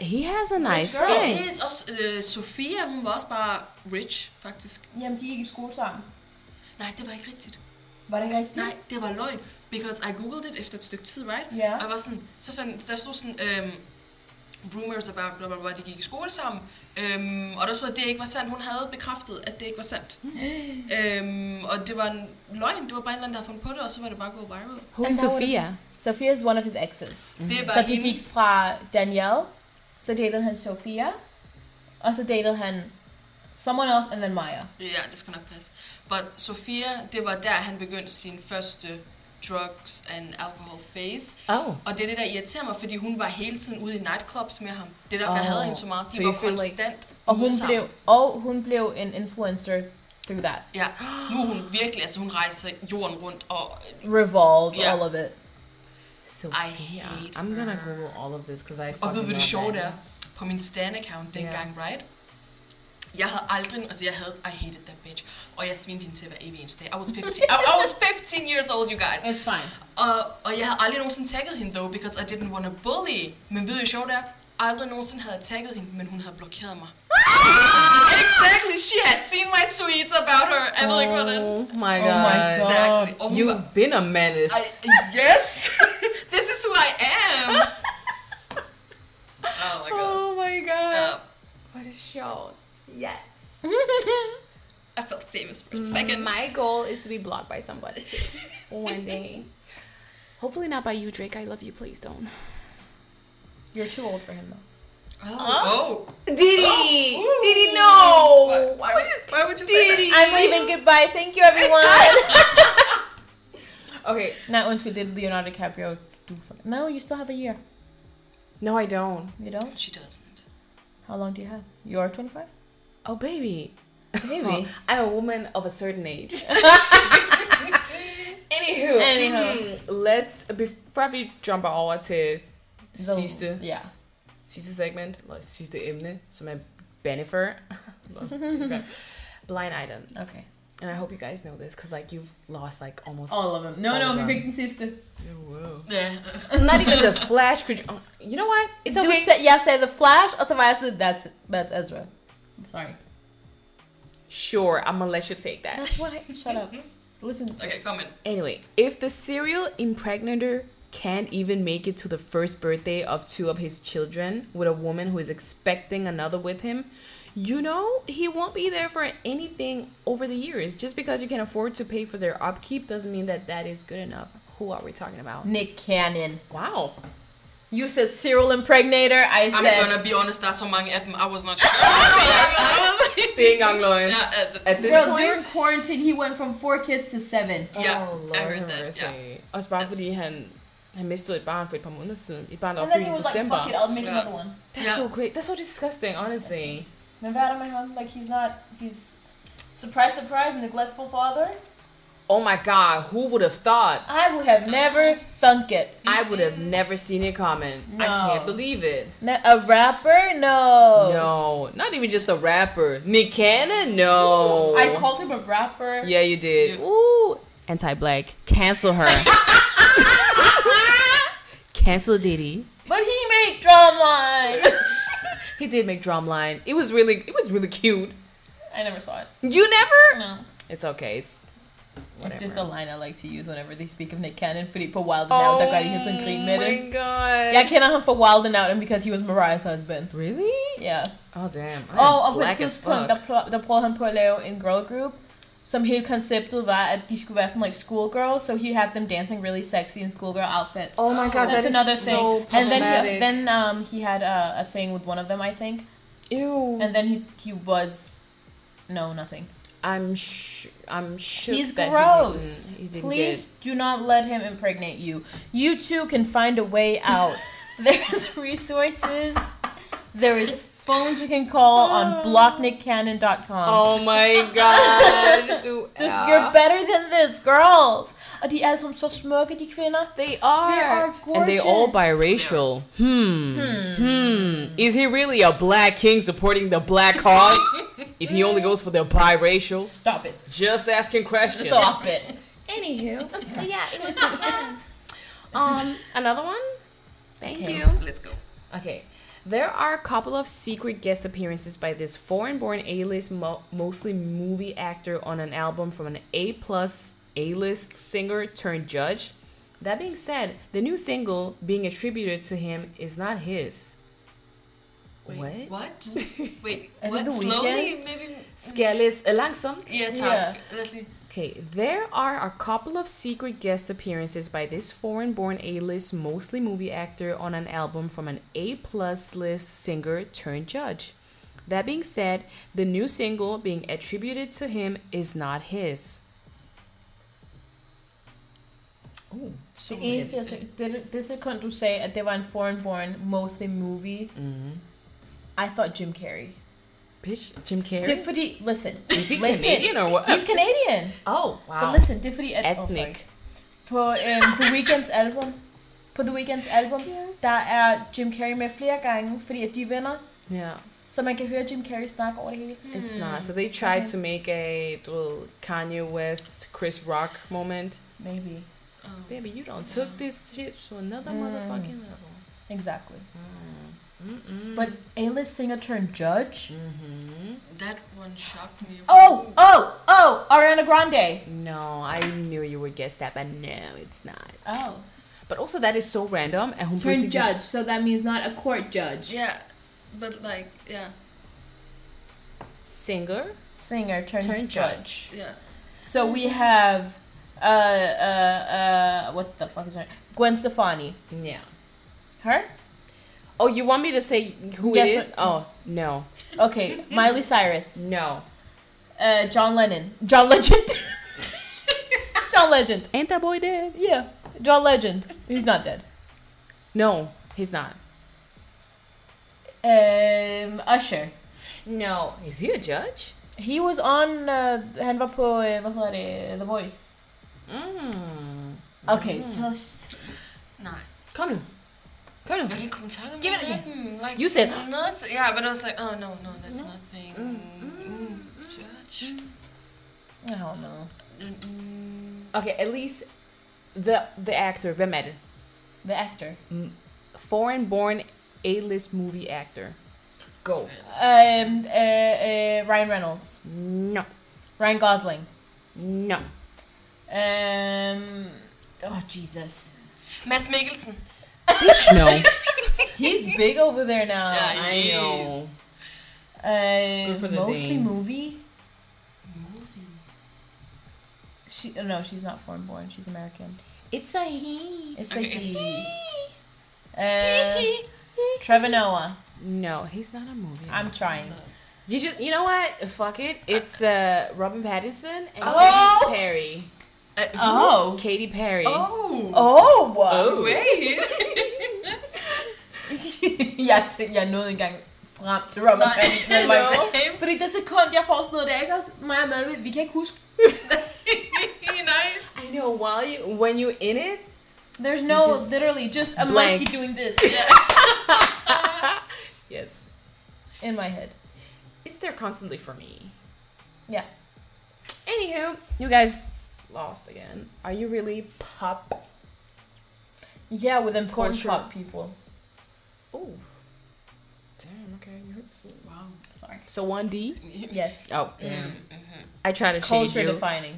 [SPEAKER 2] He has a nice
[SPEAKER 4] Girl,
[SPEAKER 2] face.
[SPEAKER 4] it is også, øh, Sofia, hun var også bare rich, faktisk.
[SPEAKER 3] Jamen, de gik i skole sammen.
[SPEAKER 4] Nej, det var ikke rigtigt.
[SPEAKER 3] Var det rigtigt?
[SPEAKER 4] Nej, det var løgn. Because I googled it efter et stykke tid, right?
[SPEAKER 3] Ja.
[SPEAKER 2] Um,
[SPEAKER 4] Og jeg var sådan, så fandt, der stod sådan, øhm, rumors about bla bla bla, de gik i skole sammen. Øhm, og der stod, at det ikke var sandt. Hun havde bekræftet, at det ikke var sandt. øhm, og det var en løgn. Det var bare en eller anden, der havde fundet på det, og så var det bare gået viral.
[SPEAKER 2] Who
[SPEAKER 3] And
[SPEAKER 2] is
[SPEAKER 3] that would've
[SPEAKER 2] Sophia?
[SPEAKER 3] Sophia is one of his exes.
[SPEAKER 4] Det er
[SPEAKER 3] Mhm. Så
[SPEAKER 4] bare
[SPEAKER 3] de
[SPEAKER 4] hende.
[SPEAKER 3] gik fra Danielle, så datede han Sophia, og så datede han someone else, and then Maya.
[SPEAKER 4] Ja, det skal nok passe. But Sofia, det var der, han begyndte sin første drugs and alcohol phase.
[SPEAKER 2] Oh.
[SPEAKER 4] Og det er det, der irriterer mig, fordi hun var hele tiden ude i nightclubs med ham. Det er derfor, oh. jeg
[SPEAKER 2] Oh.
[SPEAKER 4] havde hende så meget. De
[SPEAKER 2] So
[SPEAKER 4] var
[SPEAKER 2] you feel like-
[SPEAKER 4] konstant
[SPEAKER 3] Og hun,
[SPEAKER 4] ude sammen.
[SPEAKER 3] blev, og hun blev en influencer through that.
[SPEAKER 4] Ja, nu er hun virkelig, altså hun rejser jorden rundt, og
[SPEAKER 3] Revolve,
[SPEAKER 4] Ja.
[SPEAKER 3] all of it.
[SPEAKER 4] I
[SPEAKER 2] Sophia.
[SPEAKER 4] hate
[SPEAKER 2] I'm gonna
[SPEAKER 4] her.
[SPEAKER 2] Google all of this because I
[SPEAKER 4] Og
[SPEAKER 2] fucking
[SPEAKER 4] ved du, hvad det
[SPEAKER 2] love
[SPEAKER 4] sjove
[SPEAKER 2] that.
[SPEAKER 4] er? På min Stan-account dengang, right? Jeg havde aldrig, altså jeg havde, I hated that bitch. Og jeg svinte hende til hver evig eneste dag. I was 15, I, I was 15 years old, you guys.
[SPEAKER 3] It's fine.
[SPEAKER 4] Og, og jeg havde aldrig nogensinde tagget hende, though, because I didn't want to bully. Men ved du, hvor sjovt det er? Aldrig nogensinde havde jeg tagget hende, men hun havde blokeret mig. Ah! exactly, she had seen my tweets about her. Jeg ved ikke, hvordan.
[SPEAKER 2] Oh my
[SPEAKER 3] Oh my
[SPEAKER 2] god.
[SPEAKER 3] god.
[SPEAKER 4] Exactly. Og hun var-
[SPEAKER 2] You've been a menace.
[SPEAKER 4] I, yes! this is who I am! oh my god.
[SPEAKER 2] oh my god.
[SPEAKER 4] Uh,
[SPEAKER 2] what a show. Yes.
[SPEAKER 4] I felt famous for a second.
[SPEAKER 2] Mm. My goal is to be blocked by somebody too. One day. Hopefully not by you, Drake. I love you. Please don't.
[SPEAKER 3] You're too old for him, though.
[SPEAKER 4] Oh.
[SPEAKER 2] Diddy! Diddy,
[SPEAKER 4] oh.
[SPEAKER 2] no!
[SPEAKER 4] Why, why, would, why would you say that?
[SPEAKER 2] Diddy!
[SPEAKER 3] I'm leaving, goodbye, thank you everyone!
[SPEAKER 2] Okay.
[SPEAKER 3] Nej, undskyld, det er Leonardo DiCaprio. Du fuck- No, you still have a year.
[SPEAKER 2] No, I don't.
[SPEAKER 3] You don't?
[SPEAKER 4] She doesn't.
[SPEAKER 3] How long do you have? You are 25?
[SPEAKER 2] Oh, baby.
[SPEAKER 3] Maybe.
[SPEAKER 2] I'm a woman of a certain age. Anywho,
[SPEAKER 3] Anywho.
[SPEAKER 2] mm, let's before vi jumper over til
[SPEAKER 3] The-
[SPEAKER 2] sidste
[SPEAKER 3] Yeah.
[SPEAKER 2] sidste segment, eller sidste emne, som er Bennifer. Blind item.
[SPEAKER 3] Okay.
[SPEAKER 2] And I hope you guys know this, because like you've lost like almost
[SPEAKER 3] All of them. No,
[SPEAKER 2] All
[SPEAKER 3] no,
[SPEAKER 2] of
[SPEAKER 3] vi
[SPEAKER 2] them.
[SPEAKER 3] fik den sidste.
[SPEAKER 4] Yeah.
[SPEAKER 2] not even the flash. Could you, oh, you know what? It's
[SPEAKER 3] Du
[SPEAKER 2] okay.
[SPEAKER 3] sag- jeg sagde The Flash, og så var jeg sådan, that's, that's Ezra. Sorry.
[SPEAKER 2] Sure, I'm gonna let you take that.
[SPEAKER 3] That's what I... Shut up. Listen to
[SPEAKER 4] Okay, come in.
[SPEAKER 2] Anyway, if the serial impregnator can't even make it to the first birthday of two of his children with a woman who is expecting another with him, you know he won't be there for anything over the years. Just because you can afford to pay for their upkeep doesn't mean that that is good enough. Who are we talking about?
[SPEAKER 3] Nick Cannon.
[SPEAKER 2] Wow.
[SPEAKER 3] You said serial impregnator, I
[SPEAKER 4] I'm
[SPEAKER 3] said...
[SPEAKER 4] gonna be honest, there's so many of them, I was not sure. I was like,
[SPEAKER 2] Being online
[SPEAKER 4] yeah, uh, th-
[SPEAKER 2] at this
[SPEAKER 3] Bro,
[SPEAKER 2] point.
[SPEAKER 3] during quarantine, he went from four kids to seven.
[SPEAKER 4] yeah,
[SPEAKER 2] oh, Lord
[SPEAKER 4] I heard
[SPEAKER 2] have
[SPEAKER 4] that. Yeah.
[SPEAKER 2] mercy. Også bare fordi han, han mistede et barn for et par måneder siden. Et barn, der var
[SPEAKER 3] And then
[SPEAKER 2] født
[SPEAKER 3] he
[SPEAKER 2] i
[SPEAKER 3] was like,
[SPEAKER 2] december.
[SPEAKER 3] fuck it, I'll make
[SPEAKER 4] Yeah.
[SPEAKER 3] another one.
[SPEAKER 2] That's
[SPEAKER 4] Yeah.
[SPEAKER 2] so great. That's so disgusting, honestly.
[SPEAKER 3] Men hvad er der med ham? Like, he's not... He's... Surprise, surprise, neglectful father.
[SPEAKER 2] oh my god, who would have thought?
[SPEAKER 3] I would have never thunk it.
[SPEAKER 2] I would have never seen it coming. I
[SPEAKER 3] No.
[SPEAKER 2] can't believe it.
[SPEAKER 3] Not a rapper? No.
[SPEAKER 2] No, not even just a rapper. Nick Cannon? No.
[SPEAKER 3] I called him a rapper.
[SPEAKER 2] yeah, you did.
[SPEAKER 4] Yeah.
[SPEAKER 2] Ooh, anti-black. Cancel her. Cancel Diddy.
[SPEAKER 3] But he made drama.
[SPEAKER 2] He did make Drumline. It was really, it was really cute.
[SPEAKER 3] I never saw it.
[SPEAKER 2] You never?
[SPEAKER 3] No. Oh
[SPEAKER 2] It's okay. It's
[SPEAKER 3] It's just a line I like to use whenever they speak of Nick Cannon. Filippo Wilden out. That guy gets in green
[SPEAKER 2] my god.
[SPEAKER 3] Yeah, I cannot hunt for Wilden out and because he was Mariah's husband.
[SPEAKER 2] Really?
[SPEAKER 3] Yeah.
[SPEAKER 2] Oh damn. I am
[SPEAKER 3] Oh, up
[SPEAKER 2] black
[SPEAKER 3] until
[SPEAKER 2] as
[SPEAKER 3] this point,
[SPEAKER 2] fuck.
[SPEAKER 3] da, pl- da Paul han pålave en girl group, som hele konceptet var, at de skulle være sådan like schoolgirls, so he had them dancing really sexy in schoolgirl outfits.
[SPEAKER 2] Oh my god,
[SPEAKER 3] That's
[SPEAKER 2] that is
[SPEAKER 3] another thing.
[SPEAKER 2] so
[SPEAKER 3] and then he,
[SPEAKER 2] problematic.
[SPEAKER 3] then um, he had a, a thing with one of them, I think.
[SPEAKER 2] Ew.
[SPEAKER 3] And then he he was, no, nothing.
[SPEAKER 2] I'm sh- I'm shook
[SPEAKER 3] He's
[SPEAKER 2] that he
[SPEAKER 3] gross.
[SPEAKER 2] didn't- he didn't
[SPEAKER 3] Please do not let him impregnate you. You too can find a way out. There's resources. There is phones you can call on blocknickcannon.com.
[SPEAKER 2] Oh my god. Du
[SPEAKER 3] Just,
[SPEAKER 2] er-
[SPEAKER 3] You're better than this, girls. Og de er alle sammen så smukke, de kvinder.
[SPEAKER 2] They are.
[SPEAKER 3] are
[SPEAKER 2] And they all
[SPEAKER 3] gorgeous.
[SPEAKER 2] biracial. Hmm. Hmm. Is he really a black king supporting the black cause? if he only goes for the biracial?
[SPEAKER 3] Stop it.
[SPEAKER 2] Just asking questions.
[SPEAKER 3] Stop it.
[SPEAKER 2] Um, another one? Thank you.
[SPEAKER 4] Let's go.
[SPEAKER 2] Okay. There are a couple of secret guest appearances by this foreign-born A-list, mo- mostly movie actor, on an album from an A-plus A-list singer turned judge. That being said, the new single being attributed to him is not his.
[SPEAKER 4] Wait,
[SPEAKER 2] what?
[SPEAKER 4] What? Wait,
[SPEAKER 3] Er det
[SPEAKER 4] what?
[SPEAKER 3] The
[SPEAKER 4] Slowly?
[SPEAKER 3] Weeknd?
[SPEAKER 4] Maybe.
[SPEAKER 2] Skærlis langsomt.
[SPEAKER 4] Yeah, tak.
[SPEAKER 3] Yeah.
[SPEAKER 4] Leslie.
[SPEAKER 2] Okay, there are a couple of secret guest appearances by this foreign born A list, mostly movie actor, on an album from an A plus list singer turned judge. That being said, the new single being attributed to him is not his. Oh,
[SPEAKER 3] Det eneste, jeg sagde, det, det sekund, du sagde, at det var en foreign-born, mostly movie,
[SPEAKER 2] Mm-hmm.
[SPEAKER 3] I thought Jim Carrey.
[SPEAKER 2] bitch, Jim Carrey.
[SPEAKER 3] Det er fordi, listen.
[SPEAKER 2] is he
[SPEAKER 3] listen.
[SPEAKER 2] Canadian or what?
[SPEAKER 3] He's Canadian.
[SPEAKER 2] oh, wow.
[SPEAKER 3] But listen, det er fordi, at... Oh, sorry.
[SPEAKER 2] Ethnic.
[SPEAKER 3] på um, The Weeknd's album, på The Weeknd's album, yes. der er Jim Carrey med flere gange, fordi at de er venner,
[SPEAKER 2] yeah,
[SPEAKER 3] så man kan høre Jim Carrey snakke over det hele.
[SPEAKER 2] it's not. So they tried to make a well, Kanye West, Chris Rock moment.
[SPEAKER 3] Maybe.
[SPEAKER 4] Oh.
[SPEAKER 2] Baby, you don't took this shit to another motherfucking level.
[SPEAKER 3] Exactly.
[SPEAKER 2] Mm-mm.
[SPEAKER 3] But A-list singer turned judge?
[SPEAKER 4] That one shocked me.
[SPEAKER 3] Oh, oh, oh, Ariana Grande.
[SPEAKER 2] No, I knew you would guess that, but no, it's not.
[SPEAKER 3] Oh.
[SPEAKER 2] But also, that is so random. And hun pludselig-
[SPEAKER 3] Turned judge, so that means not a court judge.
[SPEAKER 4] Yeah, but like, yeah,
[SPEAKER 2] Singer.
[SPEAKER 3] Singer turned,
[SPEAKER 2] Turned
[SPEAKER 3] judge.
[SPEAKER 4] yeah.
[SPEAKER 3] So we have, uh, uh, uh, what the fuck is her? Gwen Stefani.
[SPEAKER 2] Yeah.
[SPEAKER 3] Her?
[SPEAKER 2] Oh, you want me to say who it
[SPEAKER 3] Yes,
[SPEAKER 2] is?
[SPEAKER 3] uh,
[SPEAKER 2] Oh, no.
[SPEAKER 3] Okay, Miley Cyrus.
[SPEAKER 2] No.
[SPEAKER 3] Uh, John Lennon. John Legend. John Legend.
[SPEAKER 2] Ain't that boy dead?
[SPEAKER 3] Yeah, John Legend. He's not dead.
[SPEAKER 2] No, he's not.
[SPEAKER 3] Um, Usher.
[SPEAKER 2] No. Is he a judge?
[SPEAKER 3] He was on, uh, han var på, uh, hvad hedder det, The Voice.
[SPEAKER 2] Mm.
[SPEAKER 3] Okay, tell us.
[SPEAKER 4] Nej.
[SPEAKER 2] Come on. Come
[SPEAKER 4] Jeg
[SPEAKER 2] on.
[SPEAKER 4] kan ikke kommentere det.
[SPEAKER 2] Giv mig det.
[SPEAKER 4] Mm, like,
[SPEAKER 2] You said-
[SPEAKER 4] Nothing. Yeah, but I was like, oh no, no, that's nothing. Mm, Judge.
[SPEAKER 3] I don't know.
[SPEAKER 4] Mm,
[SPEAKER 2] Okay, at least the the actor, hvem er det?
[SPEAKER 3] The actor.
[SPEAKER 2] Foreign born A-list movie actor. Go.
[SPEAKER 3] Um, uh, uh, Ryan Reynolds.
[SPEAKER 2] No.
[SPEAKER 3] Ryan Gosling.
[SPEAKER 2] No.
[SPEAKER 3] Um, oh, Jesus.
[SPEAKER 4] Mads Mikkelsen.
[SPEAKER 2] no.
[SPEAKER 3] He's big over there now.
[SPEAKER 4] Yeah,
[SPEAKER 2] I know.
[SPEAKER 3] Uh,
[SPEAKER 2] Good for the
[SPEAKER 3] mostly
[SPEAKER 2] Danes.
[SPEAKER 3] movie.
[SPEAKER 4] Movie.
[SPEAKER 3] She oh, no, she's not foreign born. She's American.
[SPEAKER 2] It's a he.
[SPEAKER 3] It's a
[SPEAKER 4] Okay.
[SPEAKER 3] he. Uh, Trevor Noah.
[SPEAKER 2] No, he's not a movie.
[SPEAKER 3] I'm trying.
[SPEAKER 2] you just, you know what? Fuck it. It's uh, Robin Pattinson and
[SPEAKER 3] Oh!
[SPEAKER 2] Katy Perry.
[SPEAKER 4] Uh,
[SPEAKER 3] Oh.
[SPEAKER 2] Katy Perry.
[SPEAKER 4] Oh.
[SPEAKER 3] Oh. wow.
[SPEAKER 4] Wait.
[SPEAKER 3] jeg, tæ- jeg nåede engang frem til Robert
[SPEAKER 4] Nej,
[SPEAKER 3] Pattinson. Jeg
[SPEAKER 4] no.
[SPEAKER 3] var- Fordi det sekund, jeg får sådan noget, det er ikke også mig og Mary, vi kan ikke huske.
[SPEAKER 4] Nej.
[SPEAKER 2] while you when you're in it,
[SPEAKER 3] There's no literally just a
[SPEAKER 2] Blank.
[SPEAKER 3] monkey doing this
[SPEAKER 2] yes,
[SPEAKER 3] in my head.
[SPEAKER 2] it's there constantly for me.
[SPEAKER 3] Yeah.
[SPEAKER 2] Anywho, you guys lost again. Are you really pop?
[SPEAKER 3] Yeah, with important
[SPEAKER 2] Culture.
[SPEAKER 3] pop people.
[SPEAKER 2] Oh, damn. Okay, you heard this.
[SPEAKER 4] Wow.
[SPEAKER 3] Sorry.
[SPEAKER 2] So one D.
[SPEAKER 3] Yes.
[SPEAKER 2] Oh, I try to
[SPEAKER 3] Culture
[SPEAKER 2] shade you.
[SPEAKER 3] defining.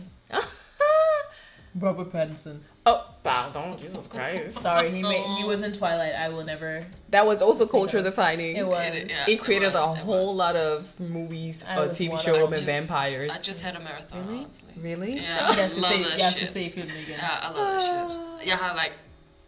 [SPEAKER 3] Robert Pattinson.
[SPEAKER 2] oh, pardon, Jesus Christ.
[SPEAKER 3] Sorry, he made, he was in Twilight. I will never.
[SPEAKER 2] That was also culture defining.
[SPEAKER 3] It was.
[SPEAKER 4] It- yeah.
[SPEAKER 2] It Oh. created a
[SPEAKER 4] was, it
[SPEAKER 2] whole
[SPEAKER 4] was.
[SPEAKER 2] lot of movies,
[SPEAKER 3] I
[SPEAKER 2] a
[SPEAKER 3] was
[SPEAKER 2] TV
[SPEAKER 3] one
[SPEAKER 2] show
[SPEAKER 4] I
[SPEAKER 2] about
[SPEAKER 4] just-
[SPEAKER 2] vampires.
[SPEAKER 4] I just had a marathon,
[SPEAKER 2] Really?
[SPEAKER 4] honestly.
[SPEAKER 2] Really?
[SPEAKER 4] Yeah, I
[SPEAKER 3] Yes, to
[SPEAKER 4] love
[SPEAKER 3] say,
[SPEAKER 4] that
[SPEAKER 3] yes, to
[SPEAKER 4] shit.
[SPEAKER 3] say film again.
[SPEAKER 4] Ja, I love
[SPEAKER 2] Ah.
[SPEAKER 4] that shit. Jeg har like,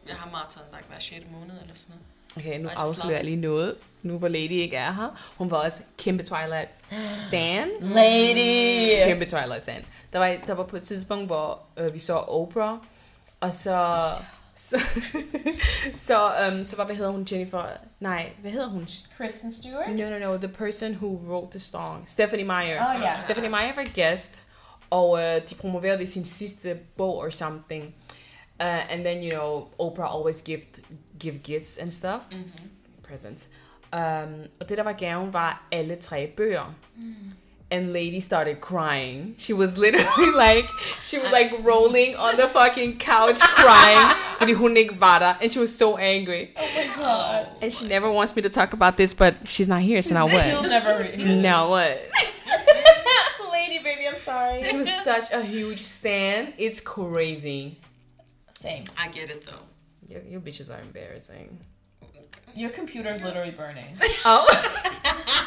[SPEAKER 4] jeg har meget sådan like, hvad shit i måneden eller sådan noget.
[SPEAKER 2] Okay, nu
[SPEAKER 4] I just
[SPEAKER 2] afslører jeg lige noget. Nu hvor Lady ikke er her. Hun var også kæmpe Twilight Stan.
[SPEAKER 3] Lady.
[SPEAKER 2] Kæmpe Twilight Stan. Der var, der var på et tidspunkt, hvor øh, vi så Oprah, og så... Så, så, um, så var, hvad hedder hun, Jennifer? Nej, hvad hedder hun?
[SPEAKER 3] Kristen Stewart.
[SPEAKER 2] No, no, no, the person who wrote the song. Stephanie Meyer.
[SPEAKER 3] Oh ja.
[SPEAKER 2] Stephanie Meyer var gæst, og øh, de promoverede ved sin sidste bog or something. Uh, and then, you know, Oprah always give, give gifts and stuff.
[SPEAKER 4] Mm-hmm.
[SPEAKER 2] Presents. Um, og det, der var gaven, var alle tre bøger. And lady started crying. She was literally like, she was like rolling on the fucking couch crying, fordi hun ikke var der. And she was so angry.
[SPEAKER 3] God.
[SPEAKER 2] And she never wants me to talk about this, but she's not here, so now
[SPEAKER 3] You'll
[SPEAKER 2] what?
[SPEAKER 3] never read.
[SPEAKER 2] Now what?
[SPEAKER 3] Lady, baby, I'm sorry.
[SPEAKER 2] She was such a huge stan. It's crazy.
[SPEAKER 3] Same.
[SPEAKER 4] I get it though.
[SPEAKER 2] You, you bitches are embarrassing.
[SPEAKER 3] Your computer's literally burning.
[SPEAKER 2] Oh.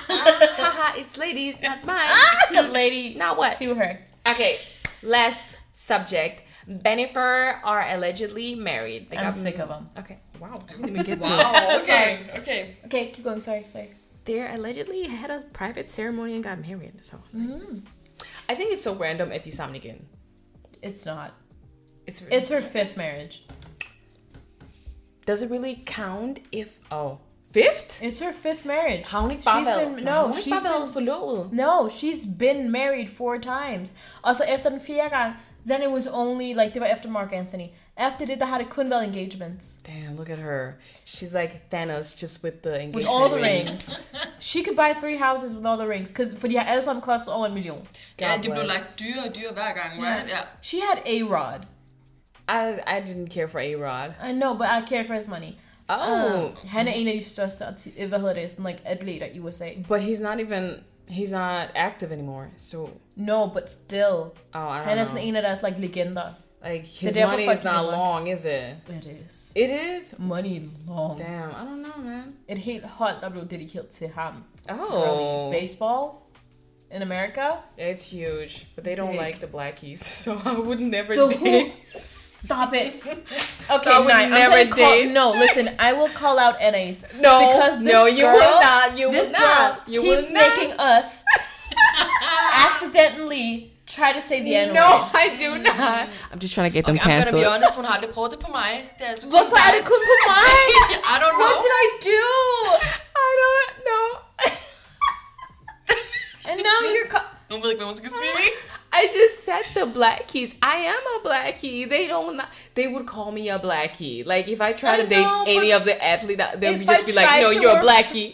[SPEAKER 2] Haha, it's ladies, not mine.
[SPEAKER 3] Lady,
[SPEAKER 2] Now what?
[SPEAKER 3] Sue her.
[SPEAKER 2] Ah! Okay, last subject. Benifer are allegedly married. They
[SPEAKER 3] I'm
[SPEAKER 2] got-
[SPEAKER 3] sick of them.
[SPEAKER 2] Okay, wow. I didn't even get to it.
[SPEAKER 4] Wow, okay, okay.
[SPEAKER 3] Okay, keep going. Sorry, sorry.
[SPEAKER 2] They allegedly had a private ceremony and got married. So Mm-hmm. I think it's so random at the Samnigan.
[SPEAKER 3] It's not.
[SPEAKER 2] It's,
[SPEAKER 3] It's her fifth marriage.
[SPEAKER 2] does it really count if oh fifth?
[SPEAKER 3] It's her fifth marriage.
[SPEAKER 2] How many
[SPEAKER 3] She's
[SPEAKER 2] Pavel?
[SPEAKER 3] been- no,
[SPEAKER 2] How many
[SPEAKER 3] she's
[SPEAKER 2] Pavel
[SPEAKER 3] been-
[SPEAKER 2] forlovet?
[SPEAKER 3] No, she's been married four times. Also, efter den fjerde gang, then it was only, like, they were after Mark Anthony. After det, der har det kun været engagements.
[SPEAKER 2] Damn, look at her. She's like Thanos, just with the engagement
[SPEAKER 3] With all the
[SPEAKER 2] rings.
[SPEAKER 3] rings. she could buy three houses with all the rings. Cause, fordi de har alle sammen kostet over en million.
[SPEAKER 4] Ja,
[SPEAKER 2] God
[SPEAKER 4] de blev
[SPEAKER 2] bless.
[SPEAKER 4] Eh, like dyre og dyre hver gang, right? Ja.
[SPEAKER 3] She had A-Rod.
[SPEAKER 2] I I didn't care for A Rod.
[SPEAKER 3] I know, but I cared for his money.
[SPEAKER 2] Oh,
[SPEAKER 3] Um, han er en af de største arti- hvad hedder det, sådan, like, atleter i USA.
[SPEAKER 2] but he's not even he's not active anymore. So
[SPEAKER 3] No, but still.
[SPEAKER 2] oh, I don't
[SPEAKER 3] Han er
[SPEAKER 2] know.
[SPEAKER 3] sådan en af deres like, legender.
[SPEAKER 2] Like his
[SPEAKER 3] devil
[SPEAKER 2] money is
[SPEAKER 3] fucking
[SPEAKER 2] not
[SPEAKER 3] Elon.
[SPEAKER 2] long, is it?
[SPEAKER 3] It is.
[SPEAKER 2] It is.
[SPEAKER 3] Money long.
[SPEAKER 2] Damn, I don't know, man.
[SPEAKER 3] Et helt hold, der blev dedikeret til ham.
[SPEAKER 2] Oh,
[SPEAKER 3] Really. Baseball in America.
[SPEAKER 2] it's huge, but they don't
[SPEAKER 3] Big.
[SPEAKER 2] like the blackies, so I would never.
[SPEAKER 3] The
[SPEAKER 2] date.
[SPEAKER 3] who? Stop it. Okay,
[SPEAKER 2] So I would
[SPEAKER 3] Nye, I'm
[SPEAKER 2] never
[SPEAKER 3] gonna call-
[SPEAKER 2] date?
[SPEAKER 3] No, listen, I will call out NAs.
[SPEAKER 2] No,
[SPEAKER 3] because this
[SPEAKER 2] no, you
[SPEAKER 3] girl,
[SPEAKER 2] will not. You
[SPEAKER 3] this
[SPEAKER 2] will not.
[SPEAKER 3] girl
[SPEAKER 2] you
[SPEAKER 3] keeps
[SPEAKER 2] will not.
[SPEAKER 3] making us accidentally try to say the N word.
[SPEAKER 2] No, I do not. I'm just trying to get them
[SPEAKER 4] Okay, I'm gonna
[SPEAKER 2] canceled.
[SPEAKER 4] be honest, hun har aldrig prøvet det på mig. Det er altså kun
[SPEAKER 3] Hvorfor er
[SPEAKER 4] dig.
[SPEAKER 3] det kun på mig?
[SPEAKER 4] I don't know.
[SPEAKER 3] What did I do?
[SPEAKER 2] I don't know.
[SPEAKER 3] And now you're. Ca-
[SPEAKER 4] Hun ved ikke, hvad hun skal sige.
[SPEAKER 2] I just said the blackies. I am a blackie. They don't. Not, they would call me a blackie. Like if I try
[SPEAKER 3] I
[SPEAKER 2] to date
[SPEAKER 3] know, but
[SPEAKER 2] any of the athlete, that- they
[SPEAKER 3] if
[SPEAKER 2] would just
[SPEAKER 3] I
[SPEAKER 2] be like,
[SPEAKER 3] tried
[SPEAKER 2] "No,
[SPEAKER 3] to
[SPEAKER 2] you're a
[SPEAKER 3] work-
[SPEAKER 2] blackie."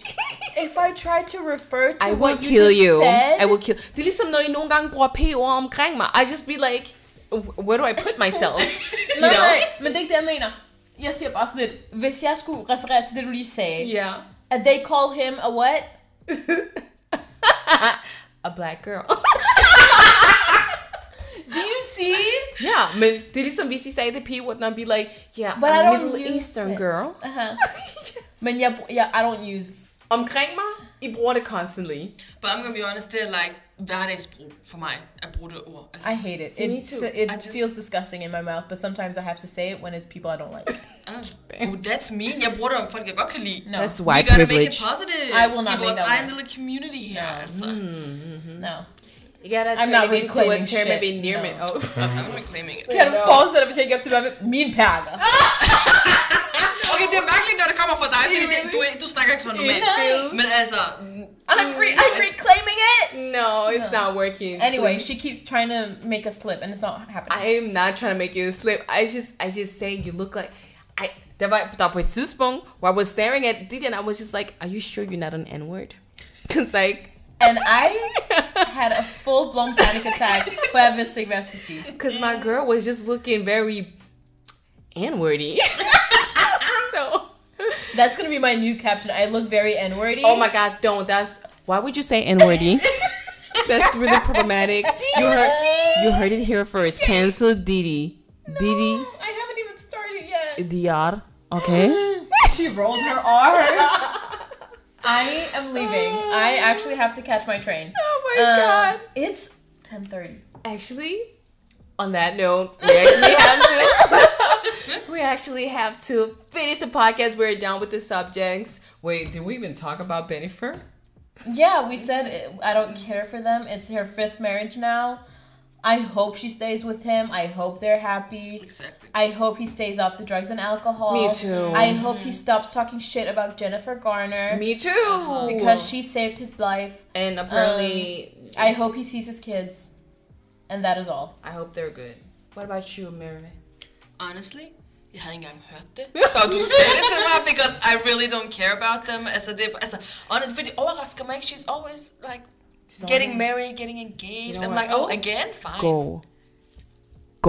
[SPEAKER 3] If I try to refer to
[SPEAKER 2] I will
[SPEAKER 3] what
[SPEAKER 2] kill
[SPEAKER 3] you, just
[SPEAKER 2] you.
[SPEAKER 3] said,
[SPEAKER 2] I will kill. Det er ligesom når I nogle gange bruger p-ord omkring mig. I just be like, "Wh- where do I put myself? you
[SPEAKER 3] Nej,
[SPEAKER 2] know?
[SPEAKER 3] nej, men det er ikke det, jeg mener. Jeg siger bare sådan lidt, hvis jeg skulle referere til det, du lige sagde,
[SPEAKER 2] Yeah.
[SPEAKER 3] at they call him a what?
[SPEAKER 2] a black girl.
[SPEAKER 3] Do you see?
[SPEAKER 2] yeah, men det er ligesom hvis I sagde det p-word, and I'd be like, yeah,
[SPEAKER 3] But
[SPEAKER 2] I'm
[SPEAKER 3] I
[SPEAKER 2] a
[SPEAKER 3] don't
[SPEAKER 2] Middle
[SPEAKER 3] use
[SPEAKER 2] Eastern
[SPEAKER 3] it.
[SPEAKER 2] girl.
[SPEAKER 3] Uh-huh. Men jeg, jeg, I don't use.
[SPEAKER 2] Omkring mig, I bruger det constantly.
[SPEAKER 4] But I'm gonna be honest, det er like hverdagsbrug for mig at bruge det ord. Altså,
[SPEAKER 3] I hate it.
[SPEAKER 2] See,
[SPEAKER 3] it
[SPEAKER 2] me too.
[SPEAKER 3] It
[SPEAKER 4] I just-
[SPEAKER 3] feels disgusting in my mouth, but sometimes I have to say it when it's people I don't like.
[SPEAKER 2] Mm-hmm.
[SPEAKER 4] oh, oh, that's me. Jeg bruger det om folk, jeg godt kan lide.
[SPEAKER 3] No,
[SPEAKER 2] That's
[SPEAKER 4] We
[SPEAKER 2] white
[SPEAKER 4] gotta
[SPEAKER 2] privilege.
[SPEAKER 4] make it positive.
[SPEAKER 3] I will not
[SPEAKER 4] I
[SPEAKER 3] make
[SPEAKER 4] vores
[SPEAKER 3] that
[SPEAKER 4] egen
[SPEAKER 3] one.
[SPEAKER 4] lille community her,
[SPEAKER 3] No. Mm.
[SPEAKER 4] altså.
[SPEAKER 3] no.
[SPEAKER 2] You gotta
[SPEAKER 3] I'm
[SPEAKER 2] turn
[SPEAKER 3] not
[SPEAKER 2] it into a
[SPEAKER 3] reclaiming
[SPEAKER 2] term
[SPEAKER 3] shit.
[SPEAKER 2] of endearment.
[SPEAKER 3] No.
[SPEAKER 2] Oh.
[SPEAKER 4] I'm reclaiming it.
[SPEAKER 2] Ah,
[SPEAKER 3] Kan du forestille dig, hvis jeg ikke op til mig med min perker?
[SPEAKER 4] okay, det er mærkeligt, når det kommer fra dig, fordi det, du, er- du snakker ikke så normalt. Men altså,
[SPEAKER 3] I'm, re- I'm reclaiming it.
[SPEAKER 2] No, it's not working.
[SPEAKER 3] Anyway,
[SPEAKER 2] please.
[SPEAKER 3] she keeps trying to make us slip, and it's not happening.
[SPEAKER 2] I am not trying to make you slip. I just, I just saying you look like I. Der var der på et tidspunkt, where I was staring at Didi, and I was just like, "Are you sure you're not an N word?" Cause like,
[SPEAKER 3] and I had a full blown panic attack for visiting Vespucci.
[SPEAKER 2] cause my
[SPEAKER 3] Mm.
[SPEAKER 2] girl was just looking very N wordy. so,
[SPEAKER 3] That's gonna be my new caption. I look very N wordy.
[SPEAKER 2] oh my god, don't. That's why would you say N wordy? That's really problematic. You heard, you heard it here first. Cancel Didi, Didi,
[SPEAKER 3] I haven't even started yet.
[SPEAKER 2] Dr. Okay.
[SPEAKER 3] She rolled her R. I am leaving. I actually have to catch my train.
[SPEAKER 2] Oh
[SPEAKER 3] Um, It's 10:30.
[SPEAKER 2] actually on that note we actually have to we actually have to finish the podcast we're done with the subjects wait did we even talk about benifer
[SPEAKER 3] Yeah, we said it, I don't care for them. It's her fifth marriage now. I hope she stays with him. I hope they're happy.
[SPEAKER 4] exactly.
[SPEAKER 3] I hope he stays off the drugs and alcohol.
[SPEAKER 2] Me too.
[SPEAKER 3] I hope he stops talking shit about Jennifer Garner
[SPEAKER 2] me too
[SPEAKER 3] because she saved his life.
[SPEAKER 2] and apparently
[SPEAKER 3] I hope he sees his kids. And that is all.
[SPEAKER 2] i hope they're good what about you Meredith?
[SPEAKER 4] Honestly, jeg havde ikke engang hørt det, før du sagde det til mig, because I really don't care about them. Altså, det, er- altså, honest, fordi det overrasker mig ikke, she's always like, getting married, getting engaged. I'm like, oh, again? Fine.
[SPEAKER 2] goal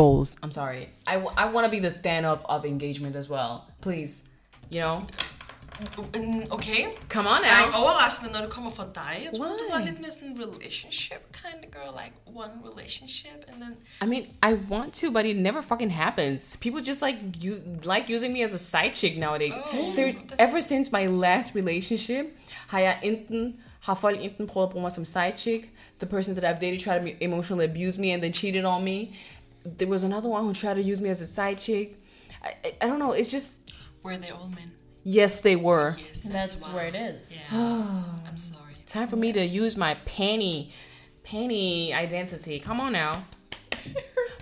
[SPEAKER 2] goals i'm sorry i, w- I want to be the thanos of engagement as well please you know
[SPEAKER 4] Mm, Okay.
[SPEAKER 2] come on
[SPEAKER 4] Ej,
[SPEAKER 2] out
[SPEAKER 4] overraskende, når det kommer fra dig. Jeg tror, du var
[SPEAKER 2] Why?
[SPEAKER 4] lidt mere sådan relationship kind of girl, like one relationship, and then...
[SPEAKER 2] I mean, I want to, but it never fucking happens. People just like you like using me as a side chick nowadays.
[SPEAKER 4] Oh,
[SPEAKER 2] Serious-
[SPEAKER 4] that's-
[SPEAKER 2] ever since my last relationship, har jeg enten har folk enten prøvet at bruge mig som side chick. The person that I've dated tried to emotionally abuse me and then cheated on me. There was another one who tried to use me as a side chick. I, I, I don't know. It's just
[SPEAKER 4] Were they all men?
[SPEAKER 2] yes, they were.
[SPEAKER 4] Yes,
[SPEAKER 3] And that's
[SPEAKER 4] why.
[SPEAKER 3] where it is.
[SPEAKER 4] Yeah. I'm sorry.
[SPEAKER 2] Time for me to use my panty, panty identity. Come on now.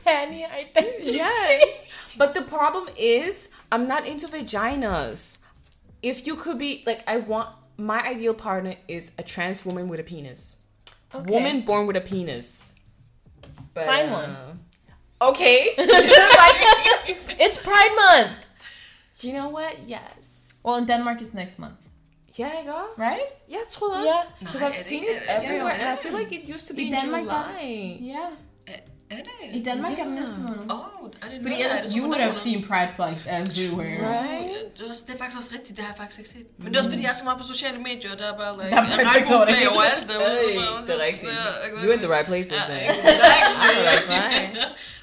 [SPEAKER 3] Penny, I think.
[SPEAKER 2] Yes. But the problem is, I'm not into vaginas. If you could be like, I want my ideal partner is a trans woman with a penis,
[SPEAKER 3] Okay.
[SPEAKER 2] woman born with a penis. But,
[SPEAKER 3] Find
[SPEAKER 2] uh,
[SPEAKER 3] one.
[SPEAKER 2] Okay.
[SPEAKER 3] It's Pride Month.
[SPEAKER 2] you know what? Yes.
[SPEAKER 3] Well, in Denmark, it's next month,
[SPEAKER 2] Yeah, I got.
[SPEAKER 3] right?
[SPEAKER 2] Yeah, it's for
[SPEAKER 3] Yeah.
[SPEAKER 2] us. Because I've
[SPEAKER 4] Nice.
[SPEAKER 2] seen it
[SPEAKER 4] Yeah, yeah,
[SPEAKER 2] everywhere, and I
[SPEAKER 4] yeah.
[SPEAKER 2] feel like it used to be in
[SPEAKER 3] In Denmark, that-
[SPEAKER 2] July.
[SPEAKER 3] Yeah.
[SPEAKER 4] Eh, Er det?
[SPEAKER 3] In Denmark, I'm this
[SPEAKER 4] Oh, I didn't
[SPEAKER 3] But
[SPEAKER 4] know that.
[SPEAKER 3] you would have seen Pride flags everywhere.
[SPEAKER 2] Right?
[SPEAKER 4] Det er, også, det er faktisk også rigtigt, det har jeg faktisk ikke set. Men det er også fordi, jeg er så meget på sociale medier, og der er bare like,
[SPEAKER 3] Der er bare
[SPEAKER 4] regnbueflag
[SPEAKER 3] ikke.
[SPEAKER 4] overalt derude.
[SPEAKER 2] Hey,
[SPEAKER 4] og-
[SPEAKER 2] det er rigtigt.
[SPEAKER 4] Ja, exactly.
[SPEAKER 2] You're in the right places
[SPEAKER 4] Ja, er
[SPEAKER 2] then. er
[SPEAKER 4] exactly.
[SPEAKER 2] That's right.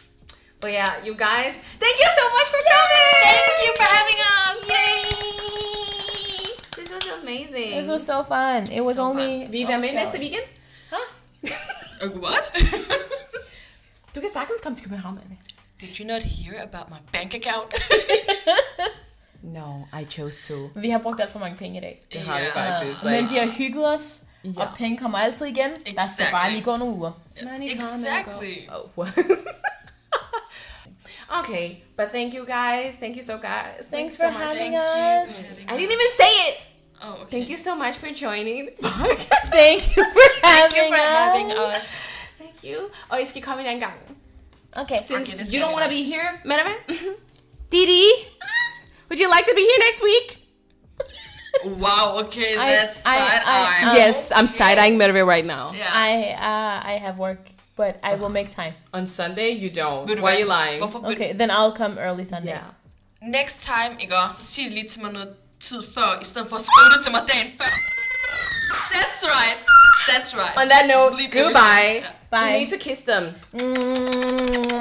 [SPEAKER 2] But yeah, you guys, thank you so much for coming. Thank you for having us. Yay! This was amazing.
[SPEAKER 3] This was so fun. It was
[SPEAKER 4] So
[SPEAKER 3] only.
[SPEAKER 2] Viva
[SPEAKER 3] oh,
[SPEAKER 2] med
[SPEAKER 3] shit.
[SPEAKER 2] næste weekend.
[SPEAKER 4] Uh, What?
[SPEAKER 2] Du kan sagtens komme til København med
[SPEAKER 4] Did you not hear about my bank account?
[SPEAKER 2] No, I chose to.
[SPEAKER 3] Vi har brugt alt for mange penge i dag.
[SPEAKER 2] Det har vi
[SPEAKER 4] Ja.
[SPEAKER 2] faktisk.
[SPEAKER 3] Men vi har hygget os,
[SPEAKER 2] Ja.
[SPEAKER 3] og penge kommer altid igen. Der skal
[SPEAKER 4] Exactly.
[SPEAKER 3] bare lige gå nogle uger.
[SPEAKER 2] Money come and go.
[SPEAKER 4] Exactly.
[SPEAKER 2] Oh, what? okay, but thank you guys. Thank you so guys.
[SPEAKER 3] Thanks
[SPEAKER 2] so
[SPEAKER 3] for
[SPEAKER 2] much.
[SPEAKER 3] having
[SPEAKER 4] Thank
[SPEAKER 3] us.
[SPEAKER 2] I didn't even say it.
[SPEAKER 4] Oh, okay.
[SPEAKER 2] Thank you so much for joining the podcast.
[SPEAKER 3] Thank you for having
[SPEAKER 4] Thank you
[SPEAKER 3] us.
[SPEAKER 4] for having us.
[SPEAKER 2] Thank you. Oh, Og I skal komme en anden gang.
[SPEAKER 3] Okay.
[SPEAKER 2] Since
[SPEAKER 4] this
[SPEAKER 2] you
[SPEAKER 4] can
[SPEAKER 2] don't
[SPEAKER 4] be
[SPEAKER 2] want to be here, Madame, Didi, would you like to be here next week?
[SPEAKER 4] Wow, okay, that's
[SPEAKER 3] I- I-
[SPEAKER 4] side eye.
[SPEAKER 3] I-
[SPEAKER 2] yes, I'm side eyeing Merve right now.
[SPEAKER 4] Yeah.
[SPEAKER 3] I uh, I have work, but I will make time.
[SPEAKER 2] On Sunday, you don't.
[SPEAKER 4] Ved du
[SPEAKER 2] Why are
[SPEAKER 4] hvad?
[SPEAKER 2] you lying?
[SPEAKER 4] Hvorfor, okay.
[SPEAKER 3] Okay, then I'll come early Sunday.
[SPEAKER 2] Yeah.
[SPEAKER 4] Next time, ikke også, så sig det lige til mig noget tid før, i stedet for at skrive det til mig dagen før. That's right. That's right.
[SPEAKER 2] On that note,
[SPEAKER 4] Leave everything.
[SPEAKER 2] goodbye.
[SPEAKER 4] Yeah.
[SPEAKER 2] You
[SPEAKER 3] Bye.
[SPEAKER 2] need to kiss them.
[SPEAKER 3] Mm.